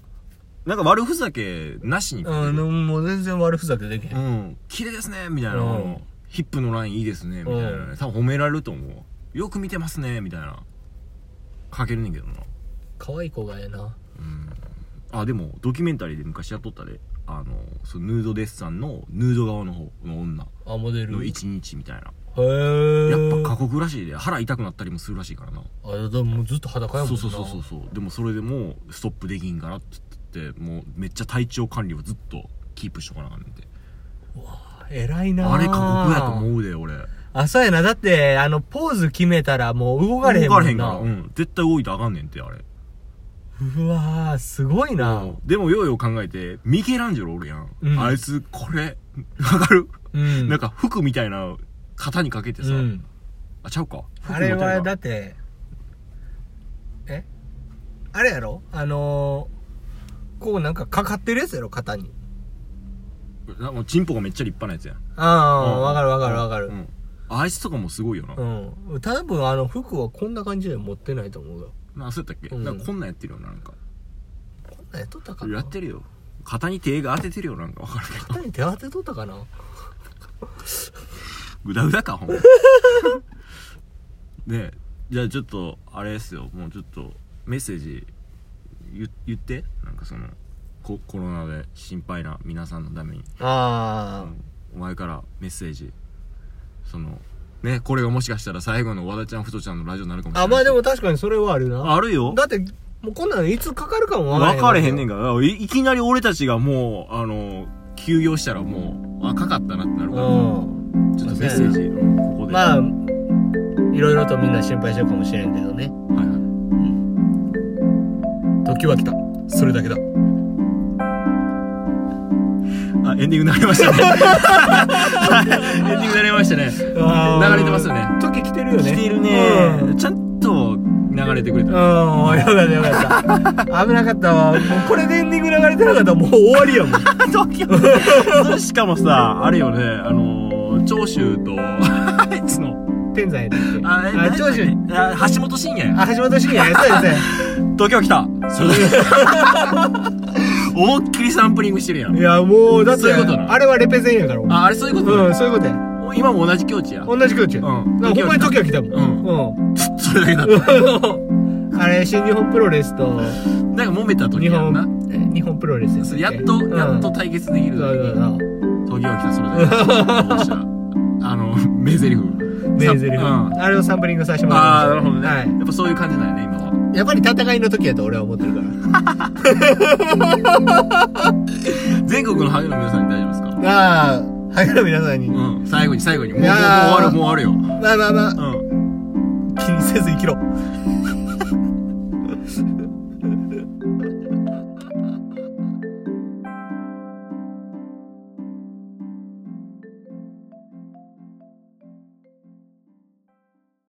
Speaker 1: なんか悪ふざけなしに描
Speaker 2: あ
Speaker 1: ける。
Speaker 2: の、もう全然悪ふざけできへん。
Speaker 1: うん。綺麗ですね、みたいな。
Speaker 2: うん
Speaker 1: あのヒップのラインいいですね、みたいな
Speaker 2: う
Speaker 1: ね。多分褒められると思う。よく見てますね、みたいな。書けるねんけどな。
Speaker 2: 可愛い子がええな
Speaker 1: あ、でも、ドキュメンタリーで昔やっとったで。あの、そのヌードデッサンの、ヌード側の方の女
Speaker 2: あモデル
Speaker 1: の
Speaker 2: へ
Speaker 1: 一日みたいな。
Speaker 2: え
Speaker 1: やっぱ過酷らしいで、腹痛くなったりもするらしいからな。
Speaker 2: あれでもずっと裸やもん
Speaker 1: そう
Speaker 2: な
Speaker 1: そうそうそうそうでもそれでもうストップできんからって言ってもうめっちゃ体調管理をずっとキープしとかなあかんねんて
Speaker 2: 偉いな
Speaker 1: あれ過酷やと
Speaker 2: う
Speaker 1: 思うで俺
Speaker 2: あそうやなだってあのポーズ決めたらもう動かれへん
Speaker 1: 動
Speaker 2: も
Speaker 1: か
Speaker 2: ん
Speaker 1: れ
Speaker 2: な
Speaker 1: へんからうん絶対動いたらあかんねんてあれ
Speaker 2: うわーすごいな
Speaker 1: でもようよう考えてミケランジェロおるやん、
Speaker 2: うん
Speaker 1: あいつこれわかる、
Speaker 2: うん
Speaker 1: なんか服みたいな型にかけてさ、
Speaker 2: うん
Speaker 1: あちゃうか服
Speaker 2: あれ
Speaker 1: みたい
Speaker 2: は
Speaker 1: な
Speaker 2: だってえあれやろあのー、こうなんかかかってるやつやろ肩に
Speaker 1: なもうチンポがめっちゃ立派なやつやん
Speaker 2: ああ
Speaker 1: うん
Speaker 2: わ、かるわかるわかる
Speaker 1: うんあいつとかもすごいよな、
Speaker 2: うん、多分あの服はこんな感じで持ってないと思うよ
Speaker 1: なそうやったっけ、
Speaker 2: うん
Speaker 1: なんかこんなんやってるよななんか
Speaker 2: こんなんやっとったかな
Speaker 1: やってるよ肩に手が当ててるよなんかわかる けど
Speaker 2: 肩に手当てとったかな
Speaker 1: グダグダかほんま ねえじゃあちょっとあれですよもうちょっとメッセージ言言ってなんかそのココロナで心配な皆さんのために、
Speaker 2: あ
Speaker 1: うんお前からメッセージそのねこれがもしかしたら最後の和田ちゃんふとちゃんのラジオになるかもしれない
Speaker 2: あ、まあで
Speaker 1: し
Speaker 2: も確かにそれはあるな。
Speaker 1: あるよ
Speaker 2: だって、もうこんなのいつかかるかもわ
Speaker 1: 分かれへんねん
Speaker 2: か。
Speaker 1: からいいきなり俺たちがもうあの休業したらもうあかかったなってなるからら、
Speaker 2: うん。
Speaker 1: ちょっとメッセージ、うんここで
Speaker 2: まあ、いろいろとみんな心配してるかもしれんけどね。
Speaker 1: はいはい
Speaker 2: 時は来た。それだけだ。
Speaker 1: あ、エンディング流れました ね。はいエンディング流れましたね。流
Speaker 2: 流
Speaker 1: れてますよね。
Speaker 2: 時来てるよね。
Speaker 1: 来ている
Speaker 2: うん
Speaker 1: ね。ちゃんと流れてくれ
Speaker 2: うん、
Speaker 1: た。
Speaker 2: よかったよかった。危なかったわ。もうこれでエンディング流れてなかったらもう終わりやもん。
Speaker 1: 東京それしかもさ、あれよね、あのー、長州と、 あいつの、
Speaker 2: 天才やったっけ
Speaker 1: あ、え
Speaker 2: あ、長州。
Speaker 1: あ橋本真也や。
Speaker 2: あ、橋本真也、そうですね。
Speaker 1: 東京来た。それ 思いっきりサンプリングしてるや
Speaker 2: い
Speaker 1: ん。
Speaker 2: や、もう、だって、
Speaker 1: そういうことな
Speaker 2: あれはレペゼンやから、俺
Speaker 1: あ、あれそういうこと
Speaker 2: う
Speaker 1: ね
Speaker 2: ん、そういうことや。
Speaker 1: 今も同じ境地や。
Speaker 2: 同じ空中。
Speaker 1: うん
Speaker 2: だからほんまに時は来たもん。
Speaker 1: うん
Speaker 2: うん。
Speaker 1: それだけだった。
Speaker 2: あれ、新日本プロレスと、
Speaker 1: なんか揉めた時
Speaker 2: 日
Speaker 1: やんな。
Speaker 2: 本、え日本プロレス
Speaker 1: そ
Speaker 2: す
Speaker 1: うやっと、やっと
Speaker 2: うん
Speaker 1: 対決できる
Speaker 2: そう
Speaker 1: 時に
Speaker 2: そう。そう。
Speaker 1: 東京来たそれだけどうしたあの名台詞
Speaker 2: 名台詞、
Speaker 1: うん
Speaker 2: あれをサンプリングさせてもらいました
Speaker 1: ああなるほどね、
Speaker 2: は。
Speaker 1: やっぱそういう感じだよね今はい
Speaker 2: やっぱり戦いの時やと俺は思ってるから。
Speaker 1: 全国のハゲの皆さんに大丈夫ですか
Speaker 2: ああ、萩の皆さんに。
Speaker 1: うん最後に最後にもう
Speaker 2: い
Speaker 1: もう
Speaker 2: や
Speaker 1: もう
Speaker 2: ー
Speaker 1: 終わるもう終わ
Speaker 2: まあまあまあ、
Speaker 1: るよ
Speaker 2: 気にせず生きろ。